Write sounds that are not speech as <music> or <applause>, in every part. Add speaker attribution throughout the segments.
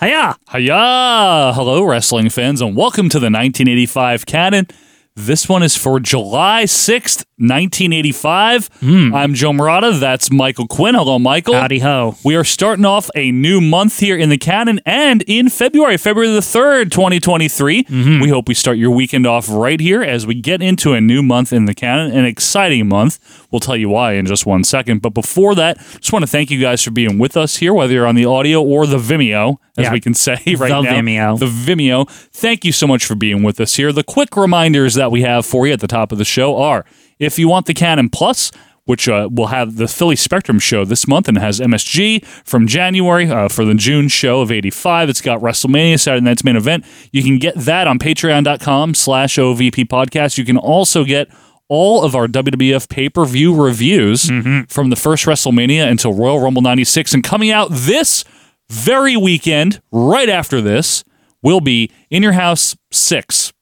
Speaker 1: Hiya!
Speaker 2: Hiya! Hello, wrestling fans, and welcome to the 1985 Canon. This one is for July 6th, 1985. I'm Joe Murata. That's Michael Quinn. Hello, Michael.
Speaker 1: Hmm. Howdy ho.
Speaker 2: We are starting off a new month here in the canon and in February, February the 3rd, 2023.
Speaker 1: Mm-hmm.
Speaker 2: We hope we start your weekend off right here as we get into a new month in the canon, an exciting month. We'll tell you why in just one second. But before that, just want to thank you guys for being with us here, whether you're on the audio or the Vimeo, as
Speaker 1: Yeah.
Speaker 2: we can say <laughs> right
Speaker 1: The
Speaker 2: now.
Speaker 1: Vimeo.
Speaker 2: The Vimeo. Thank you so much for being with us here. The quick reminders that we have for you at the top of the show are if you want the Canon Plus, which uh, will have the Philly Spectrum show this month and has MSG from January uh, for the June show of 85. It's got WrestleMania, Saturday Night's Main Event. You can get that on patreon.com slash OVP podcast. You can also get all of our WWF pay per view reviews
Speaker 1: Mm-hmm.
Speaker 2: from the first WrestleMania until Royal Rumble 96. And coming out this very weekend, right after this, will be In Your House <laughs> 6.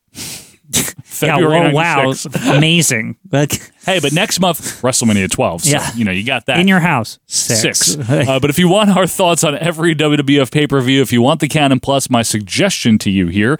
Speaker 1: yeah, well,
Speaker 2: February
Speaker 1: wow.
Speaker 2: 96.
Speaker 1: Amazing. Like,
Speaker 2: Hey, but
Speaker 1: <laughs>
Speaker 2: next month, WrestleMania 12. So,
Speaker 1: Yeah.
Speaker 2: you know, you got that
Speaker 1: in your house. Six.
Speaker 2: six.
Speaker 1: <laughs>
Speaker 2: Uh, but if you want our thoughts on every WWF pay per view, if you want the Canon Plus, my suggestion to you here.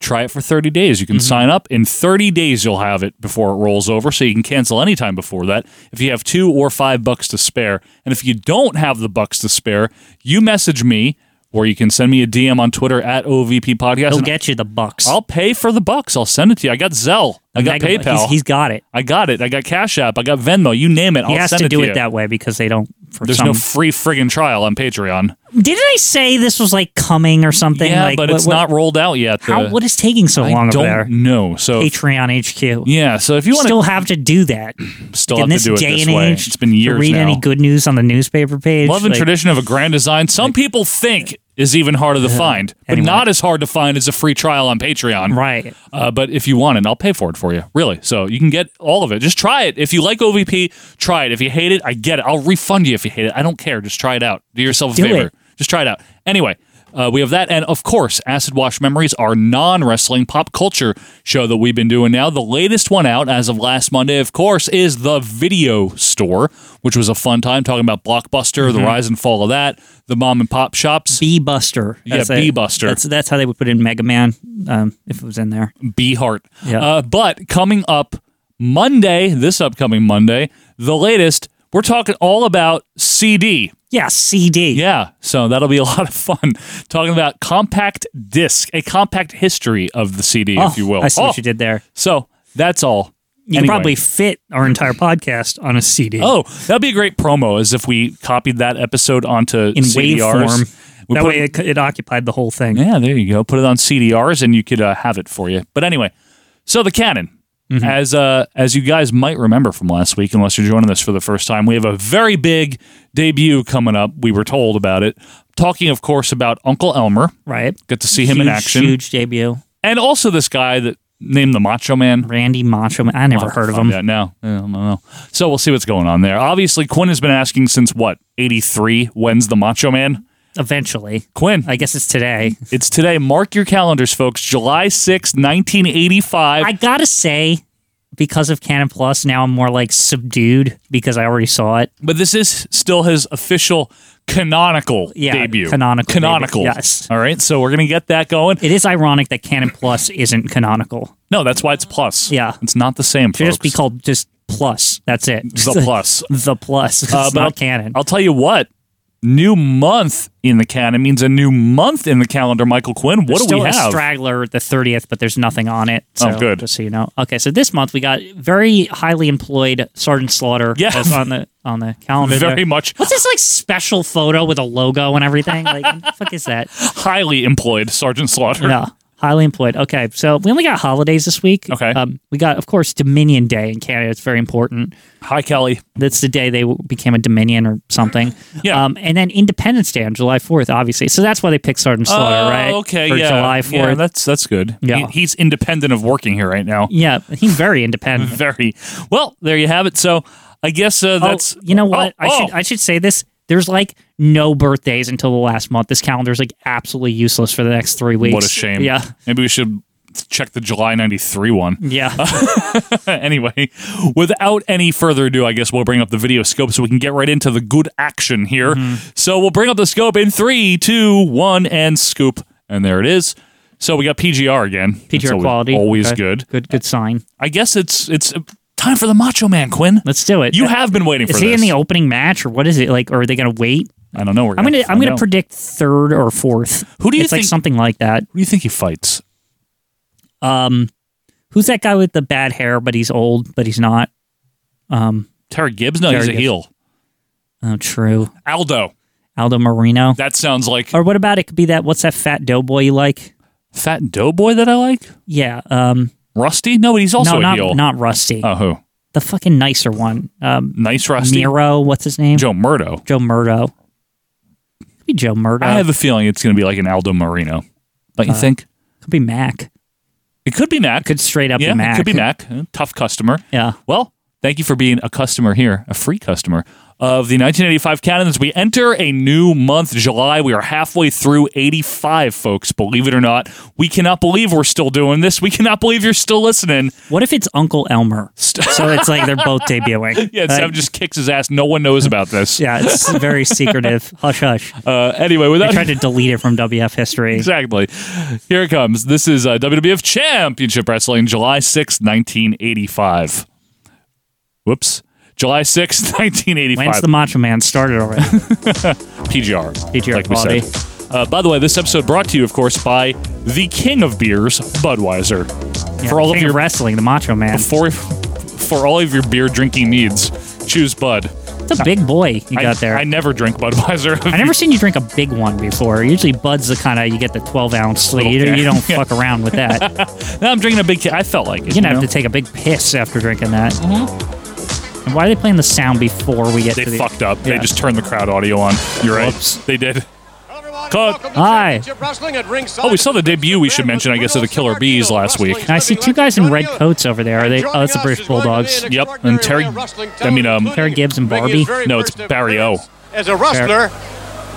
Speaker 2: Try it for 30 days. You
Speaker 1: Mm-hmm.
Speaker 2: can sign up. In 30 days, you'll have it before it rolls over, so you can cancel anytime before that if you have two or five bucks to spare. And if you don't have the bucks to spare, you message me or you can send me a DM on Twitter at OVP Podcast.
Speaker 1: He'll
Speaker 2: and
Speaker 1: get you the bucks.
Speaker 2: I'll pay for the bucks. I'll send it to you. I got Zelle. I got
Speaker 1: Mega-
Speaker 2: PayPal.
Speaker 1: He's, he's got it.
Speaker 2: I got it. I got Cash App. I got Venmo. You name it.
Speaker 1: He
Speaker 2: I'll
Speaker 1: has
Speaker 2: send
Speaker 1: to
Speaker 2: it
Speaker 1: do
Speaker 2: to
Speaker 1: it
Speaker 2: you.
Speaker 1: that way because they don't. For
Speaker 2: There's
Speaker 1: some,
Speaker 2: no free friggin' trial on Patreon.
Speaker 1: Didn't I say this was like coming or something?
Speaker 2: Yeah,
Speaker 1: like,
Speaker 2: but
Speaker 1: what-
Speaker 2: it's
Speaker 1: what-
Speaker 2: not rolled out yet.
Speaker 1: How,
Speaker 2: The-
Speaker 1: what is taking so
Speaker 2: I
Speaker 1: long
Speaker 2: don't
Speaker 1: over there?
Speaker 2: know. So
Speaker 1: Patreon HQ.
Speaker 2: yeah, so if you want
Speaker 1: still have to do that.
Speaker 2: to still
Speaker 1: in
Speaker 2: have
Speaker 1: this
Speaker 2: to do it
Speaker 1: day
Speaker 2: this
Speaker 1: and
Speaker 2: way,
Speaker 1: age,
Speaker 2: it's been years
Speaker 1: to read
Speaker 2: now.
Speaker 1: any good news on the newspaper page.
Speaker 2: Love and
Speaker 1: like,
Speaker 2: tradition of a grand design. Some people think is even harder to find, but
Speaker 1: Uh-huh. anyway.
Speaker 2: not as hard to find as a free trial on Patreon.
Speaker 1: Right.
Speaker 2: Uh, but if you want it, I'll pay for it for you. Really. So you can get all of it. Just try it. If you like OVP, try it. If you hate it, I get it. I'll refund you if you hate it. I don't care. Just try it out. Do yourself a
Speaker 1: Do
Speaker 2: favor.
Speaker 1: it.
Speaker 2: Just try it out. Anyway. Uh, we have that, and of course, Acid Wash Memories, our non wrestling pop culture show that we've been doing now. The latest one out as of last Monday, of course, is The Video Store, which was a fun time talking about Blockbuster,
Speaker 1: Mm-hmm.
Speaker 2: the rise and fall of that, the mom and pop shops,
Speaker 1: B Buster.
Speaker 2: Yeah,
Speaker 1: That's it.
Speaker 2: Bee Buster.
Speaker 1: That's that's how they would put in Mega Man um, if it was in there.
Speaker 2: Be Hart.
Speaker 1: Yeah.
Speaker 2: Uh, but coming up Monday, this upcoming Monday, the latest, we're talking all about CD.
Speaker 1: Yeah, CD.
Speaker 2: Yeah, so that'll be a <laughs> lot of fun talking about compact disc, a compact history of the CD,
Speaker 1: Oh,
Speaker 2: if you will.
Speaker 1: I see
Speaker 2: Oh,
Speaker 1: what you did there.
Speaker 2: So that's all.
Speaker 1: You
Speaker 2: Anyway.
Speaker 1: could probably fit our entire podcast on a CD.
Speaker 2: Oh, that'd be a great promo, as if we copied that episode onto
Speaker 1: in wave
Speaker 2: CDRs.
Speaker 1: form.
Speaker 2: We
Speaker 1: that
Speaker 2: put-
Speaker 1: way, it, c- it occupied the whole thing.
Speaker 2: Yeah, there you go. Put it on CDRs, and you could uh, have it for you. But anyway, so the Canon,
Speaker 1: Mm-hmm.
Speaker 2: as uh, as you guys might remember from last week, unless you're joining us for the first time, we have a very big debut coming up. We were told about it. Talking, of course, about Uncle Elmer.
Speaker 1: Right.
Speaker 2: Get to see him in
Speaker 1: Huge,
Speaker 2: action,
Speaker 1: Huge debut.
Speaker 2: and also this guy that named the Macho Man. Oh,
Speaker 1: Randy Macho. Man. I never heard of him.
Speaker 2: Yeah, no, I don't know. So we'll see what's going on there. Obviously, Quinn has been asking since what '83. When's the Macho Man?
Speaker 1: Eventually,
Speaker 2: Quinn,
Speaker 1: I guess it's today.
Speaker 2: It's today. Mark your calendars, folks. July sixth, 1985.
Speaker 1: I gotta say, because of Canon Plus, now I'm more like subdued because I already saw it.
Speaker 2: but this is still his official canonical
Speaker 1: Yeah,
Speaker 2: debut.
Speaker 1: canonical
Speaker 2: Canonical.
Speaker 1: debut, yes.
Speaker 2: All right. So we're going to get that going.
Speaker 1: It is ironic that Canon Plus isn't canonical.
Speaker 2: No, that's why it's plus.
Speaker 1: Yeah.
Speaker 2: It's not the same,
Speaker 1: Should
Speaker 2: folks.
Speaker 1: just be called just Plus. That's it. <laughs>
Speaker 2: the plus.
Speaker 1: the Plus. It's
Speaker 2: Uh,
Speaker 1: not
Speaker 2: I'll,
Speaker 1: Canon.
Speaker 2: I'll tell you what. New month in the canon means a new month in the calendar, Michael Quinn. What
Speaker 1: There's
Speaker 2: do
Speaker 1: still
Speaker 2: we
Speaker 1: a
Speaker 2: have?
Speaker 1: straggler the 30th, but there's nothing on it. So,
Speaker 2: Oh, good.
Speaker 1: Just so you know. Okay, so this month we got very highly employed Sergeant Slaughter.
Speaker 2: Yeah.
Speaker 1: as on the on the calendar.
Speaker 2: Very
Speaker 1: there.
Speaker 2: much
Speaker 1: What's this like special photo with a logo and everything? Like, what the fuck is that?
Speaker 2: highly employed Sergeant Slaughter.
Speaker 1: No. Highly employed. Okay, so we only got holidays this week.
Speaker 2: Okay.
Speaker 1: Um, we got, of course, Dominion Day in Canada. It's very important.
Speaker 2: Hi, Kelly.
Speaker 1: That's the day they w- became a Dominion or something.
Speaker 2: Yeah.
Speaker 1: Um, and then Independence Day on July 4th, obviously. So that's why they picked Sergeant Slaughter,
Speaker 2: Oh,
Speaker 1: right?
Speaker 2: Okay,
Speaker 1: For
Speaker 2: yeah.
Speaker 1: July
Speaker 2: Yeah,
Speaker 1: 4th.
Speaker 2: that's that's good.
Speaker 1: Yeah.
Speaker 2: He- he's independent of working here right now.
Speaker 1: Yeah, he's very independent.
Speaker 2: <laughs> Very well. There you have it. So I guess uh,
Speaker 1: Oh,
Speaker 2: that's
Speaker 1: you know what?
Speaker 2: Oh,
Speaker 1: I should
Speaker 2: oh.
Speaker 1: I should say this. There's like no birthdays until the last month. This calendar is like absolutely useless for the next three weeks.
Speaker 2: oh. what a shame.
Speaker 1: Yeah,
Speaker 2: Maybe we should check the July '93 one.
Speaker 1: yeah.
Speaker 2: <laughs> anyway, without any further ado, I guess we'll bring up the video scope so we can get right into the good action here.
Speaker 1: Mm-hmm.
Speaker 2: So we'll bring up the scope in three, two, one, and scoop. And there it is. So we got PGR again. That's
Speaker 1: PGR
Speaker 2: always-
Speaker 1: quality.
Speaker 2: Always
Speaker 1: Okay.
Speaker 2: good.
Speaker 1: good good sign.
Speaker 2: I guess it's it's uh, time for the Macho Man, Quinn.
Speaker 1: Let's do it.
Speaker 2: You have been waiting
Speaker 1: is
Speaker 2: for
Speaker 1: he
Speaker 2: this.
Speaker 1: in the opening match or what is it like? Or are they going to wait?
Speaker 2: I don't know. We're
Speaker 1: I'm
Speaker 2: gonna
Speaker 1: gonna I'm
Speaker 2: find
Speaker 1: gonna
Speaker 2: out.
Speaker 1: predict third or fourth.
Speaker 2: Who do you
Speaker 1: it's like
Speaker 2: think-
Speaker 1: something like that?
Speaker 2: Who do you think he fights?
Speaker 1: Um, who's that guy with the bad hair? But he's old, but he's not. Um,
Speaker 2: Terry Gibbs? No,
Speaker 1: Terry
Speaker 2: he's a
Speaker 1: Gibbs.
Speaker 2: heel.
Speaker 1: oh, true.
Speaker 2: Aldo.
Speaker 1: Aldo Marino.
Speaker 2: That sounds like
Speaker 1: Or what about it? Could be that. What's that fat doughboy you like?
Speaker 2: Fat Doughboy that I like.
Speaker 1: Yeah. Um.
Speaker 2: Rusty? No, but he's also
Speaker 1: no,
Speaker 2: a
Speaker 1: not
Speaker 2: heel.
Speaker 1: not Rusty.
Speaker 2: oh, who?
Speaker 1: the fucking nicer one. Um,
Speaker 2: Nice Rusty.
Speaker 1: Miro, what's his name?
Speaker 2: Joe Murdo.
Speaker 1: Joe Murdo. Could be Joe Murdo.
Speaker 2: I have a feeling it's going to be like an Aldo Marino. Don't
Speaker 1: Uh,
Speaker 2: you think?
Speaker 1: could be Mac.
Speaker 2: It could be Mac.
Speaker 1: Could straight up
Speaker 2: yeah,
Speaker 1: be Mac.
Speaker 2: it could be Mac. Uh, Tough customer.
Speaker 1: Yeah.
Speaker 2: Well, thank you for being a customer here, a free customer of the 1985 canon as we enter a new month, July. We are halfway through 85, folks. Believe it or not, we cannot believe we're still doing this. We cannot believe you're still listening.
Speaker 1: What if it's Uncle Elmer? <laughs> so it's like they're both debuting.
Speaker 2: <laughs> Yeah,
Speaker 1: Like,
Speaker 2: Sam just kicks his ass. No one knows about this.
Speaker 1: <laughs> yeah, it's
Speaker 2: <laughs>
Speaker 1: very secretive. Hush, hush.
Speaker 2: Uh, anyway,
Speaker 1: I
Speaker 2: without
Speaker 1: tried to delete it from WF history.
Speaker 2: exactly. Here it comes. This is uh, WWF Championship Wrestling, July sixth, 1985. Whoops. July sixth, <laughs> 1985.
Speaker 1: When's the Macho Man started
Speaker 2: <laughs>
Speaker 1: already?
Speaker 2: PGR.
Speaker 1: PGR
Speaker 2: like we
Speaker 1: quality.
Speaker 2: said. Uh, by the way, this episode brought to you, of course, by the king of beers, Budweiser. for all
Speaker 1: King
Speaker 2: of your
Speaker 1: wrestling, the Macho Man.
Speaker 2: for, for all of your beer drinking needs, choose Bud.
Speaker 1: It's a big boy you got
Speaker 2: I,
Speaker 1: there.
Speaker 2: I
Speaker 1: I,
Speaker 2: never drink Budweiser.
Speaker 1: have never seen you drink a big one before. Usually, Bud's the kind of you get the 12 ounce sleeve. You,
Speaker 2: Little
Speaker 1: you
Speaker 2: can.
Speaker 1: don't fuck around with that.
Speaker 2: <laughs> Now I'm drinking a big. Ca- I felt like it.
Speaker 1: You're gonna
Speaker 2: you know? Mm-hmm.
Speaker 1: have to take a big piss after drinking that. And why are they playing the sound before we get
Speaker 2: They
Speaker 1: to the?
Speaker 2: fucked up. They
Speaker 1: Yeah.
Speaker 2: just turned the crowd audio on. You're right. They did. Cut.
Speaker 1: Hi.
Speaker 2: Oh, we saw the debut, we should mention, I guess, of the Killer Bees last week.
Speaker 1: And I see two guys in red coats over there. Are they? Oh, it's the British Bulldogs.
Speaker 2: Yep, and Terry- I mean, um,
Speaker 1: Terry Gibbs and Barbie?
Speaker 2: No, it's Barry O.
Speaker 3: As a wrestler,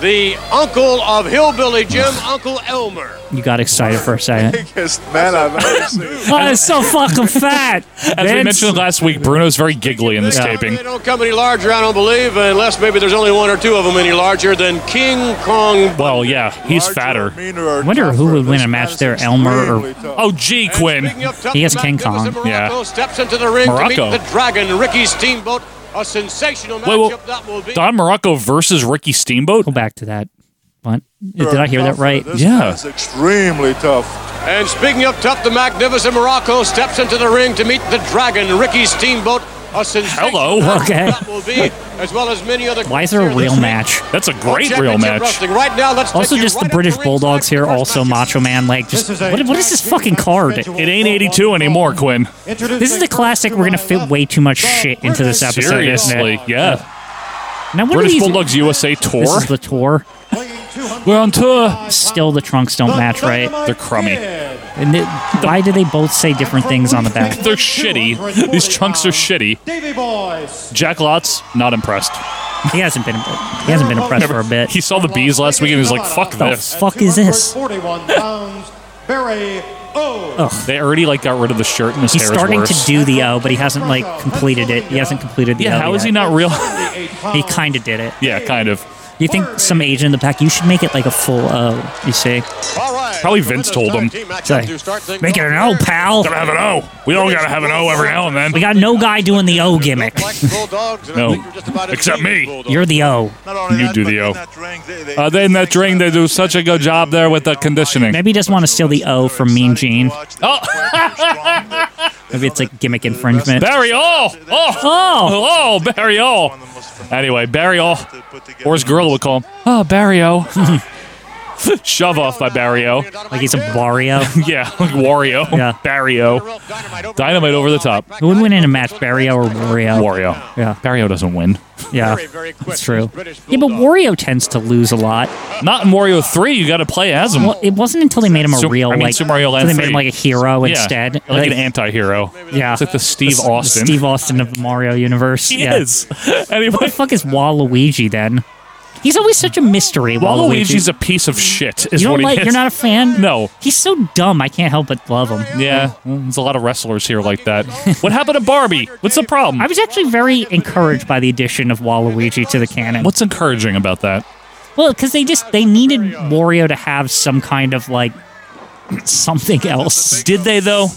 Speaker 3: the uncle of Hillbilly Jim, Uncle Elmer.
Speaker 1: You got excited for a second.
Speaker 4: <laughs> biggest man I've ever seen.
Speaker 1: oh, it's so fucking fat.
Speaker 2: <laughs> As we mentioned last week, Bruno's very giggly in this
Speaker 1: Yeah.
Speaker 2: taping.
Speaker 3: They don't come any larger, I don't believe, unless maybe there's only one or two of them any larger than King Kong.
Speaker 2: Well, yeah, he's fatter.
Speaker 4: I
Speaker 1: wonder who would win a match there, Elmer or-
Speaker 2: Oh, gee,
Speaker 3: Speaking
Speaker 2: Quinn.
Speaker 3: of tough
Speaker 1: He is
Speaker 3: men,
Speaker 1: King
Speaker 3: Nicholas
Speaker 1: Kong.
Speaker 3: and Morocco
Speaker 2: Yeah.
Speaker 3: Steps into the ring to
Speaker 2: Morocco.
Speaker 3: meet the Dragon, Ricky Steamboat. A sensational matchup
Speaker 2: Wait, well,
Speaker 3: that will be.
Speaker 2: Don Morocco versus Ricky Steamboat.
Speaker 1: Go back to that. What? Did I hear that right?
Speaker 4: This
Speaker 2: Yeah.
Speaker 4: man's extremely tough.
Speaker 3: And speaking of tough, the magnificent Morocco steps into the ring to meet the Dragon, Ricky Steamboat. A sensational
Speaker 2: Hello.
Speaker 3: matchup
Speaker 1: Okay.
Speaker 3: That will be, as well as many other.
Speaker 1: Why is there a real match?
Speaker 2: That's a
Speaker 3: World
Speaker 2: great real
Speaker 3: Championship
Speaker 2: match.
Speaker 3: Wrestling. Right now, let's
Speaker 1: Also,
Speaker 3: take you
Speaker 1: just the
Speaker 3: right up
Speaker 1: British
Speaker 3: to ringside
Speaker 1: Bulldogs
Speaker 3: for the
Speaker 1: here.
Speaker 3: first
Speaker 1: Also,
Speaker 3: match.
Speaker 1: Macho Man. Like, just what, what is this fucking card?
Speaker 2: It ain't 82 anymore, Quinn.
Speaker 1: This is the classic. We're gonna fit way too much shit into this episode,
Speaker 2: Seriously,
Speaker 1: isn't it?
Speaker 2: yeah.
Speaker 1: Now, what
Speaker 2: British
Speaker 1: are these?
Speaker 2: Bulldogs USA tour.
Speaker 1: This is the tour.
Speaker 2: We're on tour.
Speaker 1: Still, the trunks don't match, right?
Speaker 2: They're crummy.
Speaker 1: And it- why do they both say different things on the back?
Speaker 2: <laughs> They're shitty. These trunks are shitty.
Speaker 5: Davy Boys.
Speaker 2: Jack Lotz, not impressed.
Speaker 1: He hasn't been he hasn't been impressed for a bit.
Speaker 2: He saw the bees last week and he was like, fuck
Speaker 1: The
Speaker 2: this.
Speaker 1: fuck is this?
Speaker 5: 41 pounds. Barry O.
Speaker 2: They already like got rid of the shirt and his
Speaker 1: He's
Speaker 2: hair is
Speaker 1: starting to
Speaker 2: worse.
Speaker 1: do the O, but he hasn't like completed it. He hasn't completed the O.
Speaker 2: yeah, how
Speaker 1: yet.
Speaker 2: is he not real?
Speaker 1: He kind of did it.
Speaker 2: yeah, kind of.
Speaker 1: You think some agent in the back? You should make it like a full O. You see?
Speaker 3: All right.
Speaker 2: Probably Vince told him.
Speaker 1: Say, Make it an O, pal.
Speaker 2: Gotta have an O. We all gotta have an O every now and then.
Speaker 1: We got no guy doing the O gimmick.
Speaker 2: No.
Speaker 3: no,
Speaker 2: Except me.
Speaker 1: You're the O.
Speaker 4: Not only
Speaker 2: You
Speaker 4: that,
Speaker 2: do
Speaker 4: but
Speaker 2: the
Speaker 4: in
Speaker 2: O.
Speaker 4: that ring, they- they-
Speaker 2: Uh, they in that ring, they do such a good job there with the conditioning.
Speaker 1: Maybe he doesn't want to steal the O from Mean Gene.
Speaker 5: <laughs>
Speaker 4: Oh!
Speaker 1: Maybe it's like gimmick infringement.
Speaker 2: Barry all, Oh! Oh! Oh, Barry all. Anyway, Barry all, Or as Gorilla would call him, oh, Barry O. "Oh, <laughs> Shove off by Barrio.
Speaker 1: Like he's a Wario.
Speaker 2: <laughs> Yeah, like Wario.
Speaker 1: Yeah.
Speaker 2: Barrio. Dynamite over the top.
Speaker 1: Who would win in a match, Barrio or Wario?
Speaker 2: Wario.
Speaker 1: Yeah,
Speaker 2: Barrio doesn't win.
Speaker 1: yeah,
Speaker 3: Very, very quick.
Speaker 1: that's true.
Speaker 3: British
Speaker 1: Yeah, but
Speaker 3: Bulldog.
Speaker 1: Wario tends to lose a lot.
Speaker 2: Not in Wario 3, you got to play as him.
Speaker 1: Well, it wasn't until they made him a
Speaker 2: Su-
Speaker 1: real
Speaker 2: I mean,
Speaker 1: like
Speaker 2: Super Mario
Speaker 1: until
Speaker 2: Land
Speaker 1: they made him
Speaker 2: 3.
Speaker 1: like a hero
Speaker 2: Yeah,
Speaker 1: instead.
Speaker 2: Like an
Speaker 1: Like-
Speaker 2: anti hero.
Speaker 1: yeah,
Speaker 2: It's like the Steve
Speaker 1: The- the
Speaker 2: Austin.
Speaker 1: Steve Austin of the Mario universe.
Speaker 2: He
Speaker 1: yeah.
Speaker 2: is. <laughs> Anyway,
Speaker 1: What the fuck is Waluigi then? He's always such a mystery. Waluigi.
Speaker 2: Waluigi's a piece of shit, is
Speaker 1: you don't
Speaker 2: what he
Speaker 1: like?
Speaker 2: is.
Speaker 1: You're not a fan?
Speaker 2: No.
Speaker 1: He's so dumb. I can't help but love him.
Speaker 2: <laughs> Yeah, well, there's a lot of wrestlers here like that. What happened to Barbie? What's the problem?
Speaker 1: I was actually very encouraged by the addition of Waluigi to the canon.
Speaker 2: What's encouraging about that?
Speaker 1: Well, because they just they needed Wario to have some kind of like something else.
Speaker 2: Did they though?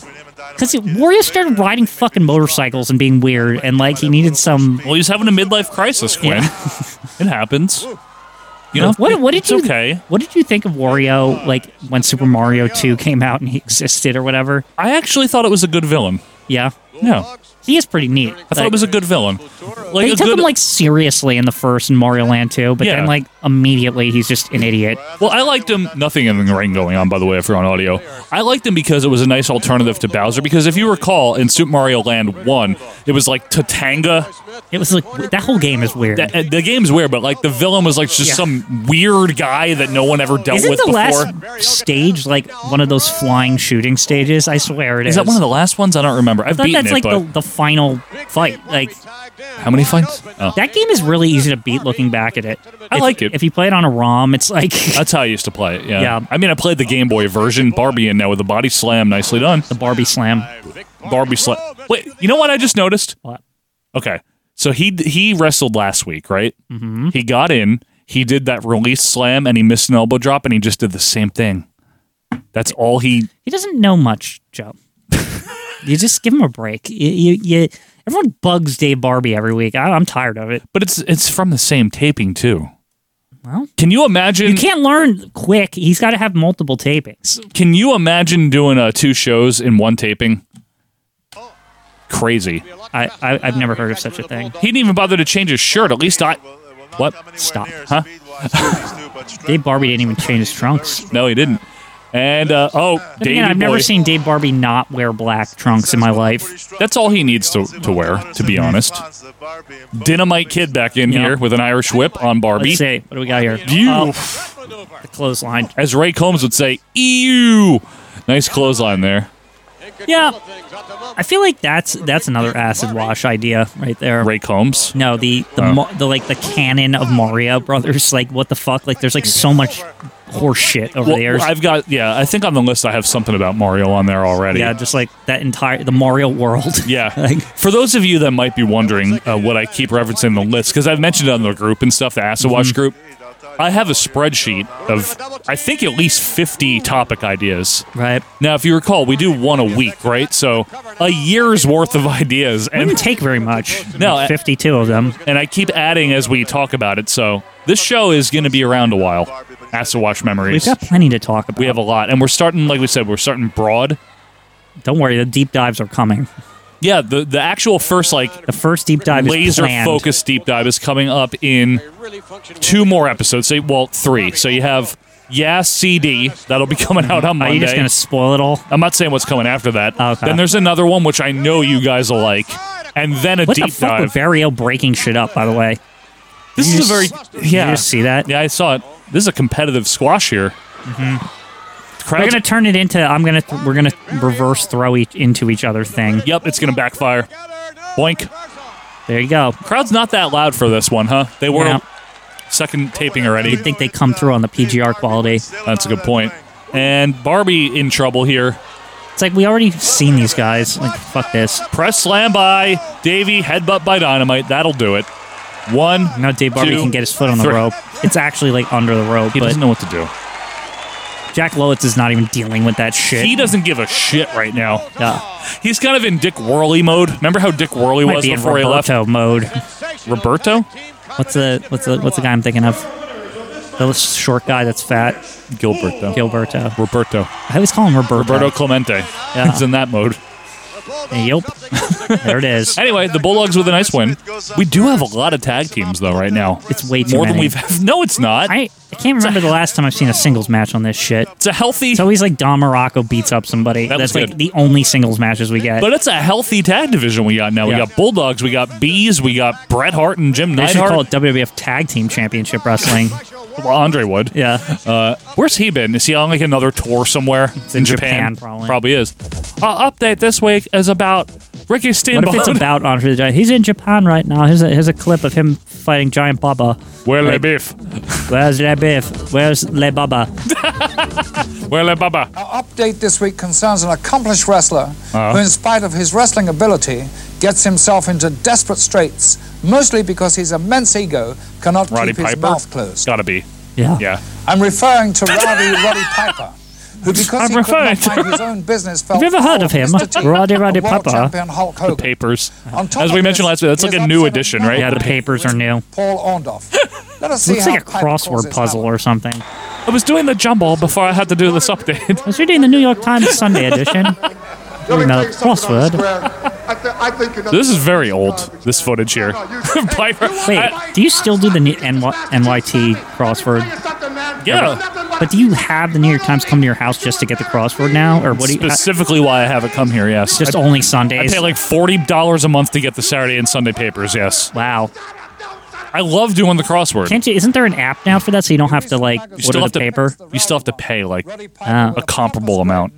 Speaker 1: Because Wario started riding fucking motorcycles and being weird, and like he needed some.
Speaker 2: Well, he's having a midlife crisis, Quinn. <laughs> it happens. You know
Speaker 1: What, what did
Speaker 2: it's
Speaker 1: you
Speaker 2: okay.
Speaker 1: What did you think of Wario like when Super Mario Two came out and he existed or whatever?
Speaker 2: I actually thought it was a good villain.
Speaker 1: Yeah,
Speaker 2: Yeah, I
Speaker 1: he is pretty neat. I
Speaker 2: thought it was a good villain. Like
Speaker 1: they
Speaker 2: a
Speaker 1: took
Speaker 2: good.
Speaker 1: him like seriously in the first in Mario Land 2, but
Speaker 2: Yeah.
Speaker 1: then like immediately he's just an idiot.
Speaker 2: well, I liked him. Nothing in the ring going on, by the way, if you're on audio. I liked him because it was a nice alternative to Bowser. Because if you recall, in Super Mario Land One, it was like Tatanga
Speaker 1: It was like that whole game is weird.
Speaker 2: That- uh, the game's weird, but like the villain was like just
Speaker 1: Yeah.
Speaker 2: some weird guy that no one ever dealt
Speaker 1: Isn't
Speaker 2: with
Speaker 1: the
Speaker 2: before.
Speaker 1: last stage like one of those flying shooting stages? I swear it is.
Speaker 2: is that one of the last ones? I don't remember. I've
Speaker 1: I thought
Speaker 2: beaten
Speaker 1: that's
Speaker 2: it,
Speaker 1: like
Speaker 2: but
Speaker 1: the, the final fight. Like
Speaker 2: how many fights? Oh.
Speaker 1: that game is really easy to beat looking back at it.
Speaker 2: I
Speaker 1: If-
Speaker 2: like it.
Speaker 1: If you play it on a ROM, it's like <laughs>
Speaker 2: That's how I used to play it. Yeah.
Speaker 1: Yeah.
Speaker 2: I mean, I played the Game Boy version, Barbie in there with a body slam, nicely done.
Speaker 1: the Barbie Slam.
Speaker 2: Barbie slam. Wait, you know what I just noticed?
Speaker 1: What?
Speaker 2: Okay, so he he wrestled last week, right? Mm-hmm. He got in, he did that release slam, and he missed an elbow drop, and he just did the same thing. That's all he.
Speaker 1: He doesn't know much, Joe. you just give him a break. You, you, you everyone bugs Dave Barbie every week. I, I'm tired of it.
Speaker 2: But it's it's from the same taping too.
Speaker 1: Well.
Speaker 2: can you imagine?
Speaker 1: You can't learn quick. He's got to have multiple tapings.
Speaker 2: Can you imagine doing uh, two shows in one taping? Crazy.
Speaker 1: I, I I've never heard of such a thing.
Speaker 2: He didn't even bother to change his shirt. At least I. What?
Speaker 1: Stop.
Speaker 2: Huh?
Speaker 1: <laughs> Dave Barbie didn't even change his trunks.
Speaker 2: No, he didn't. And uh, oh,
Speaker 1: But again,
Speaker 2: Davey
Speaker 1: I've never
Speaker 2: Boy.
Speaker 1: seen Dave Barbie not wear black trunks in my life.
Speaker 2: That's all he needs to, to wear, to be honest. Dynamite Kid back in
Speaker 1: Yeah.
Speaker 2: here with an Irish whip on Barbie.
Speaker 1: Let's see. What do we got here?
Speaker 2: You,
Speaker 1: Oh, the clothesline.
Speaker 2: as Ray Combs would say, ew. Nice clothesline there.
Speaker 1: Yeah. I feel like that's that's another acid wash idea right there.
Speaker 2: Ray Combs. Oh.
Speaker 1: No, the the, mo- the like the canon of Mario Brothers. Like what the fuck? Like there's like so much horse shit over
Speaker 2: Well,
Speaker 1: the years.
Speaker 2: I've got, yeah, I think on the list I have something about Mario on there already.
Speaker 1: yeah, just like that entire the Mario world. <laughs>
Speaker 2: Yeah.
Speaker 1: Like-
Speaker 2: For those of you that might be wondering uh, what I keep referencing the list, because I've mentioned it on the group and stuff, the Acid Watch
Speaker 1: Mm-hmm.
Speaker 2: group, I have a spreadsheet of, I think, at least 50 topic ideas.
Speaker 1: right.
Speaker 2: Now, if you recall, we do one a week, right? So a year's worth of <laughs> ideas.
Speaker 1: Didn't
Speaker 2: And,
Speaker 1: take very much.
Speaker 2: No, I-
Speaker 1: 52 of them.
Speaker 2: and I keep adding as we talk about it. So this show is going to be around a while. Acid Watch
Speaker 1: We've
Speaker 2: Memories.
Speaker 1: got plenty to talk about.
Speaker 2: We have a lot. And we're starting, like we said, we're starting broad.
Speaker 1: Don't worry, the deep dives are coming.
Speaker 2: Yeah, the, the actual first, like,
Speaker 1: The first deep dive is
Speaker 2: laser
Speaker 1: planned.
Speaker 2: focused deep dive is coming up in two more episodes. Say, well, three. So you have yeah CD that'll be coming out on
Speaker 1: Are
Speaker 2: Monday.
Speaker 1: you just gonna spoil it all?
Speaker 2: I'm not saying what's coming after that.
Speaker 1: Okay.
Speaker 2: Then there's another one which I know you guys will like, and then a
Speaker 1: What
Speaker 2: deep
Speaker 1: the fuck
Speaker 2: dive.
Speaker 1: with Barrio breaking shit up? By the way,
Speaker 2: this
Speaker 1: Did
Speaker 2: is
Speaker 1: you
Speaker 2: a very
Speaker 1: s- did
Speaker 2: yeah.
Speaker 1: You just see that?
Speaker 2: Yeah, I saw it. This is a competitive squash here. Mm-hmm.
Speaker 1: We're gonna turn it into. I'm gonna. Th- we're gonna reverse throw each into each other thing.
Speaker 2: Yep, it's gonna backfire. Boink.
Speaker 1: There you go.
Speaker 2: Crowd's not that loud for this one, huh? They were
Speaker 1: Yeah.
Speaker 2: second taping already.
Speaker 1: You'd think they come through on the PGR quality.
Speaker 2: That's a good point. And Barbie in trouble here.
Speaker 1: It's like we already seen these guys. Like fuck this.
Speaker 2: Press slam by Davey, headbutt by Dynamite. That'll do it. One.
Speaker 1: Now Dave Barbie
Speaker 2: Two,
Speaker 1: can get his foot on the
Speaker 2: three.
Speaker 1: rope. It's actually like under the rope,
Speaker 2: He
Speaker 1: but
Speaker 2: doesn't know what to do.
Speaker 1: Jack Lowitz is not even dealing with that shit.
Speaker 2: He doesn't give a shit right now.
Speaker 1: Yeah.
Speaker 2: He's kind of in Uh, Dick Worley mode. Remember how Dick Worley
Speaker 1: Might
Speaker 2: was
Speaker 1: be in
Speaker 2: before he left?
Speaker 1: Roberto mode.
Speaker 2: Roberto?
Speaker 1: What's the what's the what's the guy I'm thinking of? The short guy that's fat,
Speaker 2: Gilberto.
Speaker 1: Gilberto.
Speaker 2: Roberto.
Speaker 1: I always call him Roberto.
Speaker 2: Roberto Clemente.
Speaker 1: Yeah.
Speaker 2: He's in that mode.
Speaker 1: Yep. there it is.
Speaker 2: Anyway, the Bulldogs with a nice win. We do have a lot of tag teams though right now.
Speaker 1: It's way too
Speaker 2: more than
Speaker 1: many.
Speaker 2: we've. Have. No, it's not.
Speaker 1: I, I can't remember the last time I've seen a singles match on this shit.
Speaker 2: It's a healthy,
Speaker 1: It's always like Don Morocco beats up somebody.
Speaker 2: That was
Speaker 1: That's like
Speaker 2: good.
Speaker 1: the only singles matches we get.
Speaker 2: but it's a healthy tag division we got now.
Speaker 1: Yeah.
Speaker 2: We got Bulldogs, we got Bees, we got Bret Hart and Jim
Speaker 1: they should call it
Speaker 2: Neidhart.
Speaker 1: WWF Tag Team Championship Wrestling.
Speaker 2: Well, Andre would.
Speaker 1: yeah.
Speaker 2: Uh, where's he been? Is he on like another tour somewhere
Speaker 1: in Japan, probably.
Speaker 2: is. Our update this week is about Ricky
Speaker 1: What if it's
Speaker 2: Steamboat. <laughs>
Speaker 1: about Andre the Giant? He's in Japan right now. Here's a, here's a clip of him fighting Giant Baba.
Speaker 2: Where
Speaker 1: le
Speaker 2: beef?
Speaker 1: Where's Le Biff? Where's Le Baba?
Speaker 2: Where le baba?
Speaker 6: update this week concerns an accomplished wrestler
Speaker 1: Ah.
Speaker 6: who, in spite of his wrestling ability, gets himself into desperate straits, mostly because his immense ego cannot
Speaker 2: Roddy
Speaker 6: keep his
Speaker 2: Piper.
Speaker 6: mouth closed.
Speaker 2: Gotta be.
Speaker 1: Yeah.
Speaker 2: Yeah.
Speaker 6: I'm referring to Roddy Roddy Piper, who, because
Speaker 2: I'm
Speaker 6: he could
Speaker 2: referring
Speaker 6: not
Speaker 2: to-
Speaker 6: find his own business, felt
Speaker 1: <laughs> Have you ever heard of him?
Speaker 6: Mr. T,
Speaker 1: Roddy Roddy
Speaker 6: world
Speaker 1: Piper.
Speaker 6: champion Hulk Hogan.
Speaker 2: Papers.
Speaker 6: On top
Speaker 2: As we
Speaker 6: of
Speaker 2: mentioned
Speaker 6: this,
Speaker 2: last week, that's like
Speaker 6: he
Speaker 2: a
Speaker 6: is
Speaker 2: new
Speaker 6: upset
Speaker 2: edition,
Speaker 6: about
Speaker 2: right?
Speaker 1: Yeah, the
Speaker 6: Piper
Speaker 1: papers are
Speaker 6: with
Speaker 1: new.
Speaker 6: Paul Orndov. Let us see
Speaker 1: Looks
Speaker 6: how
Speaker 1: like a
Speaker 6: Piper calls
Speaker 1: crossword
Speaker 6: his
Speaker 1: puzzle
Speaker 6: number.
Speaker 1: or something.
Speaker 2: I was doing the jumble before I had to do this update.
Speaker 1: I was reading the New York Times Sunday edition. Doing a crossword.
Speaker 2: this is very old, this footage here. <laughs> Piper.
Speaker 1: <laughs> Wait,
Speaker 2: I-
Speaker 1: do you still do the N- NYT crossword?
Speaker 2: Yeah.
Speaker 1: But do you have the New York Times come to your house just to get the crossword now, or what? Do you,
Speaker 2: specifically why I haven't come here, yes.
Speaker 1: just
Speaker 2: I,
Speaker 1: only
Speaker 2: I
Speaker 1: Sundays.
Speaker 2: pay like $40 a month to get the Saturday and Sunday papers, yes.
Speaker 1: wow,
Speaker 2: I love doing the crossword.
Speaker 1: can't you? Isn't there an app now for that, so you don't have to like
Speaker 6: You
Speaker 1: order
Speaker 2: still
Speaker 1: the
Speaker 2: have to-
Speaker 1: paper? Ah.
Speaker 2: You still have to pay like
Speaker 6: Roddy Piper with
Speaker 2: a comparable amount.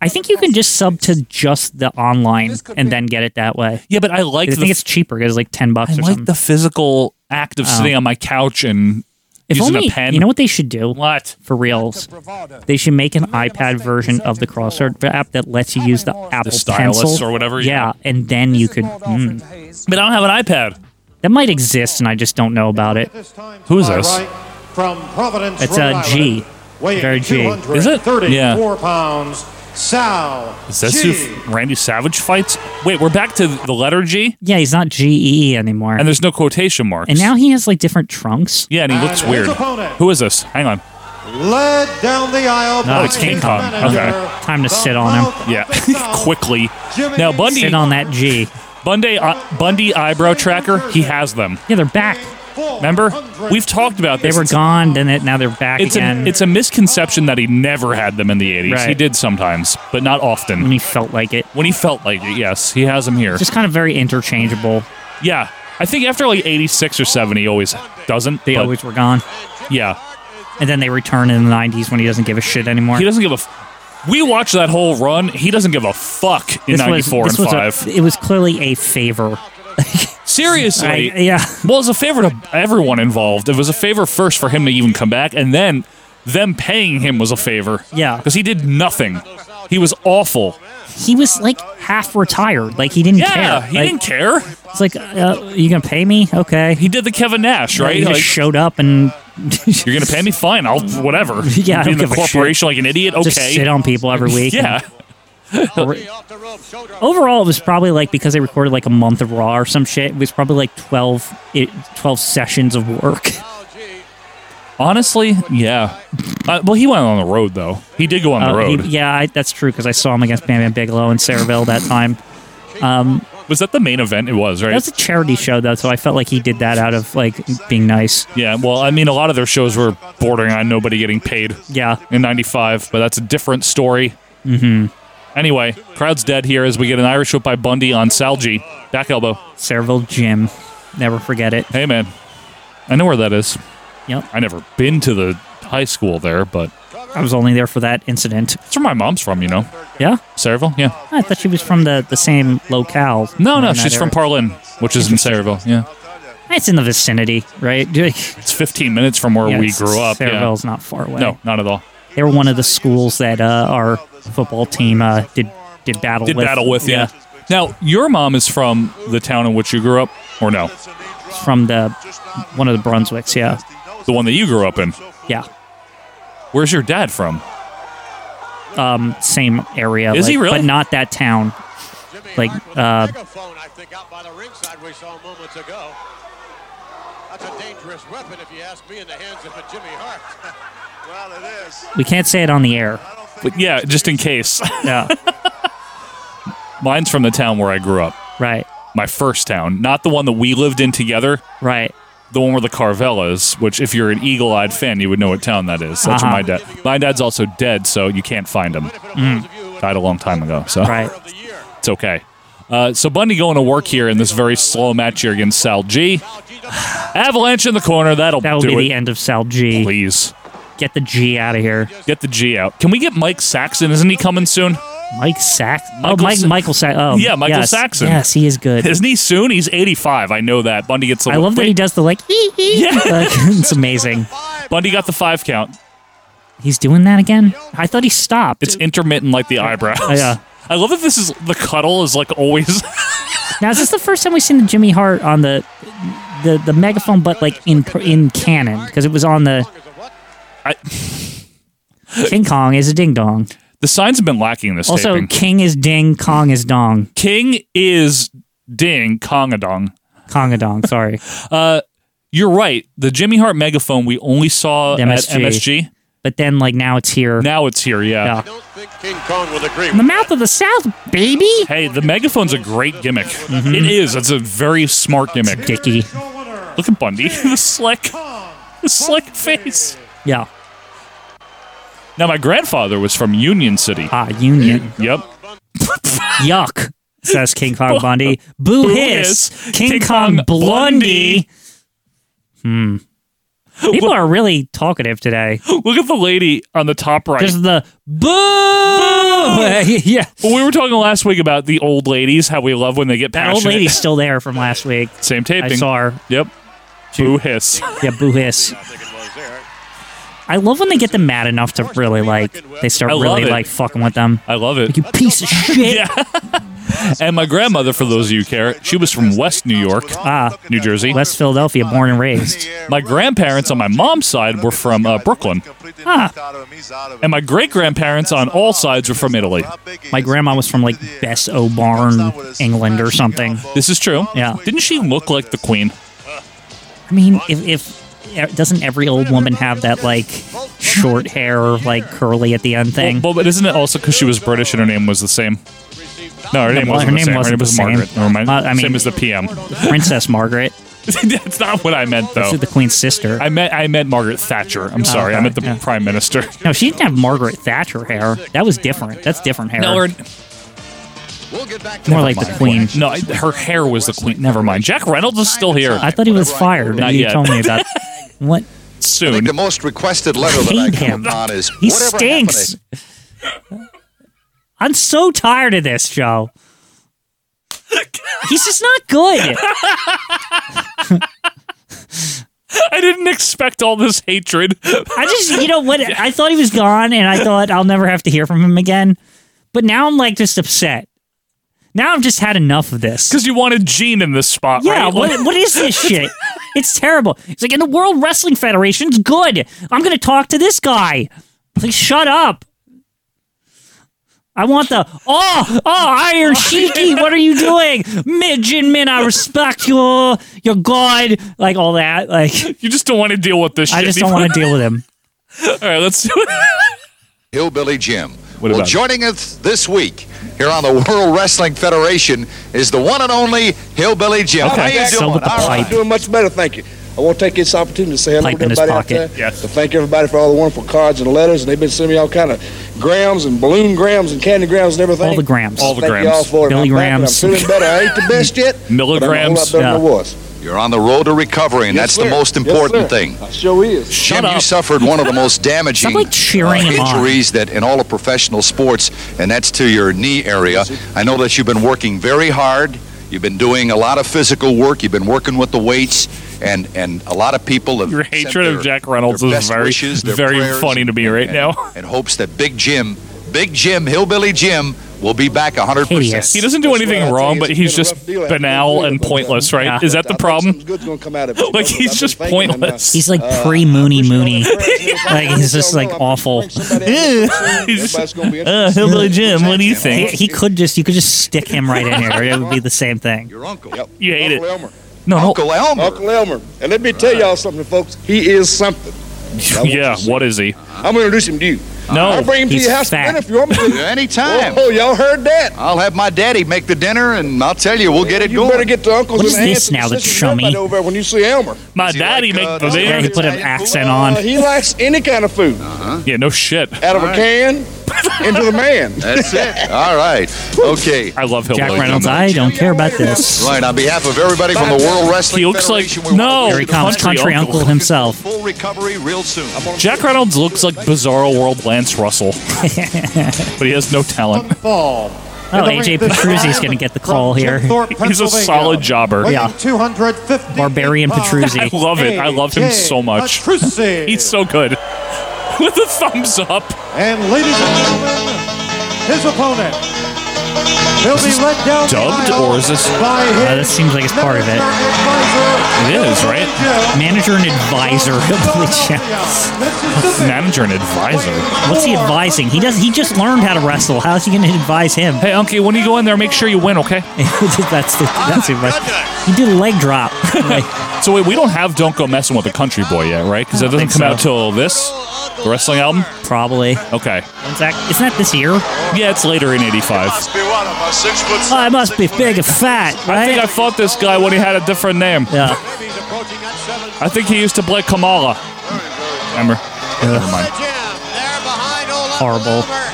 Speaker 1: I think you can just sub to just the online and then get it that way.
Speaker 2: Yeah, but I like
Speaker 1: I
Speaker 2: the
Speaker 1: think it's cheaper. 'cause It's like ten bucks
Speaker 2: I
Speaker 1: or
Speaker 2: like
Speaker 1: something. Oh.
Speaker 2: the physical act of sitting on my couch and
Speaker 1: if
Speaker 2: using
Speaker 1: only
Speaker 2: a pen.
Speaker 1: you know what they should do
Speaker 2: What?
Speaker 1: for reals.
Speaker 6: bravado.
Speaker 1: They should make an iPad version of the crossword app that lets you use the Apple
Speaker 2: stylus
Speaker 1: Pencil
Speaker 2: or whatever, yeah.
Speaker 1: Yeah, and then you could. mm.
Speaker 2: But I don't have an iPad.
Speaker 1: that might exist, and I just don't know about it.
Speaker 2: Who is this?
Speaker 5: From Providence,
Speaker 1: It's,
Speaker 5: Rhode
Speaker 1: uh,
Speaker 5: Island,
Speaker 1: G.
Speaker 5: weighing
Speaker 1: Very G.
Speaker 2: Is it?
Speaker 5: 234
Speaker 2: Yeah.
Speaker 5: pounds. Sal.
Speaker 2: Is this
Speaker 5: G.
Speaker 2: who Randy Savage fights? Wait, we're back to the letter G,
Speaker 1: Yeah, he's not GE anymore.
Speaker 2: and there's no quotation marks.
Speaker 1: And now he has like different trunks.
Speaker 2: yeah, and he
Speaker 5: And
Speaker 2: looks
Speaker 5: his
Speaker 2: weird.
Speaker 5: opponent.
Speaker 2: Who is this? Hang on.
Speaker 5: Led down the aisle.
Speaker 1: No,
Speaker 5: by
Speaker 1: it's King
Speaker 5: his
Speaker 2: Kong.
Speaker 5: manager,
Speaker 2: Okay.
Speaker 1: Time to
Speaker 5: the
Speaker 1: sit on him.
Speaker 5: mouth of
Speaker 2: Yeah,
Speaker 5: the
Speaker 2: <laughs>
Speaker 5: South,
Speaker 2: quickly.
Speaker 5: Jimmy
Speaker 2: Now Bundy,
Speaker 1: Sit on that G.
Speaker 2: Bundy, uh, Bundy eyebrow tracker. He has them.
Speaker 1: Yeah, they're back.
Speaker 2: Remember, we've talked about
Speaker 1: They
Speaker 2: this.
Speaker 1: were gone, then it, now they're back
Speaker 2: It's
Speaker 1: again.
Speaker 2: a, it's a misconception that he never had them in the 80s. He
Speaker 1: Right.
Speaker 2: did sometimes, but not often.
Speaker 1: when he felt like it.
Speaker 2: When he felt like it, yes, he has them here.
Speaker 1: Just kind of very interchangeable.
Speaker 2: yeah, I think after like 86 or 7, he always doesn't.
Speaker 1: They
Speaker 2: but
Speaker 1: always were gone.
Speaker 2: yeah,
Speaker 1: And then they return in the 90s when he doesn't give a shit anymore.
Speaker 2: he doesn't give a. F- we watched that whole run. He doesn't give a fuck in
Speaker 1: This was,
Speaker 2: 94
Speaker 1: this
Speaker 2: and
Speaker 1: was
Speaker 2: 5.
Speaker 1: a, it was clearly a favor.
Speaker 2: Seriously.
Speaker 1: I, yeah. <laughs>
Speaker 2: Well, it was a favor to everyone involved. It was a favor first for him to even come back, and then them paying him was a favor.
Speaker 1: Yeah.
Speaker 2: Because he did nothing. He was awful.
Speaker 1: He was like half retired. Like he didn't
Speaker 2: Yeah,
Speaker 1: care.
Speaker 2: he
Speaker 1: Like,
Speaker 2: didn't care.
Speaker 1: It's like, uh, you going to pay me? Okay.
Speaker 2: He did the Kevin Nash, right?
Speaker 1: He just
Speaker 2: Like,
Speaker 1: showed up and.
Speaker 2: <laughs> You're gonna pay me? Fine, I'll whatever.
Speaker 1: <laughs> Yeah, I
Speaker 2: Be
Speaker 1: don't
Speaker 2: in the
Speaker 1: give a shit.
Speaker 2: corporation like an idiot. Okay,
Speaker 1: Just sit on people every
Speaker 2: <laughs>
Speaker 1: week.
Speaker 2: yeah.
Speaker 1: And- overall it was probably like because they recorded like a month of raw or some shit it was probably like 12 it, 12 sessions of work
Speaker 2: Honestly, yeah. Uh, well, he went on the road though. He did go on the
Speaker 1: Uh, he-
Speaker 2: road.
Speaker 1: yeah I, that's true because i saw him against bam bam bigelow in Saraville that time
Speaker 2: Was that the main event? It was right.
Speaker 1: that's a charity show though so i felt like he did that out of like being nice
Speaker 2: yeah. Well, I mean, a lot of their shows were bordering on nobody getting paid
Speaker 1: yeah
Speaker 2: in '95, but that's a different story. Mm-hmm. Anyway, crowd's dead here as we get an Irish whip by Bundy on Salji. Back elbow.
Speaker 1: Saraville gym never forget it
Speaker 2: Hey man, I know where that is.
Speaker 1: Yep.
Speaker 2: I never been to the high school there, but
Speaker 1: i was only there for that incident
Speaker 2: that's where my mom's from. You know,
Speaker 1: yeah
Speaker 2: Saraville. Yeah.
Speaker 1: i thought she was from the, the same locale
Speaker 2: No, no,
Speaker 1: In that
Speaker 2: she's from
Speaker 1: area.
Speaker 2: Parlin, which is in Saraville. Yeah,
Speaker 1: it's in the vicinity right <laughs>
Speaker 2: it's 15 minutes from where
Speaker 1: Yeah,
Speaker 2: we
Speaker 1: it's-
Speaker 2: grew up. Yeah.
Speaker 1: Saraville's not far away
Speaker 2: No, not at all.
Speaker 1: they were one of the schools that uh, our football team uh, did did battle
Speaker 2: Did
Speaker 1: with.
Speaker 2: battle with yeah. Now your mom is from the town in which you grew up, or no,
Speaker 1: from the one of the Brunswicks. Yeah,
Speaker 2: the one that you grew up in.
Speaker 1: yeah,
Speaker 2: Where's your dad from?
Speaker 1: Um, same area.
Speaker 2: Is he
Speaker 1: like-
Speaker 2: really?
Speaker 1: But not that town. like, uh,
Speaker 3: megaphone, I think, out by the ringside we saw moments ago. That's a dangerous weapon, if you ask me, in the hands of a Jimmy Hart.
Speaker 4: Well, it is.
Speaker 1: We can't say it on the air.
Speaker 2: But yeah, just in case.
Speaker 1: Yeah,
Speaker 2: <laughs> Mine's from the town where I grew up,
Speaker 1: Right.
Speaker 2: my first town, not the one that we lived in together.
Speaker 1: Right.
Speaker 2: The one where the Carvelas, which if you're an eagle-eyed fan, you would know what town that is. That's
Speaker 1: Uh-huh.
Speaker 2: where my dad. My dad's also dead, so you can't find him. Died a long time ago, so
Speaker 1: Right.
Speaker 2: <laughs> it's okay. Uh, so Bundy going to work here in this very slow match here against Sal G. <sighs> Avalanche in the corner. That'll
Speaker 1: That will
Speaker 2: do
Speaker 1: be
Speaker 2: it.
Speaker 1: the end of Sal G.
Speaker 2: Please
Speaker 1: Get the G out of here.
Speaker 2: get the G out. Can we get Mike Saxon? Isn't he coming soon?
Speaker 1: Mike Sax. Oh,
Speaker 2: Michael
Speaker 1: Mike,
Speaker 2: Sa-
Speaker 1: Michael Sax. Oh,
Speaker 2: Yeah, Michael
Speaker 1: yes.
Speaker 2: Saxon.
Speaker 1: Yes, he is good.
Speaker 2: Isn't he soon? He's 85. I know that. Bundy gets the.
Speaker 1: I love that he does the like. <laughs> like, it's amazing.
Speaker 2: Bundy got the five count.
Speaker 1: He's doing that again. I thought he stopped.
Speaker 2: It's intermittent, like the eyebrows.
Speaker 1: Yeah.
Speaker 2: I love that this is the cuddle is like always. <laughs>
Speaker 1: now is this the first time we've seen the Jimmy Hart on the the, the megaphone, but like in per- in canon because it was on the
Speaker 2: I-
Speaker 1: <laughs> King Kong is a ding dong.
Speaker 2: the signs have been lacking this
Speaker 1: Also,
Speaker 2: taping.
Speaker 1: King is ding, Kong is dong,
Speaker 2: King is ding kongadong.
Speaker 1: Kong a
Speaker 2: <laughs>
Speaker 1: dong. <laughs> Sorry,
Speaker 2: Uh, You're right. The Jimmy Hart megaphone we only saw
Speaker 1: The
Speaker 2: at
Speaker 1: MSG.
Speaker 2: MSG.
Speaker 1: but then like now it's here.
Speaker 2: Now it's here. Yeah.
Speaker 1: Yeah.
Speaker 3: don't think King Kong will agree
Speaker 1: In the
Speaker 3: with
Speaker 1: mouth of the South, baby. Mm-hmm.
Speaker 2: Hey, the megaphone's a great gimmick. It is. It's a very smart gimmick.
Speaker 1: Dicky.
Speaker 5: Your winner,
Speaker 2: Look at Bundy. <laughs> the slick, the slick face.
Speaker 1: Yeah.
Speaker 2: Now, my grandfather was from Union City.
Speaker 1: Ah, Union.
Speaker 2: Yep.
Speaker 1: <laughs> Yuck, says King Kong
Speaker 2: <laughs>
Speaker 1: Bundy. Boo
Speaker 2: Boo
Speaker 1: hiss,
Speaker 2: hiss,
Speaker 1: King,
Speaker 2: King
Speaker 1: Kong,
Speaker 2: Kong
Speaker 1: Blondie. Hmm. People
Speaker 2: Well-
Speaker 1: are really talkative today.
Speaker 2: <laughs> Look at the lady on the top right. Oh.
Speaker 1: There's the boo. <laughs> yeah.
Speaker 2: Well, we were talking last week about the old ladies, how we love when they get
Speaker 1: That
Speaker 2: passionate.
Speaker 1: old lady's still there from last week.
Speaker 2: Same
Speaker 1: I
Speaker 2: taping.
Speaker 1: saw her.
Speaker 2: Yep. Boo hiss.
Speaker 1: <laughs> Yeah, boo hiss.
Speaker 3: I think it was there.
Speaker 1: I love when they get them mad enough to really like, they start
Speaker 2: I love
Speaker 1: really
Speaker 2: it.
Speaker 1: like fucking with them.
Speaker 2: I love it.
Speaker 1: You piece of shit.
Speaker 2: And my grandmother, for those of you who care, she was from West New York,
Speaker 1: Ah.
Speaker 2: New Jersey.
Speaker 1: West Philadelphia, born and raised.
Speaker 2: My grandparents on my mom's side were from uh, Brooklyn, and my great grandparents on all sides were from Italy.
Speaker 1: My grandma was from like Bess O'Barn, England or something.
Speaker 2: This is true.
Speaker 1: Yeah.
Speaker 2: Didn't she look like the queen?
Speaker 1: I mean, if, if eh, doesn't every old woman have that like short hair, like curly at the end thing?
Speaker 2: Well, but isn't it also because she was British and her name was the same? No, her name
Speaker 1: well,
Speaker 2: wasn't
Speaker 1: her
Speaker 2: the
Speaker 1: name
Speaker 2: same.
Speaker 1: wasn't
Speaker 2: her name was
Speaker 1: the same.
Speaker 2: Margaret. Never mind.
Speaker 1: Uh, I mean-
Speaker 2: same as the PM.
Speaker 1: Princess Margaret,
Speaker 2: <laughs> That's not what I meant, though.
Speaker 1: She's the Queen's sister.
Speaker 2: I meant I meant Margaret Thatcher. I'm sorry. I meant the Prime Minister.
Speaker 1: no, she didn't have Margaret Thatcher hair. That was different. That's different hair.
Speaker 2: No, her,
Speaker 3: We'll get back to
Speaker 1: More like the Queen.
Speaker 2: no, I- her hair was the queen. Never mind. Jack Reynolds is still here
Speaker 1: I thought he was fired.
Speaker 2: Not
Speaker 1: you
Speaker 2: yet.
Speaker 1: told me
Speaker 2: <laughs>
Speaker 1: about what
Speaker 7: I
Speaker 2: soon.
Speaker 7: think the most requested letter that I
Speaker 1: hate
Speaker 7: come
Speaker 1: him. <laughs>
Speaker 7: upon is
Speaker 1: He
Speaker 7: whatever happened to-
Speaker 1: stinks. <laughs> I'm so tired of this, Joe. He's just not good.
Speaker 2: <laughs> I didn't expect all this hatred.
Speaker 1: I just,
Speaker 2: <laughs>
Speaker 1: you know what? I thought he was gone, and I thought I'll never have to hear from him again. But now I'm like just upset. Now I've just had enough of this.
Speaker 2: Because you wanted Gene in this spot,
Speaker 1: Yeah,
Speaker 2: right?
Speaker 1: what, what is
Speaker 2: <laughs>
Speaker 1: this shit? It's terrible. It's like, and the World Wrestling Federation's good. I'm going to talk to this guy. Please shut up. I want the oh oh Iron Sheiky. What are you doing, Midget Min? I respect you. You're God. Like all that. Like
Speaker 2: you just don't want to deal with this shit.
Speaker 1: I just don't want to deal with him.
Speaker 2: All right, let's do it.
Speaker 7: Hillbilly Jim. well,
Speaker 2: about it?
Speaker 7: joining us this week here on the World Wrestling Federation is the one and only Hillbilly Jim.
Speaker 1: Okay,
Speaker 7: How you
Speaker 1: so
Speaker 7: doing?
Speaker 1: with the
Speaker 7: All right.
Speaker 1: pipe.
Speaker 8: Doing much better, thank you. I want to take this opportunity to say hello
Speaker 1: Pipe
Speaker 8: to
Speaker 1: in his
Speaker 8: everybody out
Speaker 1: pocket.
Speaker 8: there.
Speaker 2: Yes.
Speaker 8: To thank everybody for all the wonderful cards and letters, and they've been sending me all kind of grams and balloon grams and candy grams and everything.
Speaker 1: All the grams.
Speaker 2: All the
Speaker 8: thank
Speaker 2: grams.
Speaker 8: you all for it. I'm back and
Speaker 1: Milligrams.
Speaker 8: I'm feeling better. I ain't the best yet. but I'm a whole lot
Speaker 2: Milligrams.
Speaker 8: better than I
Speaker 1: Yeah.
Speaker 8: was.
Speaker 7: You're on the road to recovery, and
Speaker 8: Yes,
Speaker 7: that's
Speaker 8: sir.
Speaker 7: the most
Speaker 8: Yes,
Speaker 7: important
Speaker 8: sir.
Speaker 7: thing.
Speaker 8: I sure is.
Speaker 7: Jim, you suffered one of
Speaker 2: <laughs>
Speaker 7: the most damaging
Speaker 1: Stop, like, cheering him on.
Speaker 7: injuries that in all of professional sports, and that's to your knee area. I know that you've been working very hard. You've been doing a lot of physical work. You've been working with the weights, and and a lot of people have
Speaker 2: Your
Speaker 7: sent
Speaker 2: hatred of
Speaker 7: their-
Speaker 2: Jack Reynolds
Speaker 7: their
Speaker 2: is
Speaker 7: best
Speaker 2: very-
Speaker 7: their
Speaker 2: very
Speaker 7: prayers,
Speaker 2: funny to me
Speaker 7: and-
Speaker 2: right
Speaker 7: and-
Speaker 2: now.
Speaker 7: In hopes that Big Jim, Big Jim, Hillbilly Jim, will be back 100.
Speaker 1: Hideous.
Speaker 2: <laughs>
Speaker 7: percent
Speaker 2: He doesn't do
Speaker 8: That's what I
Speaker 2: anything
Speaker 8: tell
Speaker 2: wrong,
Speaker 8: you,
Speaker 2: but
Speaker 8: it's
Speaker 2: he's
Speaker 8: been a
Speaker 2: just
Speaker 8: rough deal. I feel
Speaker 2: banal
Speaker 8: good
Speaker 2: and
Speaker 8: about that.
Speaker 2: pointless, right?
Speaker 1: Yeah.
Speaker 2: Is that
Speaker 8: I
Speaker 2: the
Speaker 8: think
Speaker 2: problem?
Speaker 8: something good's gonna come out of it.
Speaker 2: Like, he's
Speaker 8: I've been
Speaker 2: just
Speaker 8: thinking, and,
Speaker 2: <laughs>
Speaker 8: uh,
Speaker 2: pointless.
Speaker 1: He's like
Speaker 8: uh,
Speaker 1: pre Mooney
Speaker 8: appreciate all
Speaker 1: Mooney.
Speaker 8: the prayers and everything.
Speaker 1: <laughs> Like, he's just, like,
Speaker 8: I think
Speaker 1: awful.
Speaker 8: Everybody's
Speaker 1: <laughs>
Speaker 8: gonna be
Speaker 1: Uh,
Speaker 8: interested.
Speaker 2: Hillbilly Jim, what do you
Speaker 1: He,
Speaker 2: think?
Speaker 1: he could just you could just stick him right in here. It would be the same thing.
Speaker 7: Your uncle,
Speaker 8: Yep.
Speaker 2: You hate
Speaker 8: Uncle
Speaker 2: it.
Speaker 8: Elmer.
Speaker 2: No, no.
Speaker 7: Uncle Elmer.
Speaker 8: Uncle Elmer. And let me tell y'all something, folks. He is something.
Speaker 2: <laughs> Yeah, what is he?
Speaker 8: I'm going to introduce him to you.
Speaker 2: No.
Speaker 8: I'll bring him to
Speaker 1: he's
Speaker 8: your house for
Speaker 1: fat.
Speaker 8: dinner if you want me to.
Speaker 7: <laughs> Anytime.
Speaker 8: Oh, y'all heard that?
Speaker 7: I'll have my daddy make the dinner, and I'll tell you, we'll get it
Speaker 8: you better
Speaker 7: going.
Speaker 8: get the uncles
Speaker 1: What
Speaker 8: and
Speaker 1: is
Speaker 8: aunts
Speaker 1: this
Speaker 8: and
Speaker 1: now, the
Speaker 8: sisters and everybody
Speaker 1: chummy?
Speaker 8: over there when you see Elmer.
Speaker 2: My
Speaker 7: Is he
Speaker 2: daddy
Speaker 7: like,
Speaker 2: make
Speaker 7: uh,
Speaker 2: the
Speaker 7: Dr.
Speaker 1: Yeah,
Speaker 2: dinner.
Speaker 1: he put an
Speaker 7: Italian
Speaker 1: accent
Speaker 7: food?
Speaker 1: on.
Speaker 8: Uh, he likes any kind of food,
Speaker 2: Uh-huh. Yeah, no shit.
Speaker 8: out of a
Speaker 7: <laughs>
Speaker 8: can into the man.
Speaker 7: That's
Speaker 8: <laughs>
Speaker 7: it. All right. Okay.
Speaker 2: I love
Speaker 1: Jack
Speaker 2: hillbilly.
Speaker 1: Reynolds,
Speaker 2: Jungle.
Speaker 1: I don't care about this.
Speaker 7: Right. On behalf of everybody from the World Wrestling
Speaker 2: He looks like-
Speaker 7: Federation, we
Speaker 2: no.
Speaker 7: want
Speaker 1: Here
Speaker 2: Here
Speaker 7: to
Speaker 1: he
Speaker 7: wish
Speaker 1: comes,
Speaker 7: you the
Speaker 1: country uncle himself.
Speaker 7: Full recovery real soon.
Speaker 2: Jack Reynolds looks like Bizarro World Lance Russell, <laughs> but he has no talent.
Speaker 5: Ball.
Speaker 1: Oh, AJ Petruzzi's going to get the call here.
Speaker 2: He's a solid jobber.
Speaker 1: Yeah.
Speaker 5: Yeah. 250
Speaker 1: Barbarian
Speaker 5: pounds,
Speaker 1: Petruzzi.
Speaker 2: I love it. I love him
Speaker 5: AJ
Speaker 2: so much. <laughs>
Speaker 5: Petruzzi.
Speaker 2: He's so good. With a thumbs up.
Speaker 5: And ladies and gentlemen, his opponent will be let down the
Speaker 2: dubbed,
Speaker 5: aisle
Speaker 2: or is this-
Speaker 5: by his
Speaker 1: Uh, this seems like it's part of it.
Speaker 2: It is, right?
Speaker 1: Manager and advisor of the Jets.
Speaker 2: Manager and advisor.
Speaker 1: What's he advising? He does. He just learned how to wrestle. How's he going to advise him?
Speaker 2: Hey, Unky, when you go in there, make sure you win, okay?
Speaker 1: <laughs> that's the. That's the advice. He did a leg drop. Like,
Speaker 2: <laughs> So wait, we don't have Don't Go Messing with the Country Boy yet, right? Because that doesn't
Speaker 1: think
Speaker 2: come out
Speaker 1: so.
Speaker 2: till this, the wrestling album.
Speaker 1: probably.
Speaker 2: Okay.
Speaker 1: When's that? Isn't that this year?
Speaker 2: Yeah, it's later in '85.
Speaker 4: be one of us, six foot
Speaker 1: Oh, I must be big and fat,
Speaker 2: I think I
Speaker 1: right?
Speaker 2: fought this guy when he had a different name.
Speaker 1: Yeah.
Speaker 3: Maybe he's approaching that seven.
Speaker 2: I think he used to play Kamala. Remember? Never mind.
Speaker 3: The jam there behind Olaf
Speaker 1: Horrible.
Speaker 3: Palmer.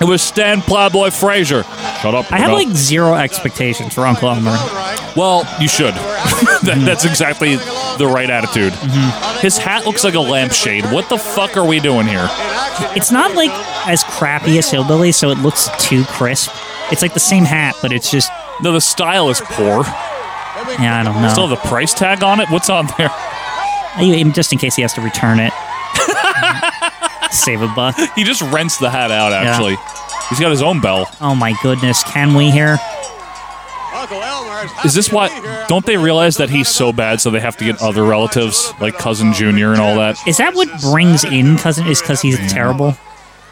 Speaker 2: It was Stan Playboy Frazier. Shut up.
Speaker 1: I have
Speaker 2: no.
Speaker 1: like zero expectations for Uncle Mm-hmm. Elmer.
Speaker 3: Right.
Speaker 2: Well, you should. <laughs> That- That's exactly the right attitude.
Speaker 1: Mm-hmm.
Speaker 2: His hat looks like a lampshade. What the fuck are we doing here?
Speaker 3: In action,
Speaker 1: It's not like as crappy as Hillbilly, so it looks too crisp. It's like the same hat, but it's just
Speaker 2: No, the style is poor.
Speaker 1: yeah, I don't know.
Speaker 2: Still the price tag on it. What's on there?
Speaker 1: I- just in case he has to return it. Save a buck.
Speaker 2: <laughs> He just rents the hat out. Actually, he's got his own bell.
Speaker 1: Oh my goodness, can we here?
Speaker 3: Uncle Elmer is,
Speaker 2: Is this
Speaker 3: happy
Speaker 2: why?
Speaker 3: to be here.
Speaker 2: Don't they realize that he's so bad, so they have to get other relatives like cousin Junior and all that?
Speaker 1: Is that what brings in cousin? Is because he's terrible?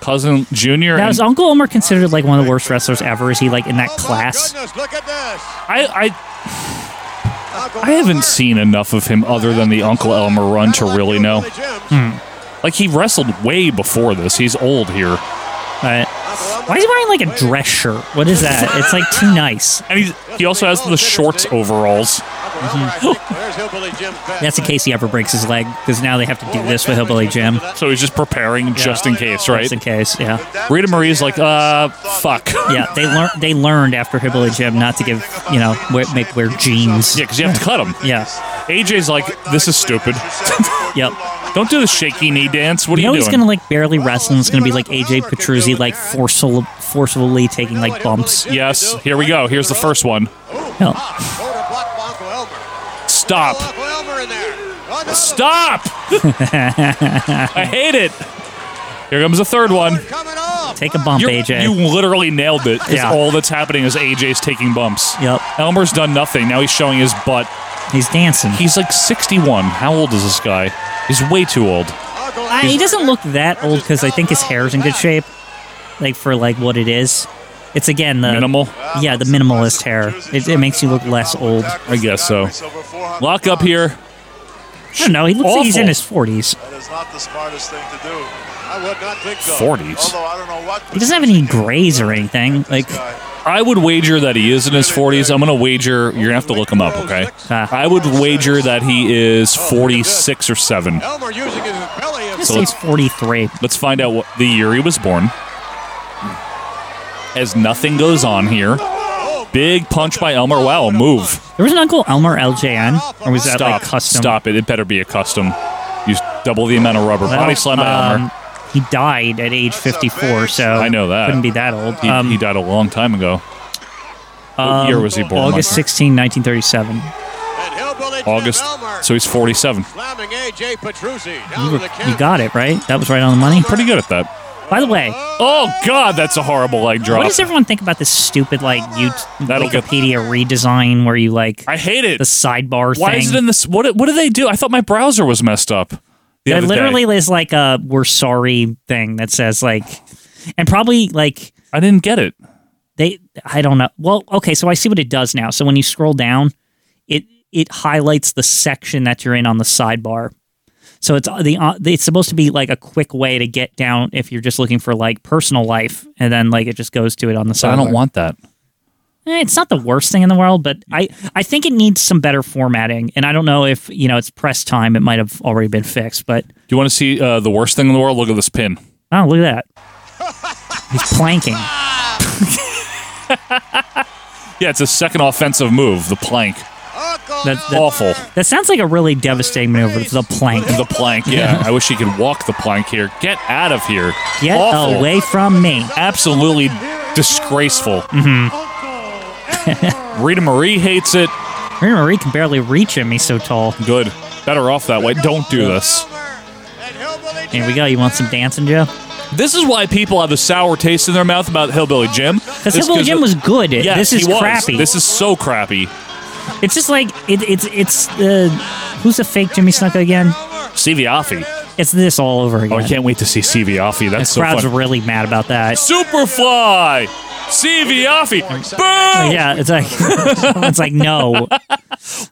Speaker 2: Cousin Junior.
Speaker 1: Now
Speaker 2: And
Speaker 1: is Uncle Elmer considered like one of the worst wrestlers ever? Is he like in that
Speaker 3: Oh, my
Speaker 1: class?
Speaker 3: Goodness, look at this.
Speaker 2: I, I,
Speaker 3: Uncle
Speaker 2: I haven't
Speaker 3: Elmer.
Speaker 2: seen enough of him other than the Uncle Elmer run to really know.
Speaker 3: Uncle Elmer
Speaker 1: Hmm.
Speaker 2: Like he wrestled way before this. He's old here,
Speaker 1: Alright. Why is he wearing like a dress shirt? What is that? It's like too nice.
Speaker 2: and he's, he also has the shorts overalls.
Speaker 3: I think. There's Hillbilly Jim's best.
Speaker 1: That's in case he ever breaks his leg, because now they have to do this with Hillbilly Jim.
Speaker 2: So he's just preparing just in case, right?
Speaker 1: Just in case, yeah.
Speaker 2: Rita Marie's like, uh, fuck. Yeah,
Speaker 1: Yeah, they learned they learned after Hillbilly Jim not to give you know wear, make wear jeans.
Speaker 2: because you have to cut him.
Speaker 1: Yeah.
Speaker 2: AJ's like, this is stupid.
Speaker 1: Yep.
Speaker 2: <laughs> Don't do the shaky knee dance. What are
Speaker 1: You
Speaker 2: you,
Speaker 1: know he's
Speaker 2: doing?
Speaker 1: gonna like barely wrestle. and It's gonna be like AJ Petruzzi like forceful, forcefully taking like bumps.
Speaker 2: yes, here we go. Here's the first one.
Speaker 1: No.
Speaker 3: Motor ah, block by Uncle Elmer.
Speaker 2: Stop.
Speaker 3: Uncle Elmer in there. Oh, no. <laughs>
Speaker 2: Stop. I hate it. Here comes the third one.
Speaker 3: They're coming off.
Speaker 1: Take a bump,
Speaker 2: You're-
Speaker 1: AJ.
Speaker 2: You literally nailed it. 'cause
Speaker 1: Yeah.
Speaker 2: all that's happening is AJ's taking bumps.
Speaker 1: Yep.
Speaker 2: Elmer's done nothing. Now he's showing his butt.
Speaker 1: He's dancing.
Speaker 2: He's like 61. How old is this guy? He's way too old.
Speaker 3: Uncle
Speaker 1: I, he doesn't look that old because I think his hair's in good shape, like for like what it is. It's again the
Speaker 2: Minimal.
Speaker 1: Yeah, the minimalist hair. It, it makes you look less old. I
Speaker 2: I guess so. Lock up here.
Speaker 1: don't know. He looks like he's
Speaker 2: Awful.
Speaker 1: in his forties.
Speaker 4: That is not the smartest thing to do.
Speaker 3: I would not think so.
Speaker 2: 40s.
Speaker 4: Although I don't know what.
Speaker 1: He doesn't have any grays or anything. Like
Speaker 2: I would wager that he is in his 40s. I'm going to wager, you're going to have to look him up, okay?
Speaker 1: Ah.
Speaker 2: I would wager that
Speaker 3: Oh,
Speaker 2: he is 46 or 7.
Speaker 3: Elmer using his belly as
Speaker 1: so he's forty three.
Speaker 2: Let's find out what the year he was born. As nothing goes on here. Big punch by Elmer. Wow, a move.
Speaker 1: There was an Uncle Elmer LJN, or was that
Speaker 2: Stop.
Speaker 1: like custom?
Speaker 2: Stop it. It better be a custom. Use double the amount of rubber.
Speaker 1: Well,
Speaker 2: Body slam by Elmer.
Speaker 1: um, He died at age 54, so
Speaker 2: I know that.
Speaker 1: couldn't be that old.
Speaker 2: He,
Speaker 1: um,
Speaker 2: he died a long time ago. What year was he born?
Speaker 1: August 16, 1937.
Speaker 3: And Hillbilly Jim
Speaker 2: August.
Speaker 3: Elmer
Speaker 2: So he's 47.
Speaker 3: slamming AJ Petruzzi.
Speaker 1: You, were- you got it right. That was right on the money.
Speaker 2: Pretty good at that.
Speaker 1: By the way,
Speaker 2: Oh, God, that's a horrible leg drop.
Speaker 1: what does everyone think about this stupid like you
Speaker 2: That'll get-
Speaker 1: Wikipedia redesign where you like
Speaker 2: I hate it.
Speaker 1: the sidebar
Speaker 2: Why
Speaker 1: thing?
Speaker 2: is it in this? What what do they do? I thought my browser was messed up. The
Speaker 1: There
Speaker 2: other
Speaker 1: literally
Speaker 2: day.
Speaker 1: is like a "we're sorry" thing that says like, and probably like
Speaker 2: I didn't get it.
Speaker 1: they i don't know well okay so i see what it does now so when you scroll down it it highlights the section that you're in on the sidebar So it's the uh, it's supposed to be like a quick way to get down if you're just looking for like personal life, and then like it just goes to it on the
Speaker 2: So
Speaker 1: side.
Speaker 2: I don't want that.
Speaker 1: Eh, it's not the worst thing in the world, but I I think it needs some better formatting, and I don't know if you know it's press time. It might have already been fixed, but
Speaker 2: Do you want to see uh, the worst thing in the world? Look at this pin.
Speaker 1: oh look at that, he's planking.
Speaker 2: Yeah, it's a second offensive move, the plank.
Speaker 1: That's that,
Speaker 2: Awful.
Speaker 1: That sounds like a really devastating maneuver. The plank.
Speaker 2: The
Speaker 1: <laughs>
Speaker 2: plank, yeah. I wish he could walk the plank here. Get out of here.
Speaker 1: Get
Speaker 2: Awful.
Speaker 1: away from me.
Speaker 2: Absolutely disgraceful.
Speaker 1: Mm-hmm.
Speaker 2: Rita Marie hates it.
Speaker 1: Rita Marie can barely reach him. He's so tall.
Speaker 2: Good. Better off that way. Don't do this.
Speaker 1: Here we go. You want some dancing, Joe?
Speaker 2: This is why people have a sour taste in their mouth about Hillbilly Jim.
Speaker 1: Because
Speaker 2: It's
Speaker 1: Hillbilly Jim was good.
Speaker 2: Yes,
Speaker 1: this is
Speaker 2: he was.
Speaker 1: crappy.
Speaker 2: This is so crappy.
Speaker 1: it's just like it, it's it's uh, who's the fake Jimmy Snuka again?
Speaker 2: Stevie Offie.
Speaker 1: It's this all over again.
Speaker 2: Oh, I can't wait to see Stevie Offie.
Speaker 1: the
Speaker 2: That's so
Speaker 1: crowd's
Speaker 2: fun.
Speaker 1: really mad about that.
Speaker 2: Superfly! Stevie Offie! Boom!
Speaker 1: Yeah, it's like <laughs> it's like no,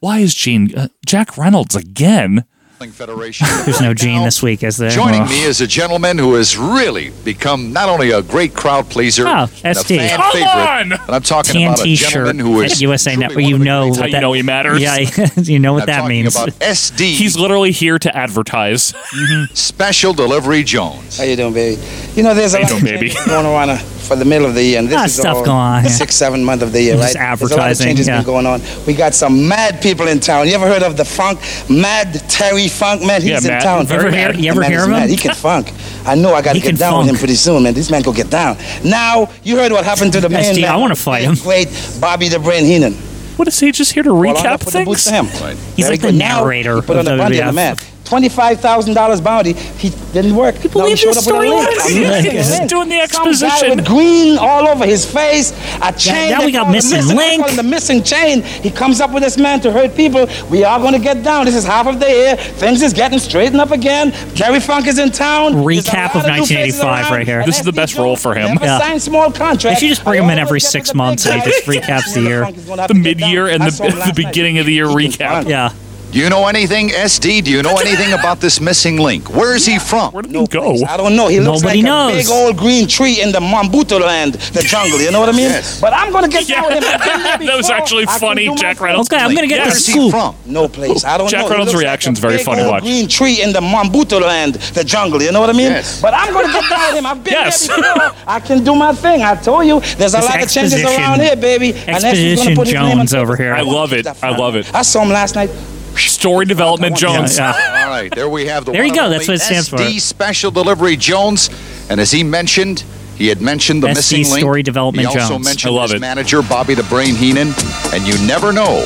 Speaker 2: Why is <laughs> Gene uh, Jack Reynolds again?
Speaker 7: Wrestling Federation.
Speaker 1: there's no Gene this week, is there?
Speaker 7: Joining me is a gentleman who has really become not only a great crowd pleaser,
Speaker 1: Oh,
Speaker 7: and a
Speaker 1: ST.
Speaker 7: fan
Speaker 2: Come on!
Speaker 7: favorite, but I'm talking about a
Speaker 1: TNT
Speaker 7: gentleman
Speaker 1: shirt
Speaker 7: who is
Speaker 1: at USA
Speaker 7: truly
Speaker 1: Network.
Speaker 7: one
Speaker 1: You
Speaker 7: of the
Speaker 1: know what
Speaker 7: greats.
Speaker 2: How you
Speaker 1: that
Speaker 2: know he matters.
Speaker 1: Yeah, <laughs> you know what
Speaker 7: I'm
Speaker 1: that
Speaker 7: talking
Speaker 1: means. <laughs>
Speaker 7: about SD
Speaker 2: He's literally here to advertise. <laughs>
Speaker 7: Special Delivery Jones.
Speaker 9: How you doing, baby? You know, there's a
Speaker 2: How you
Speaker 9: lot of
Speaker 2: doing,
Speaker 9: changes
Speaker 2: baby?
Speaker 9: going around uh, for the middle of the year, and this
Speaker 1: Ah,
Speaker 9: is
Speaker 1: stuff
Speaker 9: all
Speaker 1: going on, yeah.
Speaker 9: six, seven month of the year,
Speaker 1: Just
Speaker 9: right? There's a lot of
Speaker 1: advertising,
Speaker 9: changes
Speaker 1: yeah.
Speaker 9: been going on. We got some mad people in town. You ever heard of the funk? Mad Terry Funk, man. He's
Speaker 2: Yeah,
Speaker 9: in
Speaker 2: Matt,
Speaker 9: town.
Speaker 2: very
Speaker 1: Ever hear- mad. you ever
Speaker 9: The man
Speaker 1: hear
Speaker 9: is
Speaker 1: of him?
Speaker 9: mad. He can funk. I know. I got
Speaker 1: He
Speaker 9: to
Speaker 1: can
Speaker 9: get down with
Speaker 1: funk.
Speaker 9: him pretty soon, man. This man go get down. Now you heard what happened to the man.
Speaker 1: SD, I
Speaker 9: man,
Speaker 1: wanna fight him.
Speaker 9: Great Bobby the Brain Heenan.
Speaker 2: what is he just here to
Speaker 9: Well, I'm gonna
Speaker 2: recap
Speaker 9: put the boot
Speaker 2: things?
Speaker 9: to him.
Speaker 1: He's
Speaker 9: Very
Speaker 1: like the
Speaker 9: good. Now,
Speaker 1: narrator
Speaker 9: he put
Speaker 1: of
Speaker 9: on the bounty on
Speaker 1: WWF.
Speaker 9: the man. Twenty-five thousand dollars bounty. He didn't work. Now he
Speaker 1: believe
Speaker 9: showed
Speaker 1: this
Speaker 9: up with a
Speaker 1: storyline?
Speaker 9: link. I'm looking
Speaker 1: He's
Speaker 9: at it.
Speaker 2: doing the
Speaker 9: Some guy
Speaker 2: exposition.
Speaker 9: with green all over his face. A chain.
Speaker 1: now
Speaker 9: they
Speaker 1: we got
Speaker 9: call it
Speaker 1: missing
Speaker 9: they call
Speaker 1: link.
Speaker 9: it The missing chain. He comes up with this man to hurt people. We are going to get down. This is half of the year. Things is getting straightened up again. Terry Funk is in town. There's a
Speaker 1: Recap
Speaker 9: lot
Speaker 1: of
Speaker 9: new
Speaker 1: 1985
Speaker 9: faces around.
Speaker 1: right here.
Speaker 9: And
Speaker 2: This is the
Speaker 9: SD
Speaker 2: best role for him.
Speaker 9: Never
Speaker 1: Yeah.
Speaker 9: signed small contracts.
Speaker 1: They should just bring
Speaker 9: I
Speaker 1: him in every
Speaker 9: always get
Speaker 1: six
Speaker 9: to the big
Speaker 1: months and he
Speaker 9: guys.
Speaker 1: just recaps the year.
Speaker 9: He's gonna have
Speaker 2: The
Speaker 9: to get down.
Speaker 2: mid-year and
Speaker 9: I
Speaker 2: the-
Speaker 9: saw him
Speaker 2: the
Speaker 9: last night.
Speaker 2: beginning of the year
Speaker 9: He can
Speaker 2: recap.
Speaker 9: funk.
Speaker 1: Yeah,
Speaker 7: Do you know anything, SD? Do you know anything about this missing link? Where is he from?
Speaker 2: Where did he go?
Speaker 9: I don't know. He looks
Speaker 1: Nobody
Speaker 9: like
Speaker 1: knows.
Speaker 9: a big old green tree in the Mambuto land, the jungle. You know what I mean?
Speaker 7: Yes.
Speaker 9: But I'm gonna get
Speaker 2: Yeah,
Speaker 9: down with him. I've been
Speaker 2: <laughs>
Speaker 9: there
Speaker 2: that was
Speaker 9: before.
Speaker 2: actually
Speaker 9: I can
Speaker 2: funny,
Speaker 9: do my
Speaker 2: Jack
Speaker 9: thing.
Speaker 2: Reynolds.
Speaker 1: okay, I'm gonna get
Speaker 7: Where
Speaker 1: the
Speaker 7: is he
Speaker 1: scoop.
Speaker 7: from?
Speaker 9: No place. I don't
Speaker 2: Jack
Speaker 9: know. He
Speaker 2: Reynolds'
Speaker 9: looks
Speaker 2: reaction's
Speaker 9: like a
Speaker 2: very
Speaker 9: big
Speaker 2: funny
Speaker 9: old
Speaker 2: watch.
Speaker 9: Green tree in the Mambuto land, the jungle. You know what I mean?
Speaker 7: Yes.
Speaker 9: But I'm gonna get down with him. I've been
Speaker 2: Yes.
Speaker 9: there before. I can do my thing. I told you. There's a
Speaker 1: This
Speaker 9: lot of changes
Speaker 1: exposition-
Speaker 9: around here, baby. And that's who's
Speaker 1: Exposition
Speaker 9: gonna put his name on
Speaker 1: Jones
Speaker 9: top.
Speaker 1: over here.
Speaker 2: I love it. I love it.
Speaker 9: I saw him last night.
Speaker 2: Story development Jones.
Speaker 1: Yeah, yeah.
Speaker 7: All right, there we have the
Speaker 1: There you
Speaker 7: one
Speaker 1: go,
Speaker 7: and
Speaker 1: that's
Speaker 7: only
Speaker 1: what it stands for.
Speaker 7: SD Special Delivery Jones, and as he mentioned, he had mentioned the
Speaker 1: SD
Speaker 7: missing link.
Speaker 1: Story Development
Speaker 7: He also
Speaker 1: Jones.
Speaker 7: mentioned
Speaker 2: I love
Speaker 7: his
Speaker 2: it.
Speaker 7: manager Bobby the Brain Heenan, and you never know,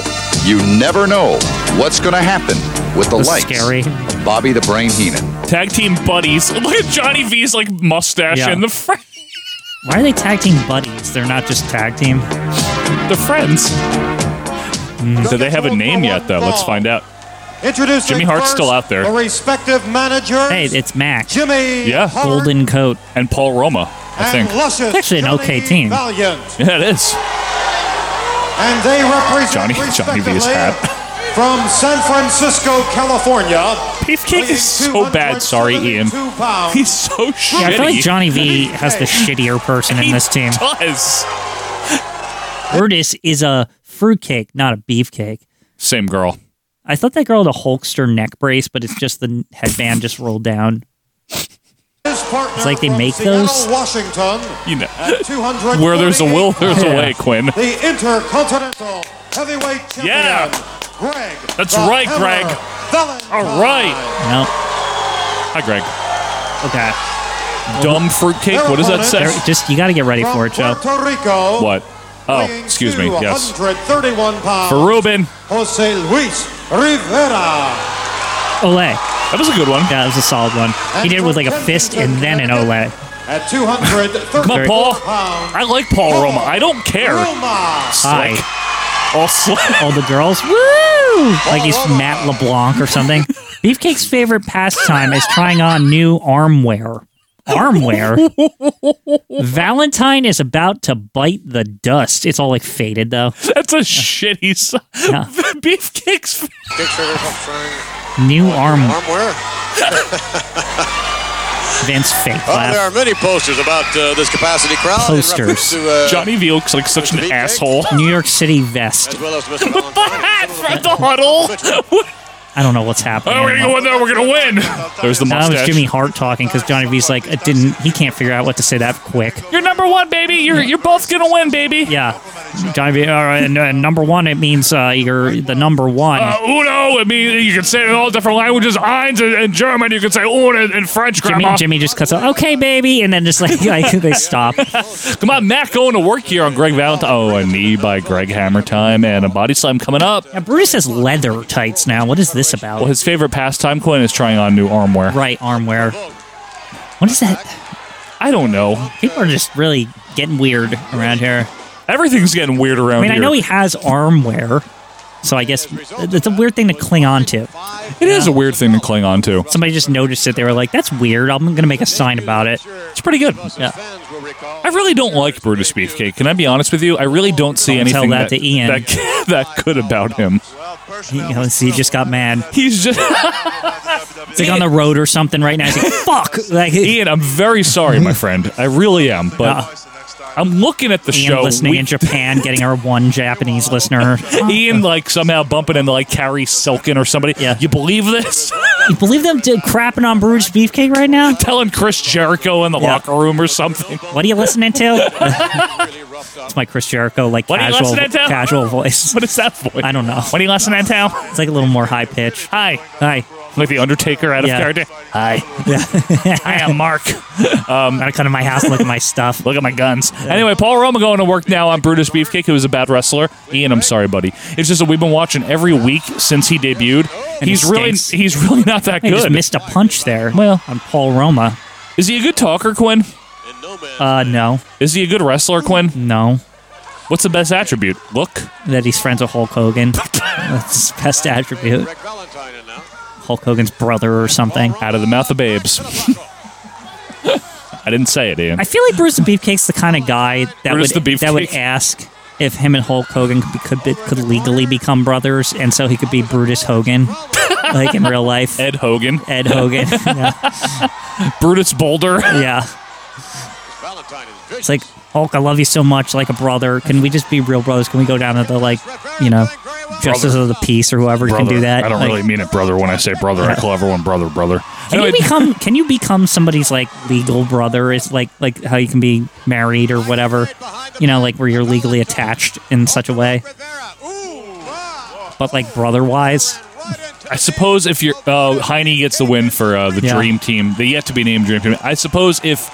Speaker 7: you never know what's going to happen with the
Speaker 1: This is
Speaker 7: likes
Speaker 1: scary.
Speaker 7: of Bobby the Brain Heenan.
Speaker 2: Tag team buddies. <laughs> Look at Johnny V's like mustache
Speaker 1: Yeah.
Speaker 2: and the fr-
Speaker 1: Why are they tag team buddies? They're not just tag team.
Speaker 2: the friends.
Speaker 5: Hmm.
Speaker 2: Do they have a name yet though? Let's find out.
Speaker 5: Introducing
Speaker 2: Jimmy Hart's
Speaker 5: first,
Speaker 2: still out there.
Speaker 5: The respective managers.
Speaker 1: Hey, it's Mac.
Speaker 5: Jimmy.
Speaker 2: Yeah.
Speaker 5: Hart
Speaker 1: Golden coat.
Speaker 2: And Paul Roma, I
Speaker 5: and
Speaker 2: think.
Speaker 5: Luscious
Speaker 1: Actually an okay
Speaker 5: Johnny
Speaker 1: team.
Speaker 5: Valiant,
Speaker 2: Yeah, it is.
Speaker 5: and they represent
Speaker 2: Johnny- Johnny
Speaker 5: respectively
Speaker 2: V's hat.
Speaker 5: from San Francisco, California.
Speaker 2: Beefcake is so bad. Sorry, Ian.
Speaker 5: 272 pounds.
Speaker 2: He's so shitty.
Speaker 1: Yeah, I feel like Johnny V has the shittier person in
Speaker 2: He
Speaker 1: this team.
Speaker 2: does.
Speaker 1: Curtis is a fruitcake, not a beefcake.
Speaker 2: Same girl.
Speaker 1: I thought that girl had a Hulkster neck brace, but it's just the headband just rolled down.
Speaker 5: His partner
Speaker 1: It's like they
Speaker 5: from
Speaker 1: make
Speaker 5: Seattle,
Speaker 1: those-
Speaker 5: Washington.
Speaker 2: You know. <laughs>
Speaker 5: at 238
Speaker 2: Where there's a will, there's a way, Quinn.
Speaker 5: The Intercontinental Heavyweight Champion.
Speaker 2: Yeah.
Speaker 5: Greg.
Speaker 2: That's
Speaker 5: the
Speaker 2: right,
Speaker 5: Hammer
Speaker 2: Greg.
Speaker 5: Valentine.
Speaker 2: All right.
Speaker 1: Nope.
Speaker 2: Hi, Greg.
Speaker 1: Okay.
Speaker 2: Dumb fruitcake. What does that say?
Speaker 1: There, just you got to get ready
Speaker 5: From
Speaker 1: for it, Joe.
Speaker 5: Puerto Rico.
Speaker 2: What? Oh,
Speaker 5: weighing
Speaker 2: excuse me. Yes.
Speaker 5: 231 pounds.
Speaker 2: For Ruben.
Speaker 5: Jose Luis Rivera.
Speaker 1: Ole.
Speaker 2: That was a good one.
Speaker 1: Yeah, that was a solid one. He did it with like a fist and then an ole.
Speaker 5: At 234
Speaker 2: Come on, Paul.
Speaker 5: pounds.
Speaker 2: I like Paul Roma. I don't care.
Speaker 5: Roma.
Speaker 1: Hi.
Speaker 2: Slick. All slick.
Speaker 1: <laughs> All the girls, woo! Like he's Matt LeBlanc or
Speaker 2: <laughs>
Speaker 1: something. Beefcake's favorite pastime is trying on new armwear. Armwear? Valentine is about to bite the dust. It's all like faded though.
Speaker 2: That's a shitty. s-
Speaker 1: Yeah.
Speaker 2: <laughs> Beefcake's.
Speaker 3: Dick Sugar's up trying.
Speaker 1: New arm.
Speaker 3: Arm where?
Speaker 1: Vince fake
Speaker 3: Well, there
Speaker 1: laugh.
Speaker 3: are many posters about uh, this capacity crowd. in
Speaker 1: Posters.
Speaker 3: reference To, uh,
Speaker 2: Johnny V looks like such an
Speaker 3: Mr. Beefcake?
Speaker 2: asshole.
Speaker 1: New York City vest.
Speaker 3: As well as
Speaker 2: <laughs>
Speaker 3: Mr.
Speaker 2: With the hat from the huddle. <laughs>
Speaker 1: I don't know what's happening.
Speaker 2: Oh, we're gonna go in there. We're gonna win. Oh, There's the
Speaker 1: Now it was
Speaker 2: mustache.
Speaker 1: Jimmy Hart talking because Johnny V's like, it didn't. He can't figure out what to say that quick.
Speaker 2: You're number one, baby. You're you're both gonna win, baby.
Speaker 1: Yeah, Johnny V. All right, and, and number one, it means uh, you're the number one.
Speaker 2: Uh, uno. I mean, you can say it in all different languages. Eins in, in German. You can say Uno in, in French.
Speaker 1: Jimmy,
Speaker 2: Grandma.
Speaker 1: Jimmy just cuts out, okay, baby, and then just like, <laughs> like they stop.
Speaker 2: Come on, Matt. Going to work here on Greg Valentine. Oh, a knee by Greg Hammer time and a body slam coming up.
Speaker 1: Now, Brutus has leather tights now. What is this about?
Speaker 2: Well, his favorite pastime, Quinn, is trying on new armwear.
Speaker 1: right arm wear. What is that?
Speaker 2: I don't know.
Speaker 1: People are just really getting weird around here.
Speaker 2: Everything's getting weird around
Speaker 1: I mean, I
Speaker 2: here.
Speaker 1: know he has arm wear, so I guess it's a weird thing to cling on to.
Speaker 2: It is a weird thing to cling on to.
Speaker 1: Somebody just noticed it. They were like, that's weird. I'm going to make a sign about it.
Speaker 2: It's pretty good.
Speaker 1: Yeah.
Speaker 2: I really don't like Brutus Beefcake. Can I be honest with you? I really don't see
Speaker 1: Don't tell
Speaker 2: anything
Speaker 1: that to Ian.
Speaker 2: that <laughs> that good about him.
Speaker 1: He, you know, he just got mad.
Speaker 2: He's just <laughs>
Speaker 1: He's like on the road or something right now. He's like, <laughs> fuck. Like,
Speaker 2: Ian. I'm very sorry, my friend. I really am.
Speaker 1: <laughs>
Speaker 2: But I'm looking at the
Speaker 1: Ian
Speaker 2: show.
Speaker 1: listening
Speaker 2: we-
Speaker 1: in Japan, getting our one Japanese listener.
Speaker 2: <laughs> Ian like somehow bumping into like Carrie Silken or somebody.
Speaker 1: Yeah.
Speaker 2: You believe this? <laughs>
Speaker 1: You believe them to crapping on Bruges Beefcake right now?
Speaker 2: Telling Chris Jericho in the
Speaker 1: Yeah.
Speaker 2: locker room or something.
Speaker 1: What are you listening to? it's my Chris Jericho, like
Speaker 2: What are you
Speaker 1: casual,
Speaker 2: listening to? <laughs>
Speaker 1: casual voice.
Speaker 2: What is that voice?
Speaker 1: I don't know.
Speaker 2: What are you listening to?
Speaker 1: It's like a little more high pitch.
Speaker 2: Hi.
Speaker 1: Hi.
Speaker 2: Like the Undertaker out of
Speaker 1: Yeah.
Speaker 2: character. <laughs> Hi. I am Mark.
Speaker 1: Gotta come to my house and look at my stuff.
Speaker 2: <laughs> Look at my guns. Anyway, Paul Roma going to work now on Brutus Beefcake, who is a bad wrestler. Ian, I'm sorry, buddy. It's just that we've been watching every week since he debuted.
Speaker 1: And
Speaker 2: he's
Speaker 1: he
Speaker 2: really
Speaker 1: stinks.
Speaker 2: he's really not that
Speaker 1: I just
Speaker 2: good.
Speaker 1: missed a punch there.
Speaker 2: Well.
Speaker 1: on Paul Roma.
Speaker 2: Is he a good talker, Quinn?
Speaker 1: Uh, no,
Speaker 2: Is he a good wrestler, Quinn?
Speaker 1: no.
Speaker 2: What's the best attribute? Look.
Speaker 1: That he's friends with Hulk Hogan. That's his best attribute.
Speaker 3: Greg Valentine in now.
Speaker 1: Hulk Hogan's brother or something.
Speaker 2: Out of the mouth of babes. I didn't say it, Ian.
Speaker 1: I feel like Bruce the Beefcake's the kind of guy that
Speaker 2: Bruce
Speaker 1: would
Speaker 2: the Beefcake.
Speaker 1: that would ask if him and Hulk Hogan could be, could, be, could legally become brothers, and so he could be Brutus Hogan, like in real life.
Speaker 2: Ed Hogan.
Speaker 1: Ed Hogan. <laughs> yeah.
Speaker 2: Brutus Boulder. <laughs>
Speaker 1: yeah.
Speaker 3: Valentine is
Speaker 1: It's like, Hulk, I love you so much, like a brother. Can we just be real brothers? Can we go down to the, like, you know, Justice of the Peace or whoever can do that?
Speaker 2: I don't
Speaker 1: Like,
Speaker 2: really mean it, brother. When I say brother, I call everyone brother, brother.
Speaker 1: Can you become can you become somebody's like legal brother? It's like like how you can be married or whatever. You know, like where you're legally attached in such a way. But like brother wise.
Speaker 2: I suppose if you're uh, Heine gets the win for uh, the
Speaker 1: Yeah.
Speaker 2: Dream Team, the yet to be named Dream Team. I suppose if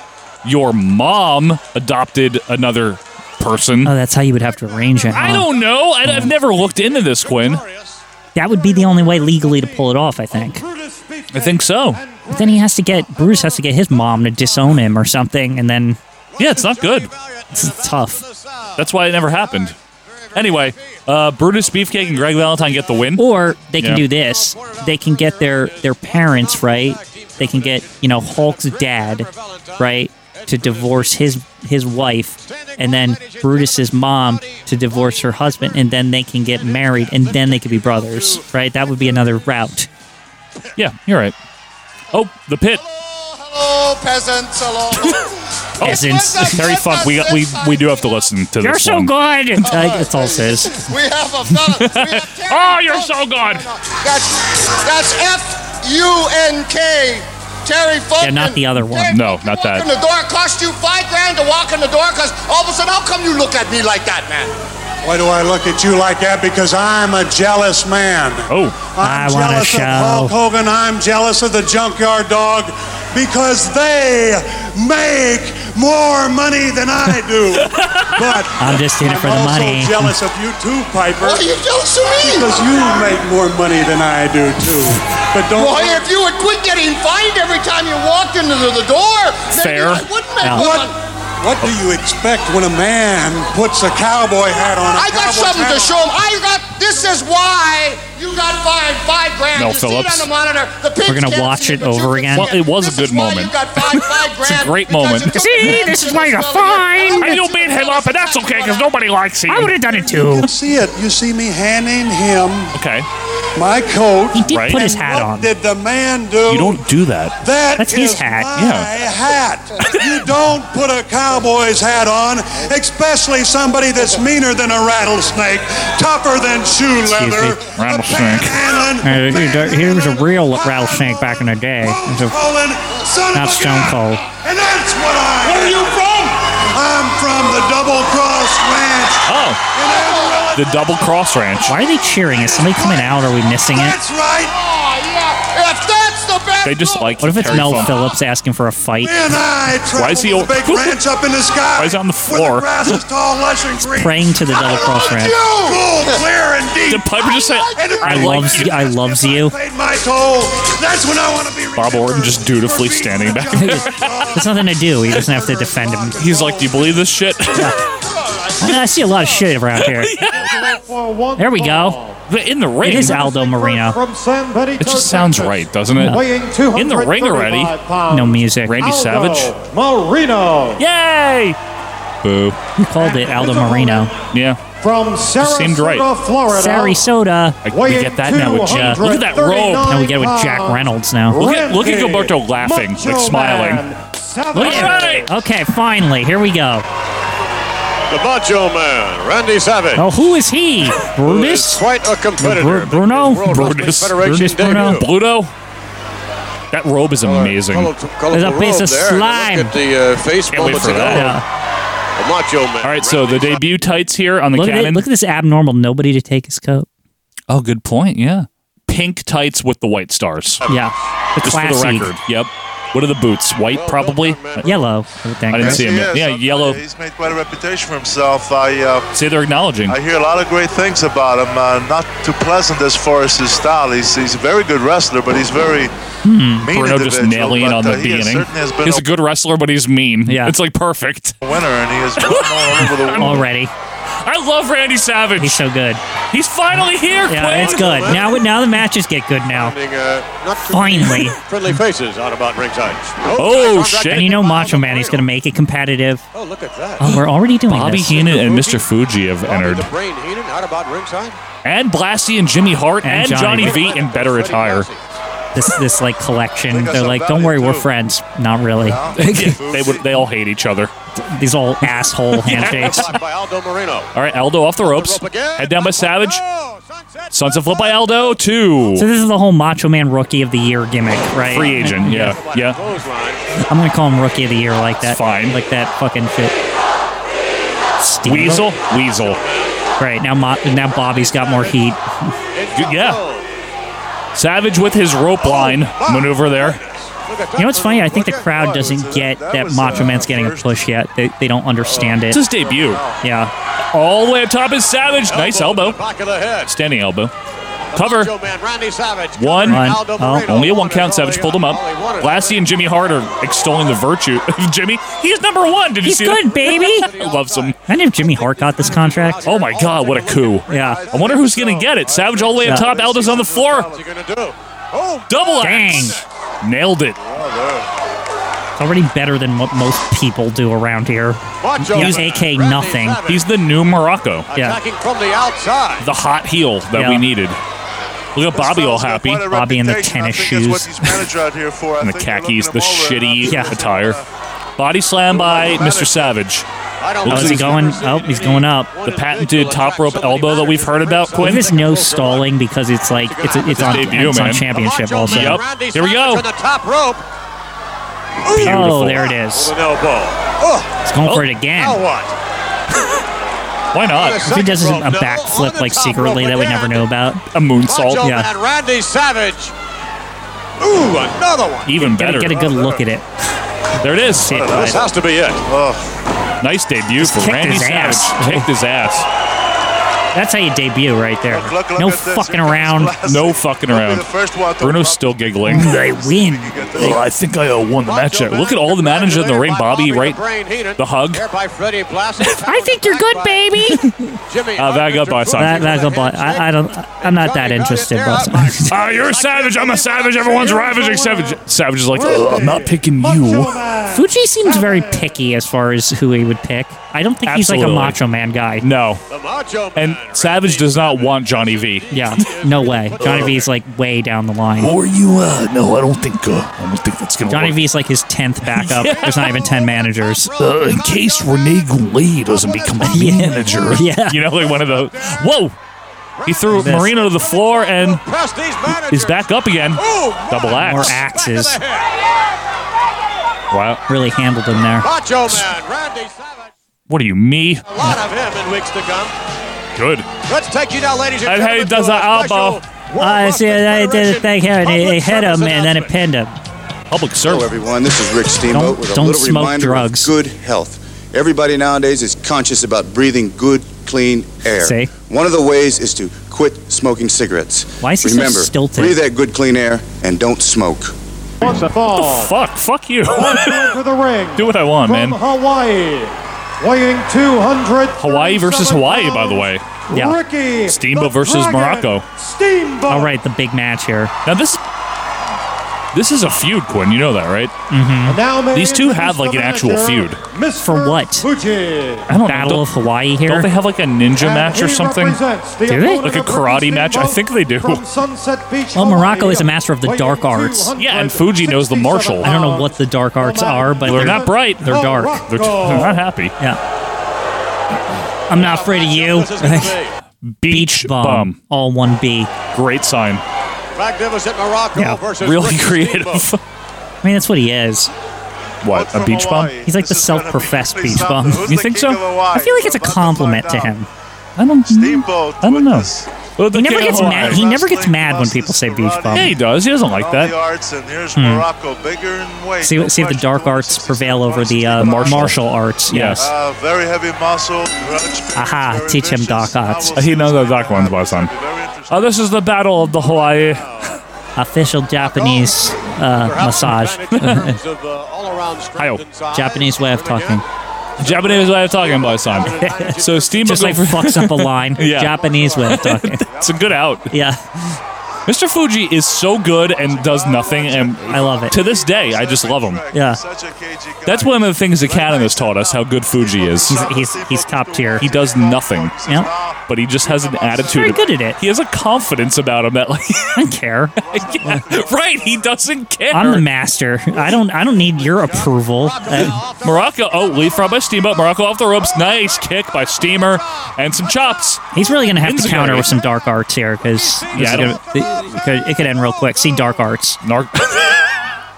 Speaker 2: your mom adopted another person,
Speaker 1: Oh, that's how you would have to arrange it.
Speaker 2: I
Speaker 1: huh?
Speaker 2: don't know. I, I've never looked into this, Quinn.
Speaker 1: That would be the only way legally to pull it off, I think.
Speaker 2: I think so.
Speaker 1: But then he has to get Bruce has to get his mom to disown him or something, and then
Speaker 2: Yeah, it's not good.
Speaker 1: it's tough.
Speaker 2: That's why it never happened. Anyway, uh, Brutus Beefcake and Greg Valentine get the win.
Speaker 1: Or they can
Speaker 2: Yeah.
Speaker 1: do this. They can get their their parents right. They can get you know Hulk's dad right to divorce his his wife, and then Brutus's mom to divorce her husband, and then they can get married, and then they could be brothers. Right? That would be another route.
Speaker 2: Yeah, you're right. Oh, the pit.
Speaker 4: Hello, peasants.
Speaker 2: <laughs>
Speaker 4: Hello.
Speaker 2: Oh.
Speaker 1: Peasants.
Speaker 2: Terry Funk, we, got, we we do have to listen to
Speaker 1: You're
Speaker 2: this
Speaker 1: so
Speaker 2: one. <laughs>
Speaker 1: good. Like, that's all it says.
Speaker 4: we have a balance. We have Terry
Speaker 2: Oh, you're
Speaker 4: Funk.
Speaker 2: so good.
Speaker 4: That's, that's F-U-N-K. Terry Funk.
Speaker 1: Yeah, not the other one.
Speaker 4: Terry
Speaker 2: No,
Speaker 4: Funk,
Speaker 2: not
Speaker 4: you walk
Speaker 2: that.
Speaker 4: in the door. It cost you five grand to walk in the door because all of a sudden, how come you look at me like that, man?
Speaker 5: Why do I look at you like that? Because I'm a jealous man.
Speaker 2: Oh,
Speaker 1: I
Speaker 5: I'm
Speaker 1: want a
Speaker 5: jealous
Speaker 1: show.
Speaker 5: of Hulk Hogan. I'm jealous of the Junkyard Dog because they make more money than I
Speaker 1: <laughs>
Speaker 5: do. but
Speaker 1: I'm just in it for the
Speaker 5: I'm also
Speaker 1: money.
Speaker 5: jealous of you too, Piper,
Speaker 4: What are you jealous of me?
Speaker 5: because you make more money than I do too. But don't.
Speaker 4: Boy, if you would quit getting fined every time you walked into the, the door,
Speaker 2: Fair.
Speaker 4: then I wouldn't make
Speaker 1: Yeah.
Speaker 5: what?
Speaker 4: one.
Speaker 5: What do you expect when a man puts a cowboy hat on?
Speaker 4: I
Speaker 5: A
Speaker 4: got
Speaker 5: cowboy's
Speaker 4: something
Speaker 5: hat
Speaker 4: to
Speaker 5: on?
Speaker 4: show him. I got. This is why you got fined five grand.
Speaker 2: Mel
Speaker 4: you see it
Speaker 2: Phillips.
Speaker 4: on the monitor. The
Speaker 1: We're gonna watch it over again.
Speaker 2: Well, it was a good moment.
Speaker 4: You got fined five grand
Speaker 2: It's a great
Speaker 4: because
Speaker 2: moment.
Speaker 4: you took
Speaker 1: See,
Speaker 4: advantage
Speaker 1: this is
Speaker 4: of
Speaker 1: why you got
Speaker 4: fellow here.
Speaker 1: fined.
Speaker 2: I don't mean him up, and that's okay because nobody likes him.
Speaker 1: I would have done it too.
Speaker 5: You see it. You see me handing him
Speaker 2: Okay.
Speaker 5: my coat.
Speaker 1: He did
Speaker 2: Right.
Speaker 1: put his
Speaker 5: And
Speaker 1: hat
Speaker 5: what
Speaker 1: on.
Speaker 5: Did the man do?
Speaker 2: <laughs> You don't do that.
Speaker 5: That
Speaker 1: That's his
Speaker 5: is
Speaker 1: hat.
Speaker 5: My
Speaker 2: Yeah.
Speaker 5: hat. You don't put a cowboy's hat on, especially somebody that's meaner than a rattlesnake, tougher than shoe
Speaker 2: Excuse me,
Speaker 5: leather.
Speaker 2: rattlesnake.
Speaker 1: Uh, he- he was a real rattlesnake back in the day. He was a-
Speaker 5: Oh,
Speaker 1: not Stone Cold.
Speaker 5: And that's what I. Where are you from? I'm from the Double Cross Ranch
Speaker 2: Oh,
Speaker 5: in Amarillo.
Speaker 2: the Double Cross Ranch.
Speaker 1: Why are they cheering? Is somebody coming out? Are we missing it?
Speaker 5: That's right.
Speaker 4: If that's the best
Speaker 2: They just
Speaker 4: look-
Speaker 2: like
Speaker 1: What if it's
Speaker 2: Terry
Speaker 1: Mel
Speaker 2: Funk.
Speaker 1: Phillips asking for a fight?
Speaker 5: Me and I
Speaker 2: Why is he
Speaker 5: traveled to the
Speaker 2: all-
Speaker 5: big ranch up in the sky.
Speaker 2: Why is he on the
Speaker 5: where
Speaker 2: floor? <laughs>
Speaker 5: grass is tall, lush, and green.
Speaker 1: Praying to the double cross ranch.
Speaker 5: Cool, clear, and deep.
Speaker 2: Did Piper just say,
Speaker 5: And if
Speaker 2: I
Speaker 1: I
Speaker 2: like
Speaker 1: loves
Speaker 2: you.
Speaker 1: you. I loves you.
Speaker 5: I paid my toll. That's when I
Speaker 2: <laughs>
Speaker 5: want to be. <laughs>
Speaker 2: Bob Orton just dutifully
Speaker 1: <laughs>
Speaker 2: standing back there.
Speaker 1: There's nothing to do. He doesn't have to defend him.
Speaker 2: He's like, do you believe this
Speaker 5: <laughs>
Speaker 2: shit?
Speaker 1: I see a lot of shit around
Speaker 2: <laughs>
Speaker 1: here. There we go.
Speaker 2: But in the ring,
Speaker 1: It is Aldo Marino.
Speaker 10: From San Benito,
Speaker 2: it just sounds right, doesn't it?
Speaker 10: weighing 235
Speaker 2: In the ring already.
Speaker 10: pounds.
Speaker 1: No music.
Speaker 2: Randy
Speaker 10: Aldo
Speaker 2: Savage.
Speaker 10: Marino
Speaker 2: Yay! Boo.
Speaker 1: He called it Aldo Marino.
Speaker 2: Yeah,
Speaker 10: from Sarasota,
Speaker 2: seemed right.
Speaker 10: Florida.
Speaker 1: Sarasota.
Speaker 2: I, we get that now with Jack. Look at that robe.
Speaker 1: And we get it with Jack Reynolds now.
Speaker 2: Look at- look at
Speaker 10: Randy
Speaker 2: Gilberto laughing, like
Speaker 10: Macho
Speaker 2: smiling.
Speaker 10: Man Savage.
Speaker 1: Look at it. Okay, finally. Here we go.
Speaker 3: The Macho Man, Randy Savage.
Speaker 1: Oh, who is
Speaker 2: <laughs>
Speaker 1: he?
Speaker 3: who is
Speaker 1: Brutus?
Speaker 3: Quite a competitor.
Speaker 1: Bru- Bruno?
Speaker 3: World Wrestling
Speaker 2: Brutus.
Speaker 3: Federation
Speaker 1: Brutus
Speaker 3: debut. uh,
Speaker 1: Bruno?
Speaker 2: Bluto. That robe is amazing.
Speaker 3: Color-
Speaker 2: All
Speaker 3: colorful
Speaker 1: There's a piece
Speaker 3: robe
Speaker 1: of
Speaker 3: there. Look
Speaker 1: slime.
Speaker 3: at the uh, face
Speaker 2: Can't wait
Speaker 3: moments
Speaker 2: for
Speaker 3: ago.
Speaker 2: that.
Speaker 1: Yeah.
Speaker 3: The Macho Man.
Speaker 2: right, so the debut tights here on the
Speaker 1: Look at, it,
Speaker 2: cannon.
Speaker 1: look at this abnormal. Nobody to take his coat.
Speaker 2: Oh, good point. Yeah, pink tights with the white stars.
Speaker 1: Yeah. The
Speaker 2: Just
Speaker 1: classy.
Speaker 2: for the record. Yep. What are the boots? White, probably.
Speaker 1: Yellow, I would think.
Speaker 2: I didn't
Speaker 1: right?
Speaker 2: see him. yet. Yeah, yellow.
Speaker 5: He's made quite a reputation for himself. I uh,
Speaker 2: See, they're acknowledging.
Speaker 5: I hear a lot of great things about him. Uh, not too pleasant as far as his style. He's he's a very good wrestler, but he's very
Speaker 1: Hmm.
Speaker 5: mean
Speaker 2: Bruno just
Speaker 5: individual,
Speaker 2: nailing
Speaker 5: but,
Speaker 2: on the
Speaker 5: uh, he has
Speaker 2: beginning.
Speaker 5: certainly has been
Speaker 2: He's a good wrestler, but he's mean.
Speaker 1: Yeah.
Speaker 2: It's like perfect.
Speaker 5: a winner, and he has won all over the
Speaker 1: <laughs>
Speaker 5: world.
Speaker 1: Already.
Speaker 2: I love Randy Savage.
Speaker 1: He's
Speaker 2: He's,
Speaker 1: so good.
Speaker 2: finally here,
Speaker 1: Yeah, it's good. Now now the matches get good now.
Speaker 3: Finding, uh, not too
Speaker 1: Finally.
Speaker 3: many friendly faces out about ringside.
Speaker 2: Oh,
Speaker 3: contract-
Speaker 2: shit.
Speaker 1: And you know Macho Man, he's going to make it competitive.
Speaker 3: Oh, look at that.
Speaker 1: Oh, we're already doing
Speaker 2: Bobby
Speaker 1: this.
Speaker 2: Heenan and Mr. Fuji have
Speaker 3: Bobby
Speaker 2: entered.
Speaker 3: the Brain Heenan out about ringside.
Speaker 2: And Blasty and Jimmy Hart
Speaker 1: And
Speaker 2: and,
Speaker 1: Johnny
Speaker 2: Johnny,
Speaker 1: V.
Speaker 2: V in better
Speaker 3: Freddie
Speaker 2: attire.
Speaker 3: Blassie.
Speaker 1: This this like collection.
Speaker 5: got
Speaker 1: They're
Speaker 5: some
Speaker 1: like, don't
Speaker 5: value,
Speaker 1: worry, we're
Speaker 5: too."
Speaker 1: friends. Not really.
Speaker 2: <laughs> Yeah, they would. They all hate each other.
Speaker 1: These all asshole handshakes.
Speaker 3: Blocked by Aldo Marino.
Speaker 2: All right, Aldo off the ropes.
Speaker 3: Rope again.
Speaker 2: Head down by Savage.
Speaker 3: Oh, sunset.
Speaker 2: Sons of Flip by Aldo. Two.
Speaker 1: So this is the whole Macho Man Rookie of the Year gimmick, right?
Speaker 2: Free agent. Yeah. Yeah.
Speaker 3: Clothesline.
Speaker 1: I'm gonna call him Rookie of the Year like that.
Speaker 2: It's fine.
Speaker 1: Like that fucking shit. Steamboat?
Speaker 2: Weasel. Weasel.
Speaker 1: Right now, Mo- now Bobby's got more heat.
Speaker 3: Into
Speaker 2: Yeah.
Speaker 3: goal.
Speaker 2: Savage with his rope line maneuver there.
Speaker 3: Oh, Look at that.
Speaker 1: You know what's funny? I think the crowd doesn't get that,
Speaker 3: uh,
Speaker 1: Macho Man's getting a push yet. They, they don't understand it.
Speaker 2: It's his debut.
Speaker 1: Yeah.
Speaker 2: All the way up top is Savage. Nice elbow.
Speaker 3: Back of the head.
Speaker 2: Standing elbow. Cover.
Speaker 3: Macho Man, Randy Savage.
Speaker 2: One.
Speaker 1: One.
Speaker 3: Aldo
Speaker 1: Oh,
Speaker 3: Moreno.
Speaker 2: Only a one count.
Speaker 3: is
Speaker 2: Savage
Speaker 3: all
Speaker 2: pulled
Speaker 3: he
Speaker 2: him up.
Speaker 3: got. All he wanted.
Speaker 2: Blassie and Jimmy Hart are extolling the virtue of <laughs> Jimmy. He's number one. Did you
Speaker 1: He's
Speaker 2: see
Speaker 1: good,
Speaker 2: that? <laughs>
Speaker 1: baby.
Speaker 2: I love some.
Speaker 1: Imagine if Jimmy Hart got this contract.
Speaker 2: Oh my God! What a coup.
Speaker 1: Yeah.
Speaker 2: I wonder who's gonna get it. Savage all the way up
Speaker 1: Yeah.
Speaker 2: top. Aldo's on the floor.
Speaker 3: What's he gonna do? Oh,
Speaker 2: Double
Speaker 1: Dang.
Speaker 2: axe. Nailed it.
Speaker 1: It's already better than what most people do around here.
Speaker 3: Macho
Speaker 1: He's
Speaker 3: Man,
Speaker 1: AK
Speaker 3: Randy
Speaker 1: nothing.
Speaker 3: Savage
Speaker 2: He's the new Morocco.
Speaker 1: yeah.
Speaker 3: Attacking from the outside.
Speaker 2: The hot heel that
Speaker 1: Yeah.
Speaker 2: we needed. Look at Bobby all happy.
Speaker 1: Bobby in the tennis shoes.
Speaker 2: And
Speaker 5: and
Speaker 2: the khakis, the shitty
Speaker 1: Yeah.
Speaker 2: attire. Body slam by Mr. Savage.
Speaker 3: I don't
Speaker 1: Oh, is he going? Oh, he's going up.
Speaker 2: The patented top rope elbow that we've heard about,
Speaker 1: If
Speaker 2: Quinn.
Speaker 1: there's no stalling because it's like it's it's on
Speaker 2: debut,
Speaker 1: it's on
Speaker 2: man.
Speaker 1: championship also.
Speaker 2: Yep.
Speaker 3: Randy
Speaker 2: Here we
Speaker 3: Savage
Speaker 2: go.
Speaker 3: on The top rope.
Speaker 1: Oh, there it is.
Speaker 3: With an elbow.
Speaker 1: It's going for it again.
Speaker 3: Oh. Now what?
Speaker 2: Oh. Why not?
Speaker 1: If he does a
Speaker 3: Second rope. No, on
Speaker 1: backflip
Speaker 3: the
Speaker 1: like
Speaker 3: top
Speaker 1: secretly
Speaker 3: rope
Speaker 1: that we
Speaker 3: again.
Speaker 1: never know about,
Speaker 2: A moonsault.
Speaker 3: Macho
Speaker 1: yeah.
Speaker 3: Man Randy Savage. Ooh, another one.
Speaker 2: Even
Speaker 1: get
Speaker 2: better.
Speaker 1: a, get a good look at it.
Speaker 2: There it is.
Speaker 1: See it, bud.
Speaker 3: This has to be it.
Speaker 2: Nice debut for
Speaker 1: kicked
Speaker 2: Randy
Speaker 1: his
Speaker 2: Savage.
Speaker 1: ass. <laughs>
Speaker 2: Kicked his ass.
Speaker 1: That's how you debut right there.
Speaker 5: Look, look
Speaker 1: No
Speaker 5: at this. Here
Speaker 1: fucking
Speaker 5: comes
Speaker 1: around. Mm,
Speaker 5: Blassie.
Speaker 2: No fucking
Speaker 5: He'll be
Speaker 2: around.
Speaker 5: the first one to
Speaker 2: Bruno's
Speaker 5: pop.
Speaker 2: still giggling.
Speaker 1: They win.
Speaker 2: I think I uh, won the match.
Speaker 3: Macho Man
Speaker 2: Look at all the manager in the ring. Bobby,
Speaker 3: congratulated by
Speaker 2: right?
Speaker 3: Bobby the Brain Heenan.
Speaker 2: The hug.
Speaker 3: There by Freddie Blassie.
Speaker 1: <laughs> I think you're good,
Speaker 3: Back by
Speaker 1: baby.
Speaker 3: <laughs> Jimmy.
Speaker 2: Uh, that got by some.
Speaker 1: that, that's a bl- I, I don't. I'm not that interested, <laughs> but
Speaker 2: <laughs> Ah, you're a savage. I'm a savage. Everyone's ravaging savage. Savage is like, "Ugh, I'm not picking you.
Speaker 1: Fuji seems very picky as far as who he would pick. I don't think he's
Speaker 2: Absolutely.
Speaker 1: like a macho man guy.
Speaker 2: No.
Speaker 3: The Macho Man.
Speaker 2: And Savage does not want Johnny V.
Speaker 1: Yeah, no way. Johnny V's like way down the line.
Speaker 2: Or you, uh, no, I don't think, uh, I don't think that's gonna
Speaker 1: Johnny V's like his tenth
Speaker 2: <laughs>
Speaker 1: backup. There's not even ten managers.
Speaker 2: Uh, in case Rene Goulet
Speaker 1: <laughs>
Speaker 2: doesn't become a manager.
Speaker 1: Yeah.
Speaker 2: You know, like one of those. Whoa! He threw
Speaker 1: This.
Speaker 2: Marino to the floor and
Speaker 3: Press these
Speaker 2: he's
Speaker 3: managers.
Speaker 2: back up again.
Speaker 3: Ooh,
Speaker 2: Double
Speaker 3: my
Speaker 1: More
Speaker 2: axe.
Speaker 1: axes
Speaker 2: Wow.
Speaker 1: really handled him there.
Speaker 3: Macho Man, Randy Savage.
Speaker 2: What are you, me?
Speaker 3: A lot of him in weeks to come.
Speaker 2: Good.
Speaker 3: Let's take you now, ladies and
Speaker 2: And
Speaker 3: gentlemen.
Speaker 2: hey, does
Speaker 3: to a
Speaker 2: that
Speaker 3: special
Speaker 2: elbow.
Speaker 3: World
Speaker 1: Uh, I see.
Speaker 3: Wrestling
Speaker 1: They did a
Speaker 3: Federation
Speaker 1: thing here, and they, they
Speaker 3: public
Speaker 1: hit him,
Speaker 3: service
Speaker 1: and then it
Speaker 3: announcement.
Speaker 1: pinned him.
Speaker 2: Public
Speaker 10: Hello,
Speaker 2: service.
Speaker 10: everyone. This is Rick Steamboat
Speaker 1: Don't-
Speaker 10: with a
Speaker 1: don't
Speaker 10: little
Speaker 1: smoke
Speaker 10: reminder
Speaker 1: drugs.
Speaker 10: of good health. Everybody nowadays is conscious about breathing good, clean air.
Speaker 1: See?
Speaker 10: One of the ways is to quit smoking cigarettes.
Speaker 1: Why is he so
Speaker 10: Remember,
Speaker 1: stilted?
Speaker 10: breathe that good, clean air and don't smoke.
Speaker 5: Wants a fall.
Speaker 2: Fuck. Fuck you. <laughs>
Speaker 5: to the ring.
Speaker 2: Do what I want, man.
Speaker 5: Hawaii. Weighing 200.
Speaker 2: Hawaii versus Hawaii, by the way.
Speaker 1: Yeah.
Speaker 5: Ricky.
Speaker 2: Steamboat versus Morocco.
Speaker 5: Steamboat.
Speaker 1: All right, the big match here.
Speaker 2: Now this this is a feud, Quinn. You know that, right?
Speaker 1: Mm-hmm.
Speaker 5: These two have like an actual feud.
Speaker 1: For what?
Speaker 2: I don't
Speaker 1: Battle
Speaker 2: know.
Speaker 1: of Hawaii here.
Speaker 2: Don't, don't they have like a ninja match or something?
Speaker 1: Do
Speaker 5: Do
Speaker 1: they?
Speaker 2: Like a karate match? I think they do.
Speaker 5: Well,
Speaker 1: Well, Morocco is a master of the dark arts.
Speaker 2: Yeah, and Fuji knows the martial. Oh,
Speaker 1: I don't know what the dark arts are, but
Speaker 2: They're not bright.
Speaker 1: They're Oh, dark.
Speaker 2: They're, they're not happy.
Speaker 1: Yeah. I'm not afraid of you.
Speaker 3: Magnificent
Speaker 2: Beach,
Speaker 1: Bum.
Speaker 2: bum.
Speaker 1: All one B.
Speaker 2: Great sign.
Speaker 3: Morocco
Speaker 1: Yeah,
Speaker 3: versus
Speaker 2: Really
Speaker 3: Ricky
Speaker 2: creative.
Speaker 1: <laughs>
Speaker 3: Steamboat.
Speaker 1: I mean, that's what he is.
Speaker 2: what? A beach bum?
Speaker 1: He's like the self-professed beach bum.
Speaker 2: You think so?
Speaker 1: I feel like it's a compliment to him.
Speaker 2: I don't.
Speaker 5: Steamboat.
Speaker 2: I don't know.
Speaker 5: witness.
Speaker 2: Oh, the
Speaker 1: He never
Speaker 2: kid
Speaker 1: gets
Speaker 2: of
Speaker 1: mad. He
Speaker 2: Hawaii.
Speaker 1: never gets
Speaker 5: Wrestling
Speaker 1: mad when
Speaker 5: plus
Speaker 1: people
Speaker 5: is
Speaker 1: say
Speaker 5: the
Speaker 1: beach
Speaker 5: karate.
Speaker 2: Yeah,
Speaker 1: bum.
Speaker 2: he
Speaker 1: Hmm.
Speaker 2: does. He doesn't like
Speaker 5: All the
Speaker 2: that.
Speaker 5: arts, and here's Morocco, bigger in weight.
Speaker 1: See,
Speaker 5: No
Speaker 1: see if the
Speaker 5: question,
Speaker 1: dark arts
Speaker 5: 166
Speaker 1: prevail over the uh,
Speaker 5: pounds.
Speaker 1: martial arts.
Speaker 2: Yes.
Speaker 1: Yes.
Speaker 5: Uh, very heavy muscle.
Speaker 1: Aha, teach him dark arts.
Speaker 2: He knows the dark ones, my son. Oh, this is the battle of the Hawaii.
Speaker 1: <laughs> Official Japanese uh,
Speaker 3: Perhaps
Speaker 1: massage.
Speaker 3: advantage in terms of, uh, all-around strength
Speaker 2: Hi-yo.
Speaker 3: and
Speaker 1: <laughs>
Speaker 3: size.
Speaker 1: Japanese way of
Speaker 3: Then again,
Speaker 1: talking.
Speaker 2: Japanese way of talking, my son. so Steamboat.
Speaker 1: <laughs> Just like fucks
Speaker 2: <laughs>
Speaker 1: up a line.
Speaker 2: Yeah.
Speaker 1: Japanese way of talking.
Speaker 2: <laughs> It's a good out.
Speaker 1: Yeah.
Speaker 2: Mr. Fuji is so good and does nothing, and
Speaker 1: I love it.
Speaker 2: To this day, I just love him.
Speaker 1: Yeah.
Speaker 2: That's one of the things the canon has taught us: how good Fuji is.
Speaker 1: He's he's top tier.
Speaker 2: He does nothing,
Speaker 1: Yeah.
Speaker 2: but he just has an attitude.
Speaker 1: Very good at it.
Speaker 2: He has a confidence about him that, like, <laughs>
Speaker 1: I don't care.
Speaker 2: yeah, <laughs> right? He doesn't care.
Speaker 1: I'm the master. I don't I don't need your approval. Uh,
Speaker 2: Morocco. Oh, leaf throw by Steamboat. Morocco off the ropes. Nice kick by Steamer, and some chops.
Speaker 1: he's really gonna have to
Speaker 2: Inventory.
Speaker 1: counter with some dark arts here because
Speaker 2: Yeah, I
Speaker 1: it, could, it could end real quick. See dark arts
Speaker 2: Nar-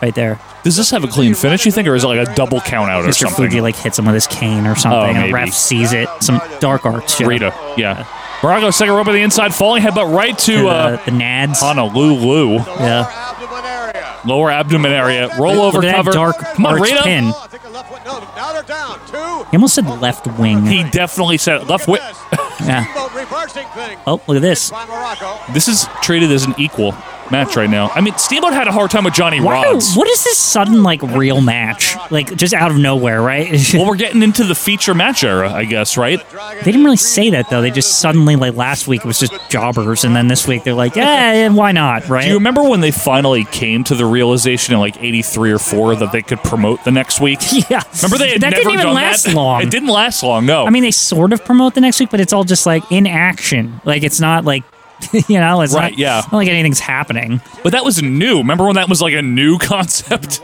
Speaker 1: right there.
Speaker 2: Does this have a clean finish? You think, or is it like a double count out or
Speaker 1: Mr.
Speaker 2: something? Oh,
Speaker 1: Fuji like hits him with his cane or something, and
Speaker 2: maybe.
Speaker 1: the ref sees it. Some dark arts. shit.
Speaker 2: Rita. Yeah. Morocco second rope on the inside, falling headbutt right
Speaker 1: To
Speaker 2: to
Speaker 1: the,
Speaker 2: uh,
Speaker 1: the nads.
Speaker 2: Honolulu.
Speaker 1: Yeah.
Speaker 3: abdomen area.
Speaker 2: Lower abdomen area. Roll over
Speaker 1: Look at that
Speaker 2: cover.
Speaker 1: dark
Speaker 2: Come on,
Speaker 1: arch
Speaker 2: Rita.
Speaker 1: pin.
Speaker 3: Oh, I think a left foot. No, now they're down. Two.
Speaker 1: He almost said left wing.
Speaker 2: He definitely said it.
Speaker 3: Look
Speaker 2: left
Speaker 3: at
Speaker 2: wing. <laughs>
Speaker 3: this.
Speaker 1: Yeah.
Speaker 3: Steamboat reversing things.
Speaker 1: oh, look at this.
Speaker 3: By Morocco.
Speaker 2: This is treated as an equal match right now. I mean, Steamboat had a hard time with Johnny
Speaker 1: Why,
Speaker 2: Rods.
Speaker 1: what is this sudden like real match? Like just out of nowhere, right? <laughs>
Speaker 2: Well, we're getting into the feature match era, I guess, right?
Speaker 1: They didn't really say that though. They just suddenly like last week it was just jobbers, and then this week they're like, yeah, yeah, why not, right?
Speaker 2: Do you remember when they finally came to the realization in like '83 or '4 that they could promote the
Speaker 1: <laughs>
Speaker 2: next week?
Speaker 1: Yeah.
Speaker 2: Remember they had
Speaker 1: that
Speaker 2: never
Speaker 1: didn't even
Speaker 2: done
Speaker 1: last
Speaker 2: that? <laughs>
Speaker 1: long.
Speaker 2: It didn't last long. No.
Speaker 1: I mean, they sort of promote the next week, but it's all just like in action. Like it's not like <laughs> you know, it's
Speaker 2: Right,
Speaker 1: not,
Speaker 2: yeah.
Speaker 1: not like anything's happening.
Speaker 2: But that was new. Remember when that was like a new <laughs> concept?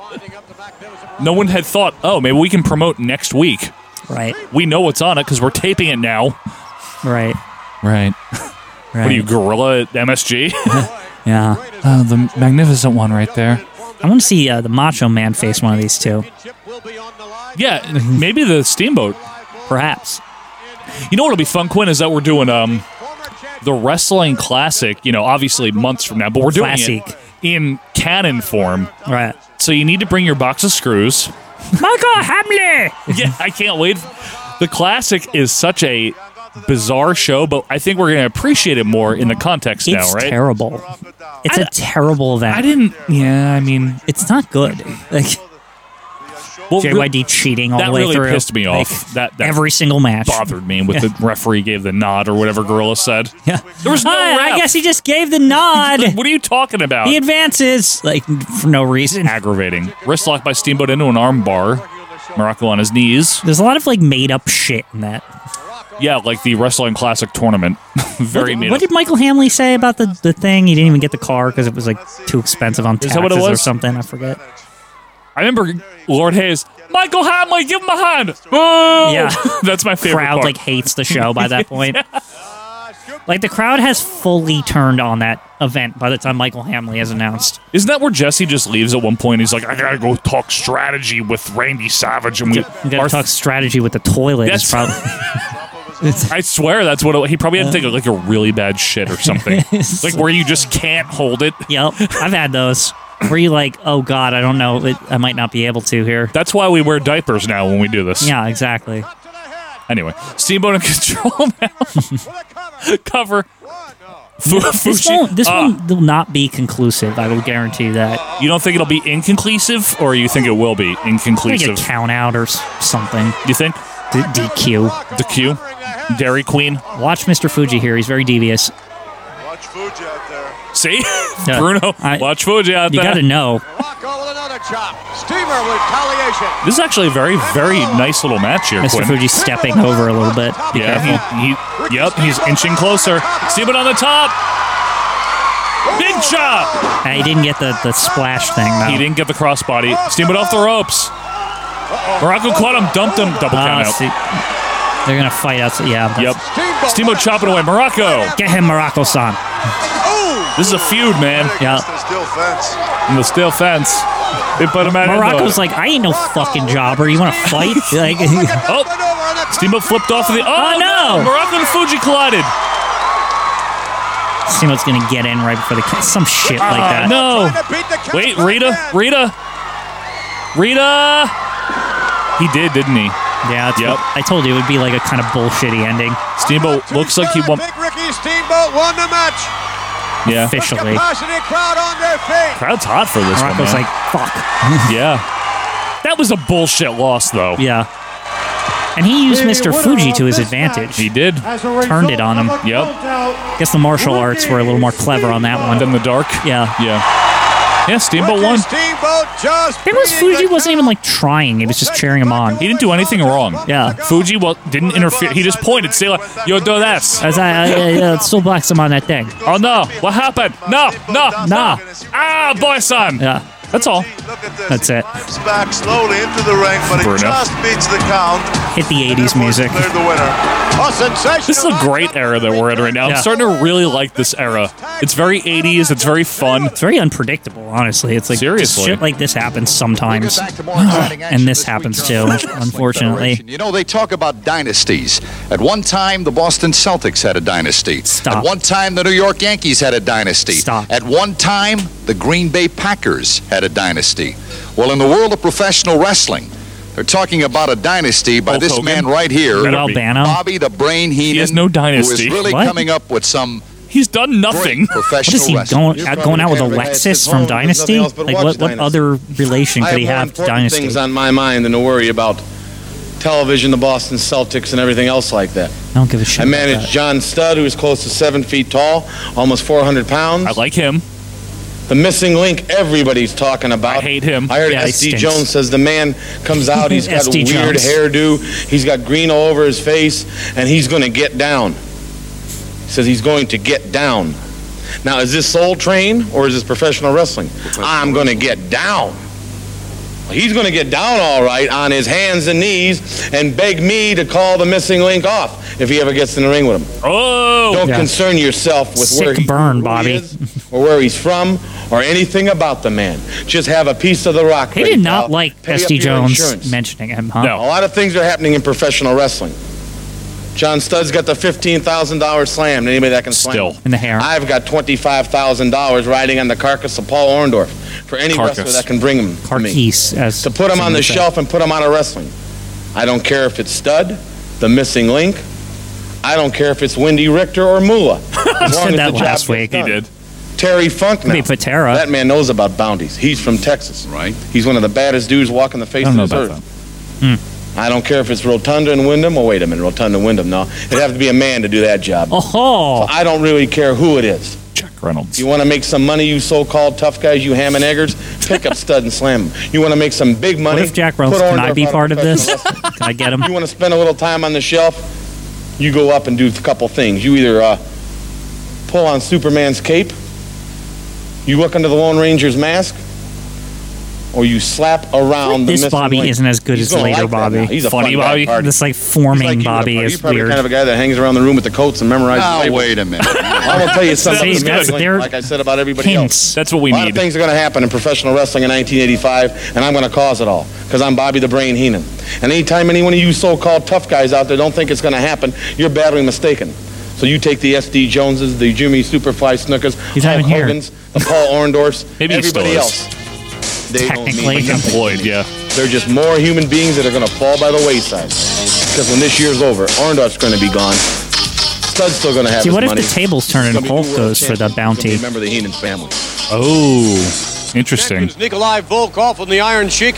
Speaker 2: no one had thought, oh, maybe we can promote next week.
Speaker 1: Right,
Speaker 2: We know what's on it because we're taping it now.
Speaker 1: right, right.
Speaker 2: Right. <laughs> What are you, gorilla
Speaker 1: <laughs>
Speaker 2: at MSG?
Speaker 1: Yeah,
Speaker 2: oh, the magnificent one right there.
Speaker 1: I want to see uh, the Macho Man face one of these two,
Speaker 2: Yeah, <laughs> maybe the Steamboat.
Speaker 1: perhaps.
Speaker 2: You know what'll be fun, Quinn, is that we're doing um the wrestling classic. You know, obviously months from now, but we're doing
Speaker 1: Classic.
Speaker 2: it in canon form.
Speaker 1: Right,
Speaker 2: So you need to bring your box of screws.
Speaker 1: Michael Hamley.
Speaker 2: <laughs> yeah, I can't wait. The classic is such a bizarre show, but I think we're going to appreciate it more in the context
Speaker 1: It's
Speaker 2: now, right?
Speaker 1: terrible. It's a terrible event.
Speaker 2: I didn't. Yeah, I mean,
Speaker 1: It's not good. Like
Speaker 2: Well,
Speaker 1: JYD
Speaker 2: re-
Speaker 1: cheating all
Speaker 2: that
Speaker 1: the way
Speaker 2: really
Speaker 1: through.
Speaker 2: pissed me
Speaker 1: Like,
Speaker 2: off. that, that
Speaker 1: every single match
Speaker 2: bothered me
Speaker 1: <laughs>
Speaker 2: with the referee gave the nod or whatever Gorilla said. Yeah, there was no.
Speaker 1: Ah, I
Speaker 2: ref.
Speaker 1: guess he just gave the nod.
Speaker 2: <laughs> What are you talking about?
Speaker 1: he advances like for no reason.
Speaker 2: Aggravating. Wrist lock by Steamboat into an arm bar. Morocco on his knees.
Speaker 1: There's a lot of like made up shit in that.
Speaker 2: Yeah, like the Wrestling Classic tournament. <laughs> Very
Speaker 1: what,
Speaker 2: neat.
Speaker 1: what did Michael Hamley say about the, the thing? He didn't even get the car because it was like too expensive on
Speaker 2: Is
Speaker 1: taxes
Speaker 2: that what it
Speaker 1: or
Speaker 2: was?
Speaker 1: something. I forget.
Speaker 2: I remember Lord Hayes, Michael Hamley, give him a hand. Boo!
Speaker 1: Yeah.
Speaker 2: <laughs> That's my favorite
Speaker 1: crowd
Speaker 2: part.
Speaker 1: like hates the show by
Speaker 2: <laughs>
Speaker 1: that point. Like the crowd has fully turned on that event by the time Michael Hamley has announced.
Speaker 2: Isn't that where Jesse just leaves at one point? He's like, I gotta go talk strategy with Randy Savage,
Speaker 1: <laughs>
Speaker 2: and we.
Speaker 1: You gotta
Speaker 2: our-
Speaker 1: talk strategy with the toilet. Is
Speaker 2: That's-
Speaker 1: probably,
Speaker 2: I swear that's what it, he probably had to take
Speaker 1: Uh.
Speaker 2: like a really bad shit
Speaker 1: <laughs>
Speaker 2: or something, like where you just can't hold it.
Speaker 1: yep, I've had those. Where you like, oh god, I don't know, it, I might not be able to here.
Speaker 2: That's why we wear diapers now when we do this.
Speaker 1: Yeah, exactly.
Speaker 2: Anyway, Steamboat in control <laughs> now. Cover. Fu-
Speaker 1: This
Speaker 2: Fushi-
Speaker 1: won't, this
Speaker 2: Ah,
Speaker 1: one will not be conclusive. I will guarantee that.
Speaker 2: You don't think it'll be inconclusive, or you think it will be
Speaker 1: I think a
Speaker 2: inconclusive?
Speaker 1: count out or s- something.
Speaker 2: You think
Speaker 1: D- DQ.
Speaker 2: the Q, Dairy Queen?
Speaker 1: Watch Mr. Fuji here. He's very devious.
Speaker 5: Watch Fuji out there.
Speaker 2: See, <laughs>
Speaker 1: Yeah,
Speaker 2: Bruno,
Speaker 1: I-
Speaker 2: watch Fuji out
Speaker 1: You
Speaker 2: there.
Speaker 1: gotta know.
Speaker 3: Morocco with another chop. Steamer with retaliation.
Speaker 2: This is actually a very, very nice little match here,
Speaker 1: Mr.
Speaker 2: Quinn.
Speaker 1: Fuji's stepping over a little bit. Be careful.
Speaker 2: yeah, he, he, yep, he's inching closer. Steamboat on the top. Big chop.
Speaker 1: Uh, he didn't get the, the splash thing, though.
Speaker 2: He didn't get the crossbody. Steamboat off the ropes. Morocco caught him, dumped him. Double
Speaker 1: Ah,
Speaker 2: count out.
Speaker 1: see. They're gonna fight us. Yeah. but-
Speaker 2: Yep. Steamboat chopping away. Morocco.
Speaker 1: Get him, Morocco San.
Speaker 2: This is a feud, man.
Speaker 1: Yeah.
Speaker 2: And the steel fence. They put him out.
Speaker 1: Morocco's like, I ain't no fucking jobber. You want to
Speaker 2: <laughs>
Speaker 1: fight? Like, <laughs>
Speaker 2: Oh. Steamboat flipped off of the. Oh,
Speaker 1: Oh, no.
Speaker 2: no! Morocco and Fuji collided.
Speaker 1: Steamboat's gonna get in right before the ca- some shit like
Speaker 2: Ah,
Speaker 1: that.
Speaker 2: no. Wait, Rita, Rita, Rita. He did, didn't he?
Speaker 1: Yeah. That's
Speaker 2: Yep.
Speaker 1: what- I told you it would be like a kind of bullshitty ending.
Speaker 2: Steamboat looks like he won.
Speaker 3: Big Ricky Steamboat won the match.
Speaker 2: Yeah,
Speaker 1: Officially,
Speaker 3: Capacity crowd on their feet.
Speaker 2: crowd's hot for this one.
Speaker 1: Morocco's
Speaker 2: man.
Speaker 1: like, fuck. <laughs>
Speaker 2: <laughs> yeah. That was a bullshit loss, though.
Speaker 1: Yeah. And he used Mr. Fuji to his advantage.
Speaker 2: He did.
Speaker 1: Turned it on him.
Speaker 2: Yep.
Speaker 1: Guess the martial arts were a little more clever on that
Speaker 2: And
Speaker 1: one.
Speaker 2: then the dark.
Speaker 1: Yeah.
Speaker 2: Yeah. Yeah. Steamboat
Speaker 3: Ricky
Speaker 2: won.
Speaker 3: Steamboat just.
Speaker 1: Maybe it was
Speaker 3: beating
Speaker 1: Fuji
Speaker 3: the
Speaker 1: wasn't even like trying. He was just cheering him on.
Speaker 2: He didn't do anything wrong.
Speaker 1: Yeah.
Speaker 2: Fuji well, didn't interfere. He just pointed. Say like, "Yo, do this."
Speaker 1: As I, I, I uh, still blocks him on that thing.
Speaker 2: Oh no! What happened? No! No!
Speaker 1: Nah.
Speaker 2: Ah, boy, son.
Speaker 1: Yeah.
Speaker 2: That's all.
Speaker 5: Look at this.
Speaker 1: That's it.
Speaker 5: Climbs back slowly into the ring, but
Speaker 2: Bruno.
Speaker 5: he just beats the count.
Speaker 1: Hit the 80s
Speaker 5: Therefore,
Speaker 1: music.
Speaker 5: declared the winner.
Speaker 3: A sensational
Speaker 2: This is a great era that we're in right now.
Speaker 1: Yeah.
Speaker 2: I'm starting to really like this era. It's very 80s. It's very fun.
Speaker 1: It's very unpredictable, honestly. It's like
Speaker 2: Seriously.
Speaker 1: just shit like this happens sometimes,
Speaker 7: We'll get back to more exciting
Speaker 1: <sighs>
Speaker 7: action
Speaker 1: and this
Speaker 7: this
Speaker 1: happens
Speaker 7: week
Speaker 1: too,
Speaker 7: on the National Wrestling
Speaker 1: unfortunately.
Speaker 7: Federation. You know, they talk about dynasties. At one time, the Boston Celtics had a dynasty.
Speaker 1: Stop.
Speaker 7: At one time, the New York Yankees had a dynasty.
Speaker 1: Stop.
Speaker 7: At one time, the Green Bay Packers had a dynasty. Well, in the world of professional wrestling, they're talking about a dynasty by
Speaker 2: Hulk
Speaker 7: this
Speaker 2: Hogan?
Speaker 7: man right here,
Speaker 1: Lou
Speaker 2: Better be.
Speaker 1: Albano.
Speaker 7: Bobby the Brain Heenan,
Speaker 2: has no dynasty.
Speaker 7: who is really
Speaker 1: What?
Speaker 7: coming up with some
Speaker 2: He's done nothing.
Speaker 7: great
Speaker 1: What
Speaker 7: professional
Speaker 1: is he
Speaker 7: wrestling.
Speaker 1: going out, going out with Alexis from Dynasty? Like what, what other relation could he have to Dynasty?
Speaker 11: on my mind than to worry about television, the Boston Celtics, and everything else like that.
Speaker 1: I don't give a shit.
Speaker 11: I
Speaker 1: about
Speaker 11: managed
Speaker 1: that.
Speaker 11: John Studd, who is close to seven feet tall, almost 400 pounds.
Speaker 2: I like him.
Speaker 11: the missing link everybody's talking about.
Speaker 2: I hate him.
Speaker 11: I heard
Speaker 1: Yeah, he
Speaker 11: SD
Speaker 1: stinks.
Speaker 11: Jones says the man comes out, he's got a
Speaker 1: SD
Speaker 11: weird
Speaker 1: Jones.
Speaker 11: hairdo, he's got green all over his face, and he's going to get down. He says he's going to get down. Now, is this Soul Train or is this professional wrestling? I'm going to get down. He's going to get down all right on his hands and knees and beg me to call the missing link off if he ever gets in the ring with him.
Speaker 2: Oh,
Speaker 11: Don't
Speaker 1: Yeah.
Speaker 11: concern yourself with where
Speaker 1: Sick
Speaker 11: he,
Speaker 1: burn,
Speaker 11: who he
Speaker 1: Bobby.
Speaker 11: is or where he's from or anything about the man. Just have a piece of the rock.
Speaker 1: He
Speaker 11: ready,
Speaker 1: did not
Speaker 11: pal.
Speaker 1: like
Speaker 11: Pay up
Speaker 1: SD
Speaker 11: your
Speaker 1: Jones
Speaker 11: insurance.
Speaker 1: mentioning him, huh?
Speaker 11: A
Speaker 2: No.
Speaker 11: lot of things are happening in professional wrestling. John Studd's got the fifteen thousand dollars slam. Anybody that can slam
Speaker 2: Still.
Speaker 11: him.
Speaker 1: In the hair.
Speaker 11: I've got twenty-five thousand dollars riding on the carcass of Paul Orndorff for any
Speaker 2: Carcass.
Speaker 11: wrestler that can bring him to me.
Speaker 1: Carquise, as
Speaker 11: To put him on
Speaker 1: someone
Speaker 11: the
Speaker 1: said.
Speaker 11: shelf and put him out of wrestling. I don't care if it's Stud, the missing link. I don't care if it's Wendy Richter or Moolah. As long
Speaker 1: said
Speaker 11: as
Speaker 1: that
Speaker 11: the job
Speaker 1: last
Speaker 11: gets
Speaker 1: week.
Speaker 2: he
Speaker 11: done.
Speaker 2: did.
Speaker 11: Terry Funk now. That man knows about bounties. He's from Texas.
Speaker 7: Right.
Speaker 11: He's one of the baddest dudes walking the face
Speaker 2: I
Speaker 11: of
Speaker 2: don't
Speaker 11: this
Speaker 2: know
Speaker 11: earth.
Speaker 2: about
Speaker 11: I don't care if it's Rotunda and Wyndham. Oh, wait a minute, Rotunda and Wyndham. No, it'd have to be a man to do that job.
Speaker 1: Oh,
Speaker 11: so I don't really care who it is.
Speaker 2: Chuck Reynolds.
Speaker 11: You want to make some money, you so-called tough guys, you ham and eggers, pick up stud and slam 'em. You want to make some big money.
Speaker 1: What if Jack Reynolds?
Speaker 11: put
Speaker 1: Can
Speaker 11: on
Speaker 1: I
Speaker 11: a
Speaker 1: be part of this?
Speaker 11: professional
Speaker 1: Can I get him?
Speaker 11: you want to spend a little time on the shelf, you go up and do a couple things. You either uh, pull on Superman's cape, you look under the Lone Ranger's mask, or you slap around the
Speaker 1: This
Speaker 11: missing
Speaker 1: Bobby
Speaker 11: link.
Speaker 1: isn't as good
Speaker 11: He's
Speaker 1: as
Speaker 11: gonna
Speaker 1: later
Speaker 11: like that
Speaker 1: Bobby.
Speaker 11: now. He's a funny Bobby.
Speaker 1: This like forming Bobby
Speaker 11: You're
Speaker 1: is
Speaker 11: probably
Speaker 1: weird.
Speaker 11: kind of a guy that hangs around the room with the coats and memorizes.
Speaker 7: Now,
Speaker 11: papers.
Speaker 7: Oh, wait
Speaker 11: <laughs>
Speaker 7: a minute.
Speaker 11: I'm gonna tell you something.
Speaker 1: See,
Speaker 11: about
Speaker 1: that's-
Speaker 11: the wrestling,
Speaker 1: they're
Speaker 11: like I said about everybody
Speaker 1: hints.
Speaker 11: else.
Speaker 2: That's what we
Speaker 11: a lot
Speaker 2: need.
Speaker 11: of things are going to happen in professional wrestling in 1985, and I'm going to cause it all because I'm Bobby the Brain Heenan. And anytime any one of you so-called tough guys out there don't think it's going to happen, you're badly mistaken. So you take the SD Joneses, the Jimmy Superfly Snookers,
Speaker 1: He's not
Speaker 11: Hulk
Speaker 1: even here.
Speaker 11: Hogans, the Paul Orndorffs,
Speaker 2: Maybe he still
Speaker 11: everybody
Speaker 2: is.
Speaker 11: else. They don't mean
Speaker 1: Technically.
Speaker 11: anything.
Speaker 2: Employed, yeah.
Speaker 11: They're just more human beings that are going to fall by the wayside. Because when this year's over, Orndorff's going to be gone. Stud's still going to have
Speaker 1: See,
Speaker 11: his
Speaker 1: what if
Speaker 11: money.
Speaker 1: the tables turn and
Speaker 11: Gonna be
Speaker 1: Hulk
Speaker 11: new world
Speaker 1: goes for the
Speaker 11: champions. Gonna be
Speaker 1: bounty?
Speaker 11: a member of the Heenan family.
Speaker 2: Oh, interesting.
Speaker 3: Champions Nikolai Volkov and the Iron Sheik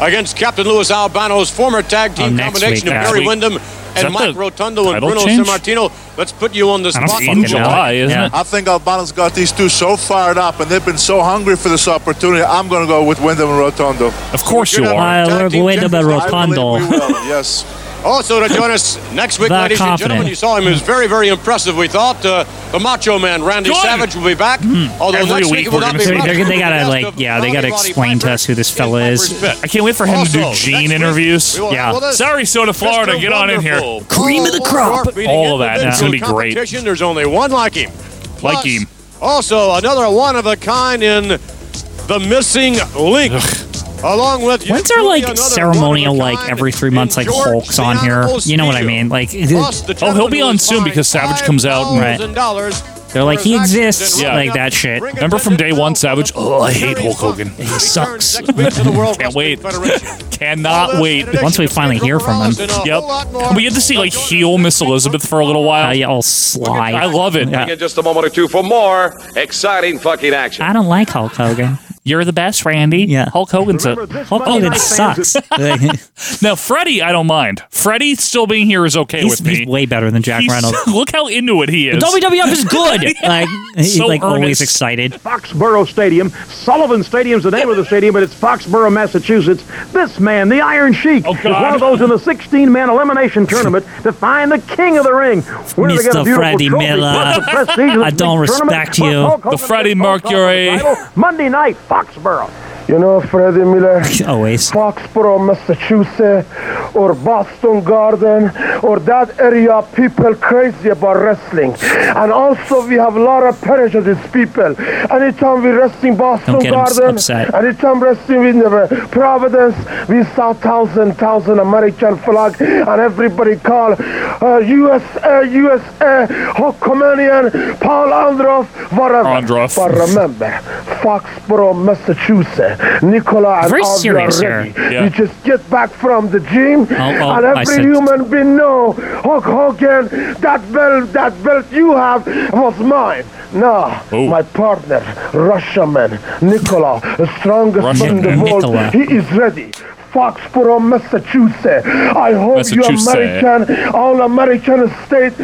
Speaker 3: against Captain Luis Albano's former tag
Speaker 1: Oh,
Speaker 3: team
Speaker 1: next
Speaker 3: combination
Speaker 1: week,
Speaker 3: of
Speaker 1: next
Speaker 3: Barry
Speaker 1: week.
Speaker 3: Windham
Speaker 2: that
Speaker 3: and Mike
Speaker 2: the
Speaker 3: Rotundo and
Speaker 2: title
Speaker 3: Bruno
Speaker 2: change?
Speaker 3: Sammartino. Let's put you on the
Speaker 1: I don't
Speaker 3: spot.
Speaker 1: fucking know.
Speaker 2: July, isn't
Speaker 1: Yeah.
Speaker 2: it?
Speaker 12: I think Albano's got these two so fired up, and they've been so hungry for this opportunity. I'm going to go with Wyndham and Rotondo.
Speaker 2: Of course you
Speaker 3: You're not-
Speaker 2: are.
Speaker 1: I
Speaker 3: Tag
Speaker 1: love
Speaker 3: team
Speaker 1: Wendell
Speaker 3: champions,
Speaker 12: I believe we
Speaker 1: Rotondo.
Speaker 12: will. Yes.
Speaker 3: Also to join us next week,
Speaker 1: The
Speaker 3: ladies and gentlemen,
Speaker 1: confident.
Speaker 3: you saw him. He was very, very impressive, we thought. Uh, the Macho Man, Randy
Speaker 2: Good.
Speaker 3: Savage, will be back. Although
Speaker 2: Hmm. Every
Speaker 3: next
Speaker 2: week
Speaker 3: week, it will
Speaker 2: we're
Speaker 3: not
Speaker 2: gonna
Speaker 3: be
Speaker 2: see-
Speaker 1: They're-
Speaker 3: Macho
Speaker 1: they're-
Speaker 3: Man,
Speaker 1: they gotta
Speaker 3: it's
Speaker 1: like,
Speaker 3: the
Speaker 1: yeah, they gotta
Speaker 3: Roddy Roddy
Speaker 1: explain to
Speaker 3: Piper
Speaker 1: us who this
Speaker 3: in
Speaker 1: fella
Speaker 3: Piper's
Speaker 1: is.
Speaker 3: Pit.
Speaker 2: I can't wait for him
Speaker 3: Also,
Speaker 2: to do
Speaker 3: next
Speaker 2: Gene
Speaker 3: week,
Speaker 2: interviews.
Speaker 3: we will
Speaker 1: Yeah.
Speaker 3: have with us
Speaker 2: Sorry, Soda Florida,
Speaker 3: Mr.
Speaker 2: get on in here.
Speaker 3: Wonderful.
Speaker 1: Cream of the crop.
Speaker 3: Orr beating
Speaker 2: All of that. It's gonna be
Speaker 3: individual
Speaker 2: great.
Speaker 3: competition. There's only one like him.
Speaker 2: Like
Speaker 3: Plus,
Speaker 2: him.
Speaker 3: Also, another one of a kind in the missing link. Along with
Speaker 1: When's there
Speaker 3: Yuri,
Speaker 1: like
Speaker 3: another
Speaker 1: ceremonial
Speaker 3: one of a
Speaker 1: like
Speaker 3: kind
Speaker 1: every three months
Speaker 3: in
Speaker 1: like
Speaker 3: George
Speaker 1: Hulk's
Speaker 3: the
Speaker 1: on here?
Speaker 3: Animal
Speaker 1: You know what I
Speaker 3: Steele.
Speaker 1: mean? Like
Speaker 3: Plus, the
Speaker 2: Oh, he'll be
Speaker 3: gentleman
Speaker 2: on
Speaker 3: who's
Speaker 2: soon
Speaker 3: fined
Speaker 2: because Savage comes out and-
Speaker 3: $5,000
Speaker 1: They're like,
Speaker 3: for
Speaker 1: he
Speaker 3: his actions
Speaker 1: exists,
Speaker 3: in
Speaker 2: Yeah.
Speaker 3: ring
Speaker 1: like that shit.
Speaker 3: Ring
Speaker 2: Remember from day
Speaker 3: attendant
Speaker 2: one,
Speaker 3: Bill
Speaker 2: Savage? Oh, I hate
Speaker 3: Terry
Speaker 2: Hulk Hogan.
Speaker 3: Funk.
Speaker 2: He
Speaker 3: Returns
Speaker 1: sucks.
Speaker 3: next week to the
Speaker 2: <laughs>
Speaker 3: World
Speaker 2: Can't
Speaker 3: Wrestling
Speaker 2: wait. <laughs>
Speaker 3: Federation.
Speaker 2: Cannot wait.
Speaker 1: Once we finally hear from him.
Speaker 2: Yep. We get to see like heel Miss Elizabeth for a little
Speaker 1: Uh,
Speaker 2: while.
Speaker 1: yeah, all sly.
Speaker 2: I love it.
Speaker 1: Yeah. Ah,
Speaker 13: just a moment or two for more exciting fucking action.
Speaker 1: I don't like Hulk Hogan. You're the best, Randy. Yeah. Hulk Hogan's a Hulk Hogan sucks.
Speaker 3: <laughs>
Speaker 1: <laughs>
Speaker 2: Now, Freddie, I don't mind. Freddie still being here is okay
Speaker 1: he's,
Speaker 2: with me.
Speaker 1: he's way better than Jack
Speaker 2: He's-
Speaker 1: Reynolds.
Speaker 2: <laughs> look how into it he
Speaker 1: The
Speaker 2: is.
Speaker 1: WWF is good.
Speaker 2: <laughs>
Speaker 1: Like he's
Speaker 2: So
Speaker 1: like always
Speaker 2: earnest.
Speaker 1: excited.
Speaker 14: Foxborough Stadium. Sullivan Stadium's the name of the stadium, but it's Foxborough, Massachusetts. This man, the Iron Sheik,
Speaker 2: Oh,
Speaker 14: is one of those in the 16-man elimination tournament to find the king of the ring. Winner to get a
Speaker 1: Mr.
Speaker 14: beautiful
Speaker 1: Freddie
Speaker 14: trophy.
Speaker 1: Miller,
Speaker 14: That's the prestige of
Speaker 1: I
Speaker 14: this
Speaker 1: don't
Speaker 14: big tournament.
Speaker 1: respect
Speaker 14: But
Speaker 1: you.
Speaker 14: Hulk
Speaker 2: The
Speaker 14: Hogan
Speaker 2: Freddie
Speaker 14: against Hulk
Speaker 2: Mercury.
Speaker 14: Hogan title, Monday night, Foxborough. You know, Freddie Miller.
Speaker 1: <laughs> Always.
Speaker 14: Foxborough, Massachusetts, or Boston Garden, or that area, people crazy about wrestling. And also, we have a lot of prejudice people. Anytime we wrestling Boston
Speaker 1: Don't get him s-
Speaker 14: Garden,
Speaker 1: upset.
Speaker 14: anytime wrestling in uh, Providence, we saw thousand, thousand American flag, and everybody call uh, USA, USA, Hulkamanian, Paul Androff, whatever.
Speaker 2: Androff.
Speaker 14: But remember, Foxborough, Massachusetts, Nicola and
Speaker 1: Very
Speaker 14: Avi
Speaker 1: serious
Speaker 14: are
Speaker 1: here.
Speaker 14: ready.
Speaker 2: Yeah.
Speaker 14: You just get back from the gym,
Speaker 1: oh,
Speaker 14: and
Speaker 1: I
Speaker 14: every
Speaker 1: said-
Speaker 14: human being know, Hulk Hogan, that belt, that belt you have was mine. No,
Speaker 2: Oh.
Speaker 14: my partner, Russian man, Nicola, the strongest
Speaker 2: Russian
Speaker 14: man in
Speaker 2: man,
Speaker 14: the world,
Speaker 1: Nicola.
Speaker 14: he is ready. Foxborough, Massachusetts. I hope you
Speaker 2: Massachusetts.
Speaker 14: American, all American state,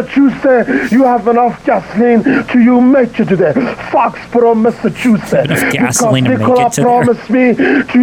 Speaker 14: Massachusetts, you have enough gasoline to you make it today. Foxborough, Massachusetts.
Speaker 1: Enough gasoline to
Speaker 14: because
Speaker 1: make
Speaker 14: Nicola
Speaker 1: it to there.
Speaker 14: promised me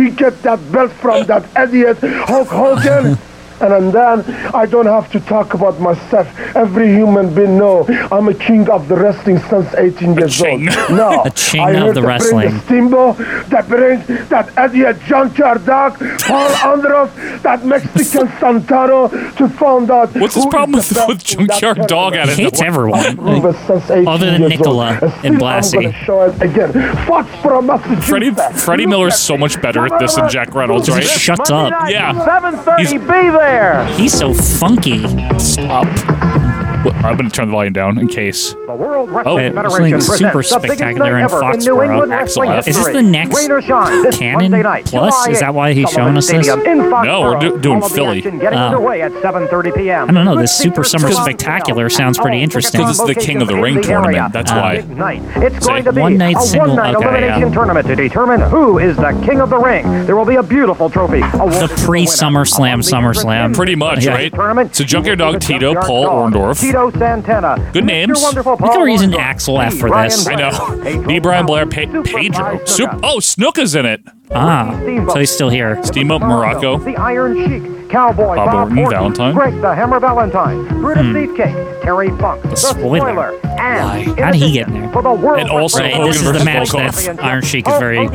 Speaker 14: to get that belt from that idiot Hulk
Speaker 1: <laughs>
Speaker 14: Hogan. And, and then I don't have to talk about myself. Every human being know I'm a king of the wrestling since 18 years
Speaker 2: king.
Speaker 14: old. No,
Speaker 2: <laughs>
Speaker 1: A king
Speaker 14: I
Speaker 1: of
Speaker 14: heard
Speaker 1: the
Speaker 14: they bring
Speaker 1: wrestling.
Speaker 14: Steamboat that brings that idiot junkyard dog,
Speaker 2: <laughs>
Speaker 14: Paul Andros, that Mexican Santano to find out.
Speaker 2: What's his
Speaker 14: who
Speaker 2: problem
Speaker 14: is the
Speaker 2: <laughs> with- with
Speaker 14: best in that
Speaker 2: junkyard dog
Speaker 14: tournament.
Speaker 2: out of
Speaker 1: Hates everyone.
Speaker 14: Prove it since 18
Speaker 1: Other than
Speaker 14: years old.
Speaker 1: Nicola
Speaker 14: And
Speaker 1: and
Speaker 14: still I'm
Speaker 1: Blassie.
Speaker 14: gonna show it again. Fox from Massachusetts.
Speaker 2: Freddie, Freddie
Speaker 14: Look
Speaker 2: Miller's
Speaker 14: at
Speaker 2: so
Speaker 14: me.
Speaker 2: much better at this than Jack Reynolds,
Speaker 1: He
Speaker 2: right?
Speaker 1: just shuts
Speaker 14: Monday
Speaker 1: up.
Speaker 14: night,
Speaker 2: Yeah.
Speaker 14: 7:30. Be there.
Speaker 1: He's so funky.
Speaker 2: Stop. Well, I'm going to turn the volume down in case. The
Speaker 14: World
Speaker 2: oh,
Speaker 14: Wrestling Federation
Speaker 2: something super
Speaker 14: presents the biggest
Speaker 2: spectacular
Speaker 14: night
Speaker 2: in
Speaker 14: ever in New
Speaker 2: Foxborough.
Speaker 14: England
Speaker 2: Axel
Speaker 14: wrestling
Speaker 2: F.
Speaker 1: Is this the next
Speaker 14: Rain or shine, this
Speaker 1: Canon
Speaker 14: Monday night,
Speaker 1: Plus?
Speaker 14: July
Speaker 1: Is that why he's
Speaker 14: 8th,
Speaker 1: showing us this?
Speaker 14: Sullivan Stadium in
Speaker 2: No, we're do-
Speaker 14: Foxborough.
Speaker 2: doing
Speaker 14: All of the
Speaker 2: Philly.
Speaker 14: action Getting
Speaker 1: Oh.
Speaker 14: underway at 7:30 p.m.
Speaker 1: I don't know.
Speaker 14: Good
Speaker 1: This super
Speaker 14: seats
Speaker 1: summer
Speaker 14: for Oh,
Speaker 1: spectacular sounds pretty interesting.
Speaker 2: Because it's the King of the Ring tournament. That's
Speaker 1: Ah.
Speaker 2: why.
Speaker 14: Big night. It's
Speaker 2: Say,
Speaker 14: going to be
Speaker 2: one night
Speaker 14: a
Speaker 2: single-
Speaker 14: one-night
Speaker 2: okay,
Speaker 14: elimination
Speaker 2: yeah.
Speaker 14: tournament to determine who is the king of the ring. There will be a beautiful trophy.
Speaker 1: The pre SummerSlam SummerSlam.
Speaker 2: Pretty much, right? So Junkyard Dog Tito, Paul Orndorf.
Speaker 14: Tito Santana.
Speaker 2: Good names.
Speaker 14: Wonderful
Speaker 1: Look at
Speaker 14: Paul
Speaker 1: we're using
Speaker 14: Orndorff.
Speaker 1: Axel F for
Speaker 14: Brian
Speaker 1: this.
Speaker 2: I <laughs> know. D. Brian Blair, Pe- Pedro. Sup- oh, Snooka's in it.
Speaker 1: Ah, so he's still here.
Speaker 2: Steamboat Morocco.
Speaker 14: The Iron Sheik, Cowboy
Speaker 2: Bob
Speaker 14: Bob,
Speaker 2: Orton,
Speaker 14: Orton,
Speaker 2: Valentine.
Speaker 14: Greg the Hammer Valentine, Brutus
Speaker 2: Hmm.
Speaker 14: Beefcake, Terry Funk, the,
Speaker 1: spoiler.
Speaker 14: and in
Speaker 1: How did he get in
Speaker 14: addition,
Speaker 1: there?
Speaker 14: For the world
Speaker 1: And also
Speaker 14: Wrestling
Speaker 1: Right, this is the
Speaker 14: Federation
Speaker 1: match that
Speaker 14: Championship,
Speaker 1: Iron Sheik is
Speaker 2: <laughs>
Speaker 1: very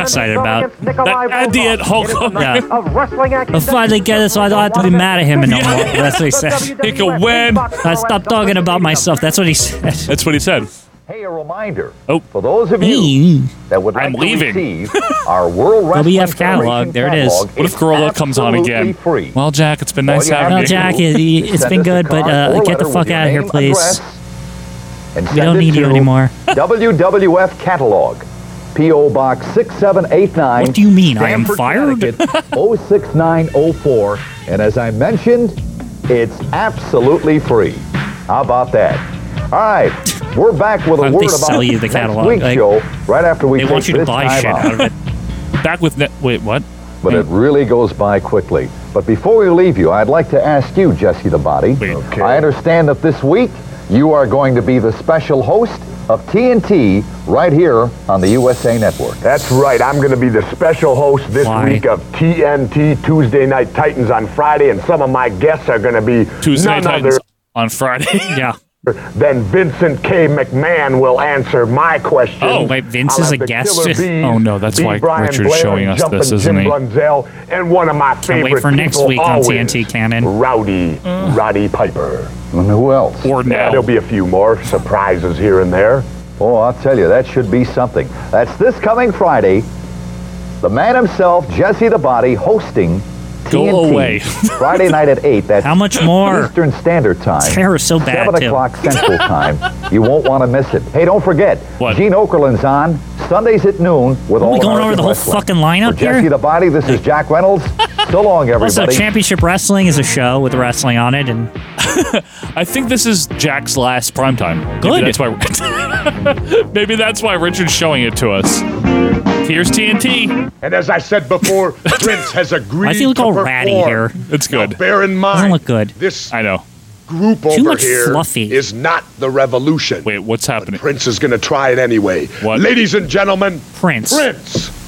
Speaker 1: excited about.
Speaker 14: Nikolai
Speaker 2: At the end, Hulk Hogan.
Speaker 1: Yeah.
Speaker 14: of wrestling
Speaker 1: I'll finally get it, so I don't have to be mad at him anymore.
Speaker 2: <laughs>
Speaker 1: That's what he said.
Speaker 2: He can win.
Speaker 1: I stopped talking about myself. That's what he said.
Speaker 2: That's what he said.
Speaker 7: Hey, a reminder.
Speaker 2: Oh,
Speaker 7: for those of you that would like
Speaker 2: I'm
Speaker 7: to
Speaker 2: leaving. <laughs>
Speaker 7: receive our World Wrestling
Speaker 1: WF catalog. There it is.
Speaker 7: catalog
Speaker 2: What if Gorilla comes on
Speaker 7: absolutely
Speaker 2: again?
Speaker 7: Free.
Speaker 2: Well, Jack, it's been nice
Speaker 7: All you have
Speaker 2: having
Speaker 1: Well,
Speaker 2: you.
Speaker 1: Jack, it, it's
Speaker 7: Send
Speaker 1: been
Speaker 7: us a
Speaker 1: good, but
Speaker 7: card
Speaker 1: uh,
Speaker 7: or
Speaker 1: get the
Speaker 7: letter
Speaker 1: fuck
Speaker 7: with
Speaker 1: out of here,
Speaker 7: your name,
Speaker 1: please.
Speaker 7: address, and
Speaker 2: <laughs>
Speaker 1: We don't
Speaker 7: send it
Speaker 1: need you
Speaker 7: to
Speaker 1: anymore.
Speaker 7: WWF catalog, P.O. Box 6789.
Speaker 1: What do you mean? I am
Speaker 7: fired? 06904. And as I mentioned, it's absolutely free. How about that? All right, we're back with
Speaker 1: Why
Speaker 7: a
Speaker 1: don't
Speaker 7: word
Speaker 1: they
Speaker 7: about
Speaker 1: sell you the
Speaker 7: next
Speaker 1: catalog?
Speaker 7: week's
Speaker 1: Like,
Speaker 7: show right after we
Speaker 1: they
Speaker 7: take
Speaker 1: want you to
Speaker 7: this
Speaker 1: buy
Speaker 7: time
Speaker 1: shit out of it.
Speaker 2: Back with net. Wait, what?
Speaker 7: But it really goes by quickly. But before we leave you, I'd like to ask you, Jesse the Body. Okay. I understand that this week you are going to be the special host of TNT right here on the USA Network.
Speaker 15: That's right. I'm going to be the special host this
Speaker 7: Why?
Speaker 15: week of TNT Tuesday Night Titans on Friday, and some of my guests are going to be
Speaker 2: Tuesday
Speaker 15: none
Speaker 2: Night Titans
Speaker 15: other
Speaker 2: on Friday. yeah.
Speaker 15: than Vincent K. McMahon will answer my question.
Speaker 2: Oh, wait, Vince
Speaker 15: I'll
Speaker 2: is
Speaker 15: have
Speaker 2: a
Speaker 15: the
Speaker 2: guest?
Speaker 15: Killer Bees,
Speaker 2: Oh, no, that's
Speaker 15: B.
Speaker 2: why
Speaker 15: Brian
Speaker 2: Richard's
Speaker 15: Blair,
Speaker 2: showing us
Speaker 15: Jumpin'
Speaker 2: this, isn't
Speaker 15: Jim
Speaker 2: he?
Speaker 15: Brunzell, and one of my
Speaker 1: Can't
Speaker 15: favorite
Speaker 1: wait for next
Speaker 15: people
Speaker 1: week on
Speaker 15: always,
Speaker 1: TNT Cannon.
Speaker 15: Rowdy
Speaker 2: Mm.
Speaker 15: Roddy Piper.
Speaker 7: And who else?
Speaker 2: Or
Speaker 15: Yeah, there'll be a few more surprises here and there.
Speaker 7: Oh, I'll tell you, that should be something. That's this coming Friday. The man himself, Jesse the Body, hosting
Speaker 2: Go
Speaker 7: TNT
Speaker 2: away.
Speaker 7: Friday night at 8. That's How
Speaker 1: much more?
Speaker 7: Eastern Standard Time.
Speaker 1: Hair is so bad,
Speaker 7: 7
Speaker 1: too. <laughs>
Speaker 7: o'clock Central Time. You won't want to miss it. Hey, don't forget,
Speaker 2: what?
Speaker 7: Gene Okerlund's on Sundays at noon with all
Speaker 1: we going
Speaker 7: American
Speaker 1: over the whole
Speaker 7: Wrestling.
Speaker 1: fucking lineup
Speaker 7: For Jesse
Speaker 1: here?
Speaker 7: the Body, this is Jack Reynolds. so long, everybody.
Speaker 1: <laughs> Also, Championship Wrestling is a show with wrestling on it, and
Speaker 2: <laughs> I think this is Jack's last primetime. Maybe
Speaker 1: Good.
Speaker 2: that's why. <laughs> Maybe that's why Richard's showing it to us. Here's TNT.
Speaker 15: And as I
Speaker 2: <laughs>
Speaker 15: said before, Prince has agreed.
Speaker 2: I feel like
Speaker 15: to
Speaker 2: all
Speaker 15: perform.
Speaker 2: ratty here. It's good.
Speaker 15: Bear in mind,
Speaker 2: Doesn't look good.
Speaker 15: This
Speaker 2: I know.
Speaker 15: group
Speaker 2: Too
Speaker 15: over
Speaker 2: much
Speaker 15: here
Speaker 2: fluffy.
Speaker 15: is not the revolution.
Speaker 2: Wait, what's happening?
Speaker 15: Prince is going to try it anyway.
Speaker 2: What?
Speaker 15: Ladies and gentlemen,
Speaker 1: Prince.
Speaker 15: Prince.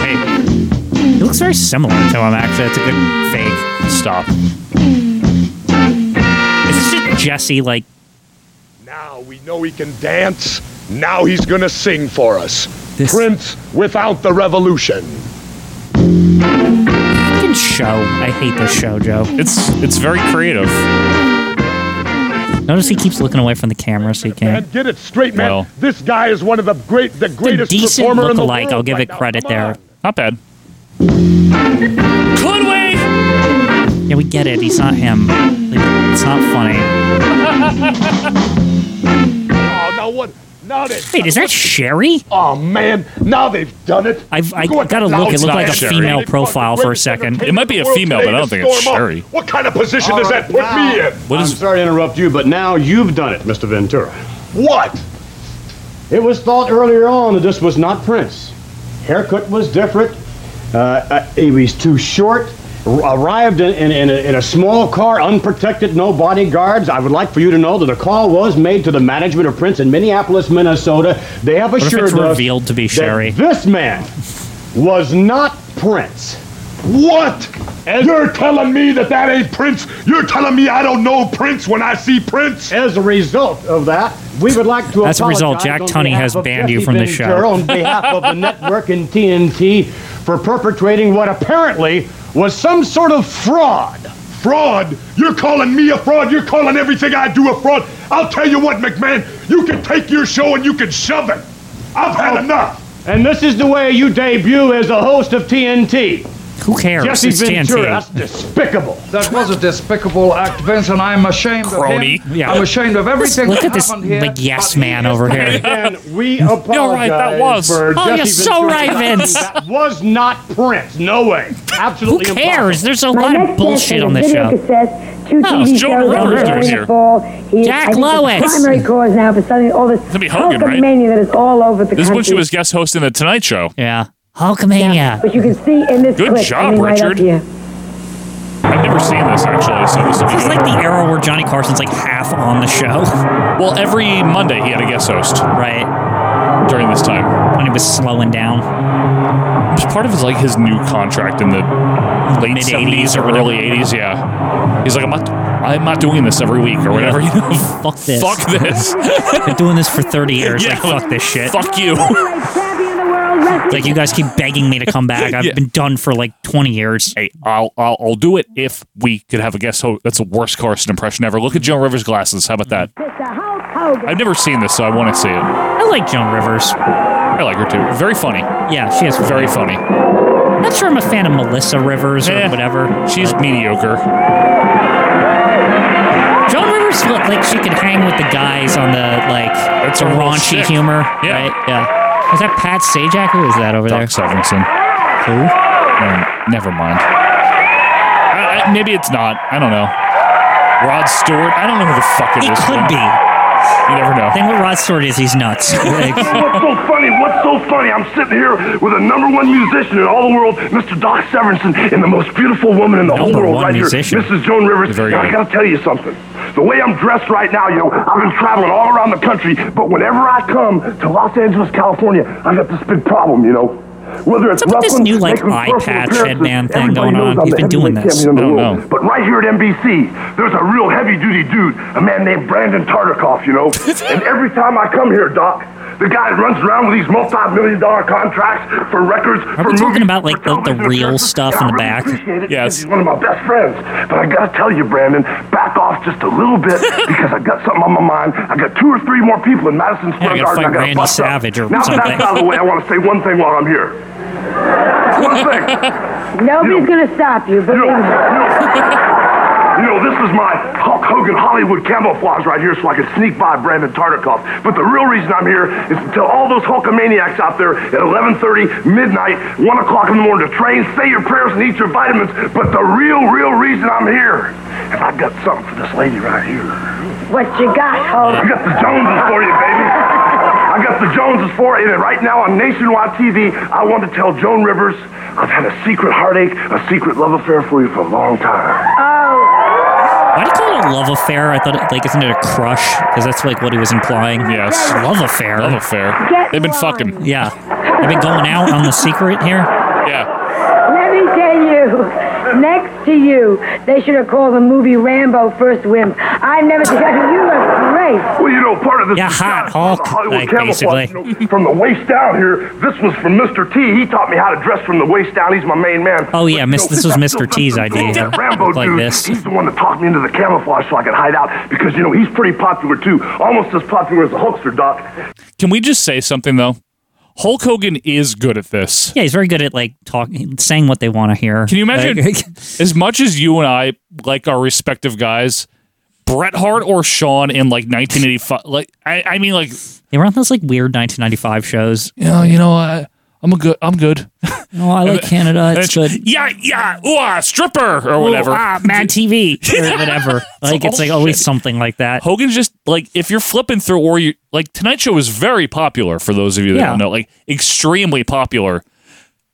Speaker 1: hey, it looks very similar to him. Actually, that's a good fake.
Speaker 2: Stop.
Speaker 1: Is this just Jesse like
Speaker 15: Now we know he can dance. Now he's going to sing for us. Prince without the revolution.
Speaker 1: fucking show? I hate this show, Joe.
Speaker 2: It's it's very creative.
Speaker 1: Notice he keeps looking away from the camera, so he can't.
Speaker 15: And get it straight, man.
Speaker 1: Well.
Speaker 15: This guy is one of the great, the
Speaker 1: It's a
Speaker 15: greatest
Speaker 1: decent
Speaker 15: performer in the
Speaker 1: lookalike.
Speaker 15: world.
Speaker 1: I'll give it credit there.
Speaker 2: Not bad.
Speaker 1: Could we? Yeah, we get it. He's not him. Like, it's not funny.
Speaker 15: <laughs> Oh, now what? Now they.
Speaker 1: Wait, is that Sherry?
Speaker 15: Oh man, now they've done it.
Speaker 1: I've I gotta look. It looked like a female profile for a second.
Speaker 2: It might be a female, but I don't think it's Sherry.
Speaker 15: What kind of position does that put me in?
Speaker 2: What
Speaker 3: I'm sorry to interrupt you, but now you've done it, Mr. Ventura.
Speaker 15: What?
Speaker 3: It was thought earlier on that this was not Prince. Haircut was different. Uh, uh, he was too short. ar- Arrived in, in, in, a, in a small car, unprotected, no bodyguards. I would like for you to know that a call was made to the management of Prince in Minneapolis, Minnesota. They have
Speaker 1: What if
Speaker 3: assured
Speaker 1: it's
Speaker 3: us
Speaker 1: revealed to be
Speaker 3: that
Speaker 1: Sherry?
Speaker 3: This man was not Prince.
Speaker 15: What? You're telling me that that ain't Prince? You're telling me I don't know Prince when I see Prince?
Speaker 3: As a result of that, we would like to
Speaker 1: As a result,
Speaker 3: apologize
Speaker 1: Jack
Speaker 3: on
Speaker 1: Tunney
Speaker 3: behalf
Speaker 1: has
Speaker 3: of
Speaker 1: banned
Speaker 3: Jesse
Speaker 1: you from the show.
Speaker 3: Ventura on behalf of the network and TNT for perpetrating what apparently was some sort of fraud.
Speaker 15: Fraud? You're calling me a fraud? You're calling everything I do a fraud? I'll tell you what, McMahon, you can take your show and you can shove it.
Speaker 1: Oh.
Speaker 15: I've had enough.
Speaker 3: And this is the way you debut as a host of TNT.
Speaker 1: Who cares?
Speaker 16: Jesse
Speaker 1: It's TNT.
Speaker 16: Ventura, that's despicable.
Speaker 6: That was a despicable act, Vince, and I'm ashamed
Speaker 1: Crony.
Speaker 6: of him. I'm ashamed of everything
Speaker 1: Look
Speaker 6: that
Speaker 1: at this
Speaker 6: happened here.
Speaker 1: big yes man over
Speaker 15: E
Speaker 1: here.
Speaker 16: And we apologize.
Speaker 1: <laughs> You're right, that was.
Speaker 16: For
Speaker 1: Oh,
Speaker 16: Jesse
Speaker 1: you're so
Speaker 16: Ventura.
Speaker 1: right, Vince.
Speaker 16: That was not Prince. No way. Absolutely
Speaker 1: Who
Speaker 16: impossible.
Speaker 1: cares? There's a lot of bullshit on this show.
Speaker 17: Cassettes, two
Speaker 1: No,
Speaker 17: TV
Speaker 1: it's
Speaker 17: shows
Speaker 1: Joan
Speaker 17: on
Speaker 1: Rivers
Speaker 17: the
Speaker 1: doing here.
Speaker 17: fall. He is,
Speaker 1: Jack
Speaker 17: I think,
Speaker 1: Lowitz.
Speaker 17: The primary cause now for suddenly all this
Speaker 2: That'd be Hogan, right?
Speaker 17: mania that is all over the
Speaker 2: This is
Speaker 17: country.
Speaker 2: when she was guest hosting the Tonight Show.
Speaker 1: Yeah. Hulkamania.
Speaker 17: But you can see in this
Speaker 2: Good
Speaker 17: clip
Speaker 2: job,
Speaker 17: coming right
Speaker 2: Richard.
Speaker 17: up here.
Speaker 2: I've never seen this actually, so this will be
Speaker 1: This is
Speaker 2: good.
Speaker 1: like the era where Johnny Carson's like half on the
Speaker 2: <laughs>
Speaker 1: show.
Speaker 2: Well, every Monday he had a guest host.
Speaker 1: Right.
Speaker 2: During this time.
Speaker 1: When he was slowing down.
Speaker 2: It was part of his like his new contract in the late
Speaker 1: Mid-eighties
Speaker 2: seventies or
Speaker 1: or
Speaker 2: early eighties, yeah. He's like, I'm not I'm not doing this every week or whatever, you know.
Speaker 1: Fuck this.
Speaker 2: Fuck this.
Speaker 1: Been doing this for 30 years.
Speaker 2: Yeah.
Speaker 1: Like, fuck this shit.
Speaker 2: Fuck you. <laughs>
Speaker 1: Like, you guys keep begging me to come back. I've
Speaker 2: Yeah.
Speaker 1: been done for like 20 years.
Speaker 2: Hey, I'll, I'll I'll do it if we could have a guest host. That's the worst Carson impression ever. Look at Joan Rivers' glasses. How about that? I've never seen this, so I want to see it. I
Speaker 1: like Joan Rivers.
Speaker 2: I like her too. Very funny.
Speaker 1: Yeah, she is
Speaker 2: very funny.
Speaker 1: Not sure I'm a fan of Melissa Rivers or whatever.
Speaker 2: Eh, She's mediocre.
Speaker 1: Joan Rivers looked like she could hang with the guys on the like
Speaker 2: That's
Speaker 1: the
Speaker 2: a little
Speaker 1: raunchy
Speaker 2: sick.
Speaker 1: humor.
Speaker 2: Yeah.
Speaker 1: Right? Yeah. Is that Pat Sajak? Who is that over
Speaker 2: Doc
Speaker 1: there?
Speaker 2: Severinsen.
Speaker 1: Who?
Speaker 2: Um, never mind. I, I, maybe it's not. I don't know. Rod Stewart. I don't know who the fuck it is.
Speaker 1: He could be.
Speaker 2: You never know.
Speaker 1: Thing with Rod Stewart is he's
Speaker 2: <laughs>
Speaker 1: nuts.
Speaker 16: <laughs>
Speaker 1: Like,
Speaker 16: What's so funny? What's so funny? I'm sitting here with a number one musician in all the world, Mr. Doc Severinsen, and the most beautiful woman in the whole
Speaker 1: Number
Speaker 16: world
Speaker 1: one
Speaker 16: right
Speaker 1: musician.
Speaker 16: here, Mrs. Joan Rivers.
Speaker 1: Very
Speaker 16: And I
Speaker 1: good.
Speaker 16: gotta tell you something. The way I'm dressed right now, you know, I've been traveling all around the country, but whenever I come to Los Angeles, California, I got this big problem, you know. Whether it's
Speaker 1: What's up with this
Speaker 16: wrestling,
Speaker 1: new, like,
Speaker 16: making
Speaker 1: eye
Speaker 16: personal
Speaker 1: patch
Speaker 16: appearances,
Speaker 1: headband thing
Speaker 16: everybody
Speaker 1: going
Speaker 16: knows
Speaker 1: on?
Speaker 16: I'm
Speaker 1: He's
Speaker 16: the
Speaker 1: been doing
Speaker 16: heavyweight
Speaker 1: this.
Speaker 16: champion in the
Speaker 1: I don't
Speaker 16: world.
Speaker 1: know.
Speaker 16: But right here at NBC, there's a real heavy duty dude, a man named Brandon Tartikoff, you know.
Speaker 1: <laughs>
Speaker 16: and every time I come here, Doc, the guy runs around with these multi-million dollar contracts for records,
Speaker 1: are
Speaker 16: for
Speaker 1: we
Speaker 16: movies.
Speaker 1: talking about like the, the real stuff in the back?
Speaker 16: Yes. He's one of my best friends. But I gotta tell you, Brandon, back off just a little bit
Speaker 1: <laughs>
Speaker 16: because I got something on my mind. I got two or three more people in Madison Square
Speaker 1: Yeah, I gotta
Speaker 16: Garden.
Speaker 1: fight
Speaker 16: I gotta
Speaker 1: Randy
Speaker 16: bust up.
Speaker 1: Savage or
Speaker 16: now
Speaker 1: something.
Speaker 16: that's out of the way. I want to say one thing while I'm here. One thing.
Speaker 17: Nobody's going to stop you, but
Speaker 16: You know, this is my Hulk Hogan Hollywood camouflage right here so I can sneak by Brandon Tartikoff. But the real reason I'm here is to tell all those Hulkamaniacs out there at 11.30, midnight, 1 o'clock in the morning to train, say your prayers, and eat your vitamins. But the real, real reason I'm here is I've got something for this lady right here.
Speaker 17: what you got,
Speaker 16: I
Speaker 17: Hulk?
Speaker 16: got the Joneses for you, baby. I got the Joneses for you. And right now on nationwide TV, I want to tell Joan Rivers I've had a secret heartache, a secret love affair for you for a long time.
Speaker 1: Why do you call it a love affair? I thought, it, like, isn't it a crush? Because that's like what he was implying.
Speaker 2: Yes.
Speaker 1: Love affair.
Speaker 2: Love affair. They've been fucking.
Speaker 1: Yeah. They've been going out on the <laughs> secret here.
Speaker 2: Yeah.
Speaker 17: Let me tell you, next to you, they should have called the movie Rambo First Wimp. I've never seen you look great.
Speaker 16: Well, you know, part of this
Speaker 1: Yeah,
Speaker 16: is
Speaker 1: hot
Speaker 16: kind of
Speaker 1: Hulk,
Speaker 16: Hollywood
Speaker 1: like,
Speaker 16: camouflage,
Speaker 1: basically.
Speaker 16: you know, from the waist down here, this was from Mr. T. He taught me how to dress from the waist down. He's my main man.
Speaker 1: Oh, yeah,
Speaker 16: But,
Speaker 1: miss-
Speaker 16: you know,
Speaker 1: this was
Speaker 16: that
Speaker 1: Mr. T's idea.
Speaker 16: That
Speaker 1: It
Speaker 16: Rambo
Speaker 1: looked like
Speaker 16: dude,
Speaker 1: this.
Speaker 16: he's the one that talked me into the camouflage so I could hide out because, you know, he's pretty popular, too. Almost as popular as the Hulkster, Doc.
Speaker 2: Can we just say something though? Hulk Hogan is good at this.
Speaker 1: Yeah, he's very good at like talking, saying what they want to hear.
Speaker 2: Can you imagine?
Speaker 1: Like, <laughs>
Speaker 2: as much as you and I like our respective guys, Bret Hart or Sean in like 1985. Like I, I mean, like
Speaker 1: they were on those like weird 1995 shows.
Speaker 2: Yeah, you know, I, I'm a good.
Speaker 1: <laughs>
Speaker 2: I'm good.
Speaker 1: Oh, I like Canada. It's good.
Speaker 2: yeah, yeah, ooh, ah, stripper or whatever.
Speaker 1: Ooh, ah,
Speaker 2: <laughs>
Speaker 1: Mad TV or whatever. Like it's like always something like that.
Speaker 2: Hogan's just like if you're flipping through or you like Tonight Show is very popular for those of you that
Speaker 1: Yeah.
Speaker 2: don't know, like extremely popular.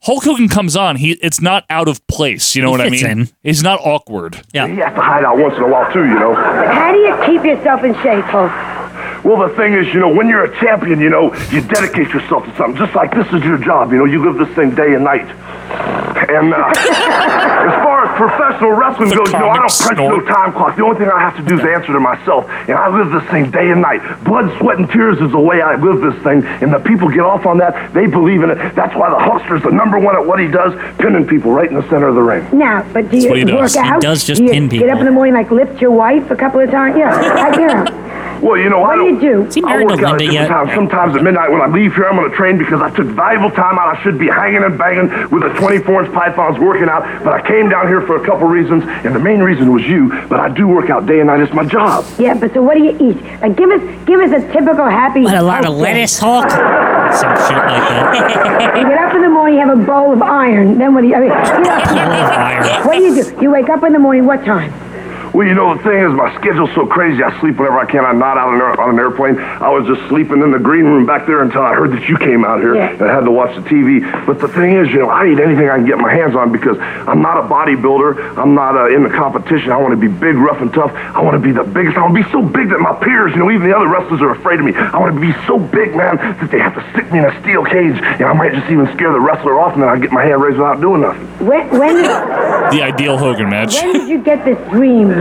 Speaker 2: Hulk Hogan comes on, he it's not out of place. You know
Speaker 1: He
Speaker 2: what I
Speaker 1: fits
Speaker 2: mean?
Speaker 1: in.
Speaker 2: It's not awkward.
Speaker 1: Yeah.
Speaker 16: He has to hide out once in a while, too, you know.
Speaker 17: How do you keep yourself in shape, Hulk?
Speaker 16: Well, the thing is, you know, when you're a champion, you know, you dedicate yourself to something. Just like this is your job, you know, you live this thing day and night. And uh, as far as professional wrestling
Speaker 2: The
Speaker 16: goes, you know, I don't punch
Speaker 2: comic
Speaker 16: no
Speaker 2: snort.
Speaker 16: time clock. The only thing I have to do is answer to myself. And I live this thing day and night. Blood, sweat, and tears is the way I live this thing. And the people get off on that. They believe in it. That's why the Hulkster's the number one at what he does, pinning people right in the center of the ring.
Speaker 17: Now, but do
Speaker 16: That's
Speaker 17: you
Speaker 16: what he
Speaker 17: work
Speaker 16: does. He
Speaker 17: out?
Speaker 16: does just
Speaker 17: do you
Speaker 16: pin
Speaker 17: Get up in the morning, like lift your wife a couple of times. Yeah, I hear him.
Speaker 16: <laughs> Well, you know, I
Speaker 17: What do you
Speaker 16: don't
Speaker 17: 42. Is he
Speaker 16: I work out at different times. Sometimes at midnight when I leave here, I'm on a train because I took valuable time out. I should be hanging and banging with a 24-inch pythons working out, but I came down here for a couple reasons, and the main reason was you. But I do work out day and night. It's my job.
Speaker 17: Yeah, but so what do you eat? Like, give us, give us a typical happy.
Speaker 1: What, a lot
Speaker 2: Oh,
Speaker 16: <laughs>
Speaker 1: of
Speaker 17: health day.
Speaker 1: lettuce, Hulk? Some shit like that. <laughs>
Speaker 17: You get up in the morning, you have a bowl of iron. Then what do you? I
Speaker 16: <laughs>
Speaker 17: mean, you know, what do you do? You wake up in the morning. What time?
Speaker 16: Well, you know, the thing is, my schedule's so crazy. I sleep whenever I can. I'm not out on, air- on an airplane. I was just sleeping in the green room back there until I heard that you came out here
Speaker 17: Yeah.
Speaker 16: and I had to watch the TV. But the thing is, you know, I eat anything I can get my hands on because I'm not a bodybuilder. I'm not uh, in the competition. I want to be big, rough, and tough. I want to be the biggest. I want to be so big that my peers, you know, even the other wrestlers are afraid of me. I want to be so big, man, that they have to stick me in a steel cage. And I might just even scare the wrestler off and then I get my hand raised without doing nothing.
Speaker 17: When when
Speaker 16: <laughs>
Speaker 2: The ideal Hogan match.
Speaker 17: when did you get this dream?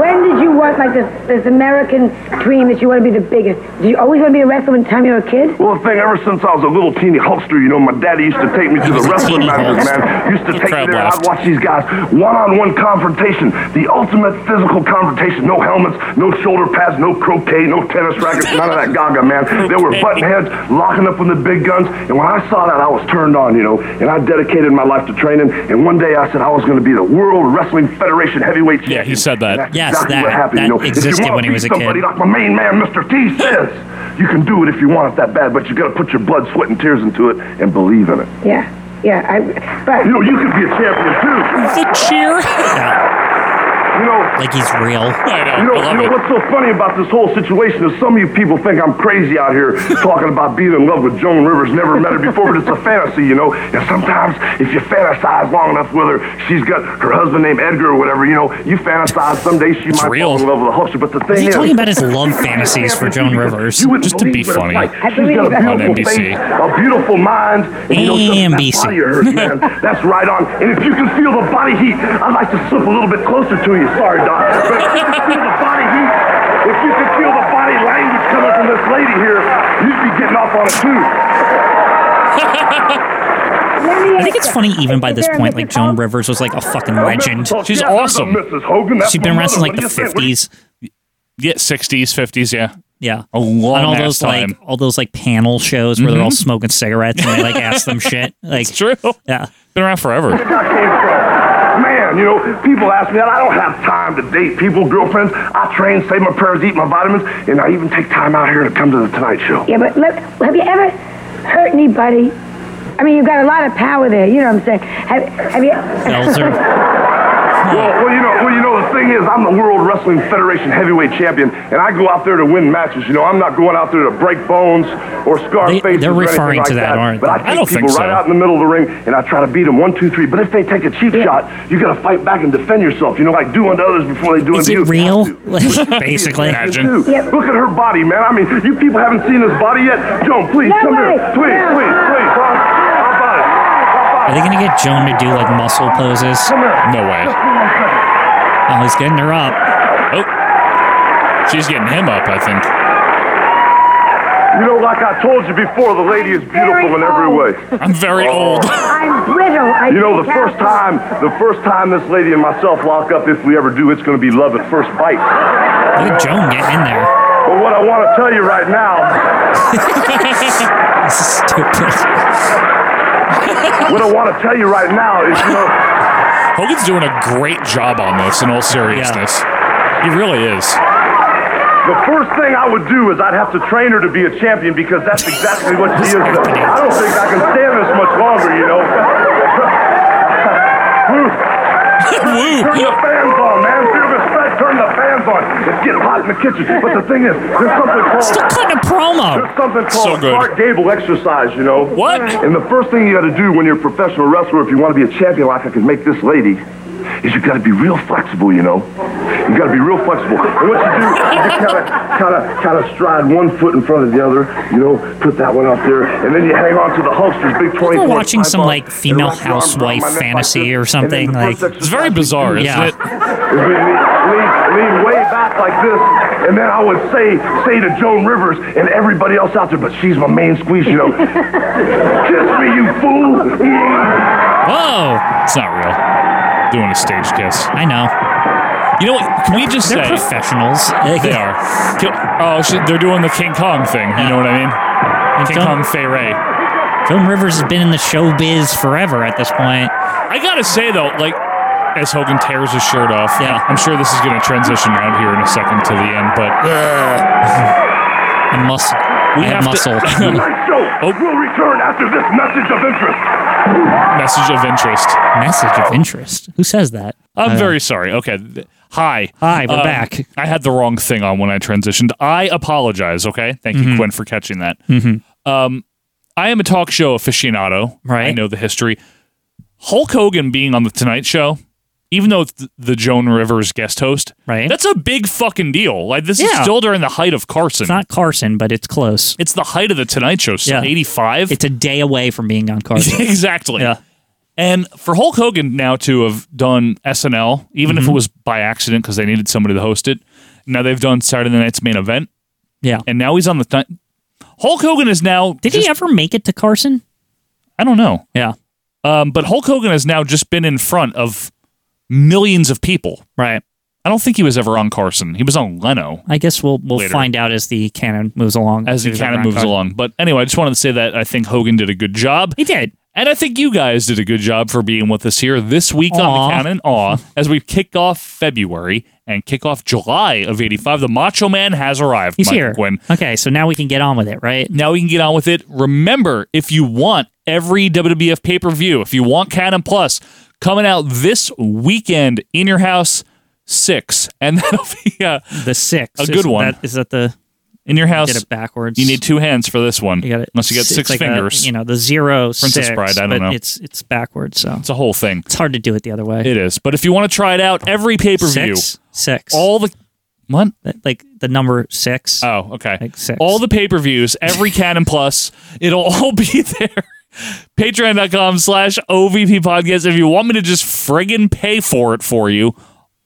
Speaker 17: When did you want like this this American dream that you want to be the biggest? Did you always want to be a wrestler from the time you were a kid?
Speaker 16: Well, the thing, ever since I was a little teeny hulkster, you know, my daddy used to take me to the wrestling matches, man. Used to take me there, and I'd watch these guys one-on-one confrontation, the ultimate physical confrontation. No helmets, no shoulder pads, no croquet, no tennis rackets, none of that gaga, man. They were button heads, locking up on the big guns, and when I saw that, I was turned on, you know, and I dedicated my life to training, and one day I said I was going to be the World Wrestling Federation heavyweight champion. Yeah, he said that.
Speaker 1: Yes,
Speaker 16: exactly
Speaker 1: that-
Speaker 16: what happened,
Speaker 1: that
Speaker 16: you know. If you
Speaker 1: existed
Speaker 16: wanna
Speaker 1: when he
Speaker 16: beat
Speaker 1: was a kid.
Speaker 16: somebody like my main man, Mr. T says. You can do it if you want it that bad, but you gotta put your blood, sweat, and tears into it and believe in it.
Speaker 17: Yeah, yeah. I but
Speaker 16: You know, you could be a champion too.
Speaker 1: The cheer.
Speaker 16: You know,
Speaker 1: like he's
Speaker 2: <laughs>
Speaker 1: real.
Speaker 16: you know, you know what's so funny about this whole situation is some of you people think I'm crazy out here <laughs> talking about being in love with Joan Rivers. Never met her before, but it's a fantasy, you know. And sometimes if you fantasize long enough with her, she's got her husband named Edgar or whatever, you know. You fantasize someday she might fall in love with a huckster. But the thing
Speaker 1: Is he
Speaker 16: is,
Speaker 1: talking about his love fantasies for Joan Rivers? Just to be funny.
Speaker 16: She's got a beautiful face, a beautiful mind, and you know something, that
Speaker 1: NBC.
Speaker 16: body of hers, man. That's right on. And if you can feel the body heat, I'd like to slip a little bit closer to you. Sorry, Doc. But if you can feel the body heat, if you can feel the body language coming from this lady here, you'd be getting off on it too.
Speaker 1: <laughs> I think it's funny even by this point, like Joan Rivers was like a fucking legend.
Speaker 2: She's Yeah, awesome. there's a Mrs. Hogan, that's
Speaker 1: She's been
Speaker 2: my
Speaker 1: wrestling
Speaker 2: mother.
Speaker 1: like the
Speaker 2: What do you think?
Speaker 1: fifties.
Speaker 2: Yeah, sixties, fifties. Yeah,
Speaker 1: yeah.
Speaker 2: A long
Speaker 1: on all
Speaker 2: ass
Speaker 1: those
Speaker 2: time.
Speaker 1: like all those like panel shows where they're all
Speaker 2: Mhm.
Speaker 1: smoking cigarettes and they
Speaker 2: <laughs>
Speaker 1: like ask them shit. Like it's
Speaker 2: true.
Speaker 1: Yeah,
Speaker 2: been around forever.
Speaker 16: I came from. Man, you know, people ask me that. I don't have time to date people, girlfriends. I train, say my prayers, eat my vitamins, and I even take time out here to come to the Tonight Show.
Speaker 17: Yeah, but look, have you ever hurt anybody? I mean, you've got a lot of power there. You know what I'm saying? Have, have you?
Speaker 16: Well, well, you know, well, you know, the thing is, I'm the World Wrestling Federation heavyweight champion, and I go out there to win matches. You know, I'm not going out there to break bones or scar
Speaker 1: They-
Speaker 16: faces.
Speaker 1: they're
Speaker 16: or anything
Speaker 1: referring
Speaker 16: like
Speaker 1: to that, aren't
Speaker 16: But
Speaker 1: they?
Speaker 16: I
Speaker 1: I
Speaker 16: take
Speaker 1: don't
Speaker 16: people
Speaker 1: think
Speaker 16: right
Speaker 1: so.
Speaker 16: out in the middle of the ring, and I try to beat them one, two, three. But if they take a cheap shot, you got to fight back and defend yourself. You know, like do unto others before they do
Speaker 1: Is
Speaker 16: unto you.
Speaker 1: it real? Basically. Imagine.
Speaker 16: Dude, Look at her body, man. I mean, you people haven't seen this body yet. Joan, please
Speaker 17: No
Speaker 16: come
Speaker 17: way.
Speaker 16: here. Please,
Speaker 17: No.
Speaker 16: please, please. huh? How about it?
Speaker 1: Are they gonna get Joan to do like muscle poses? No way. Oh, he's getting her up.
Speaker 2: Oh, she's getting him up. I think.
Speaker 16: You know, like I told you before, the lady is beautiful in every way. Oh.
Speaker 2: I'm very
Speaker 16: <laughs>
Speaker 2: old.
Speaker 17: <laughs> I'm brittle. I
Speaker 16: You know,
Speaker 17: can't
Speaker 16: the first
Speaker 17: help
Speaker 16: time, the first time this lady and myself lock up, if we ever do, it's going to be love at first bite.
Speaker 1: Look at Joan getting in there.
Speaker 16: But what I want to tell you right now.
Speaker 1: This is stupid.
Speaker 16: what I want to tell you right now is, you know,
Speaker 2: Hogan's doing a great job on this. In all seriousness, he really is.
Speaker 16: The first thing I would do is I'd have to train her to be a champion because that's exactly what she is. I don't think I can stand this much longer, you know. Turn the fans on, man. Fear respect, turn the fans on. It's getting hot in the kitchen. But the thing is, there's something called...
Speaker 1: Still cutting a promo.
Speaker 16: There's something called Clark Gable exercise, you know.
Speaker 2: What?
Speaker 16: And the first thing you got to do when you're a professional wrestler, if you want to be a champion like I can make this lady, is you got to be real flexible, you know. You got to be real flexible. And what you do, you kind of, kind of, kind of stride one foot in front of the other, you know, put that one out there, and then you hang on to the holster's big
Speaker 1: I think
Speaker 16: twenty.
Speaker 1: We're watching some like female housewife fantasy or something. Like it's
Speaker 2: very bizarre, isn't
Speaker 1: yeah.
Speaker 2: it?
Speaker 16: lean, lean way back like this, and then I would say say to Joan Rivers and everybody else out there, but she's my main squeeze, you know.
Speaker 2: <laughs>
Speaker 16: Kiss me, you fool!
Speaker 2: Whoa! It's not real. Doing a stage kiss.
Speaker 1: I know.
Speaker 2: You know what? Can we just
Speaker 1: They're
Speaker 2: say
Speaker 1: professionals?
Speaker 2: They
Speaker 1: <laughs>
Speaker 2: are. Can- oh, she, they're doing the King Kong thing. You know what I mean? King Kong Fei Ray.
Speaker 1: Joan Rivers has been in the showbiz forever at this point.
Speaker 2: I gotta say though, like as Hogan tears his shirt off, yeah. I'm sure this is gonna transition out here in a second to the end, but
Speaker 1: and muscle.
Speaker 2: We
Speaker 1: And
Speaker 16: <laughs>
Speaker 2: have <laughs>
Speaker 1: muscle.
Speaker 2: To, Oh.
Speaker 16: Tonight's show will return after this message of interest.
Speaker 2: message of interest.
Speaker 1: Message of interest. Who says that?
Speaker 2: I'm
Speaker 1: Uh,
Speaker 2: very sorry. Okay. th- Hi. Uh,
Speaker 1: Hi, we're back.
Speaker 2: I had the wrong thing on when I transitioned. I apologize, okay? Thank
Speaker 1: Mm-hmm.
Speaker 2: you, Quinn, for catching that.
Speaker 1: Mhm.
Speaker 2: Um, I am a talk show aficionado. Right. I know the history. Hulk Hogan being on the Tonight Show, even though it's th- the Joan Rivers guest host, right? That's a big fucking deal. Like this is
Speaker 1: Yeah.
Speaker 2: still during the height of Carson.
Speaker 1: It's not Carson, but it's close.
Speaker 2: It's the height of the Tonight Show. So
Speaker 1: Yeah.
Speaker 2: 85.
Speaker 1: It's a day away from being on Carson.
Speaker 2: <laughs> exactly. Yeah. And for Hulk Hogan now to have done SNL, even
Speaker 1: Mm-hmm.
Speaker 2: if it was by accident because they needed somebody to host it, now they've done Saturday Night's main event.
Speaker 1: Yeah.
Speaker 2: And now he's on the. Th- Hulk Hogan is now.
Speaker 1: Did he ever make it to Carson?
Speaker 2: I don't know.
Speaker 1: Yeah.
Speaker 2: Um, but Hulk Hogan has now just been in front of millions of people.
Speaker 1: Right.
Speaker 2: I don't think he was ever on Carson. He was on Leno.
Speaker 1: I guess we'll we'll
Speaker 2: Later.
Speaker 1: find out as the canon moves along.
Speaker 2: as the
Speaker 1: Who's ever
Speaker 2: canon
Speaker 1: on
Speaker 2: moves
Speaker 1: Carson.
Speaker 2: along. But anyway, I just wanted to say that I think Hogan did a good job. He
Speaker 1: did.
Speaker 2: And I think you guys did a good job for being with us here this week on
Speaker 1: Aw.
Speaker 2: the canon.
Speaker 1: <laughs>
Speaker 2: Aw, as we kick off February and kick off July of 85, the Macho Man has arrived.
Speaker 1: He's
Speaker 2: Michael
Speaker 1: here.
Speaker 2: Quinn.
Speaker 1: Okay, so now we can get on with it, right?
Speaker 2: Now we can get on with it. Remember, if you want every WWF pay per view, if you want Canon Plus coming out this weekend in your house, six, and <laughs> that'll be uh,
Speaker 1: the six,
Speaker 2: a
Speaker 1: Is
Speaker 2: good one.
Speaker 1: that- Is that the
Speaker 2: in your house,
Speaker 1: did it backwards?
Speaker 2: You need two hands for this one. unless you got
Speaker 1: it's
Speaker 2: six
Speaker 1: like a-
Speaker 2: fingers.
Speaker 1: you know, the zero
Speaker 2: Princess
Speaker 1: six,
Speaker 2: Bride. I don't
Speaker 1: but
Speaker 2: know.
Speaker 1: It's it's backwards, so
Speaker 2: It's a whole thing.
Speaker 1: it's hard to do it the other way.
Speaker 2: It is. But if you want to try it out, every pay per view,
Speaker 1: Six, six.
Speaker 2: all the what?
Speaker 1: Like the number six.
Speaker 2: Oh, okay.
Speaker 1: Like six.
Speaker 2: all the pay per views,
Speaker 1: <laughs>
Speaker 2: every Canon Plus, it'll all be <laughs> there. Patreon.com slash OVP podcast. If you want me to just friggin' pay for it for you,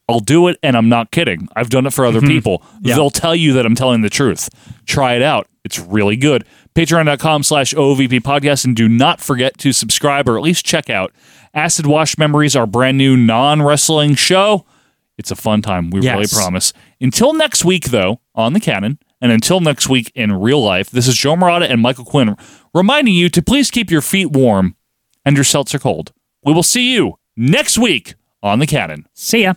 Speaker 2: I'll do it. And I'm not kidding. I've done it for
Speaker 1: Mm-hmm.
Speaker 2: other people. They'll tell you that I'm telling the truth. Try it out. It's really good. Patreon.com slash OVP podcast. And do not forget to subscribe or at least check out Acid Wash Memories, our brand new non wrestling show. It's a fun time. We really
Speaker 1: Yes.
Speaker 2: promise. Until next week, though, on the canon, and until next week in real life, this is Joe Morata and Michael Quinn reminding you to please keep your feet warm and your seltzer cold. We will see you next week on the canon.
Speaker 1: See ya.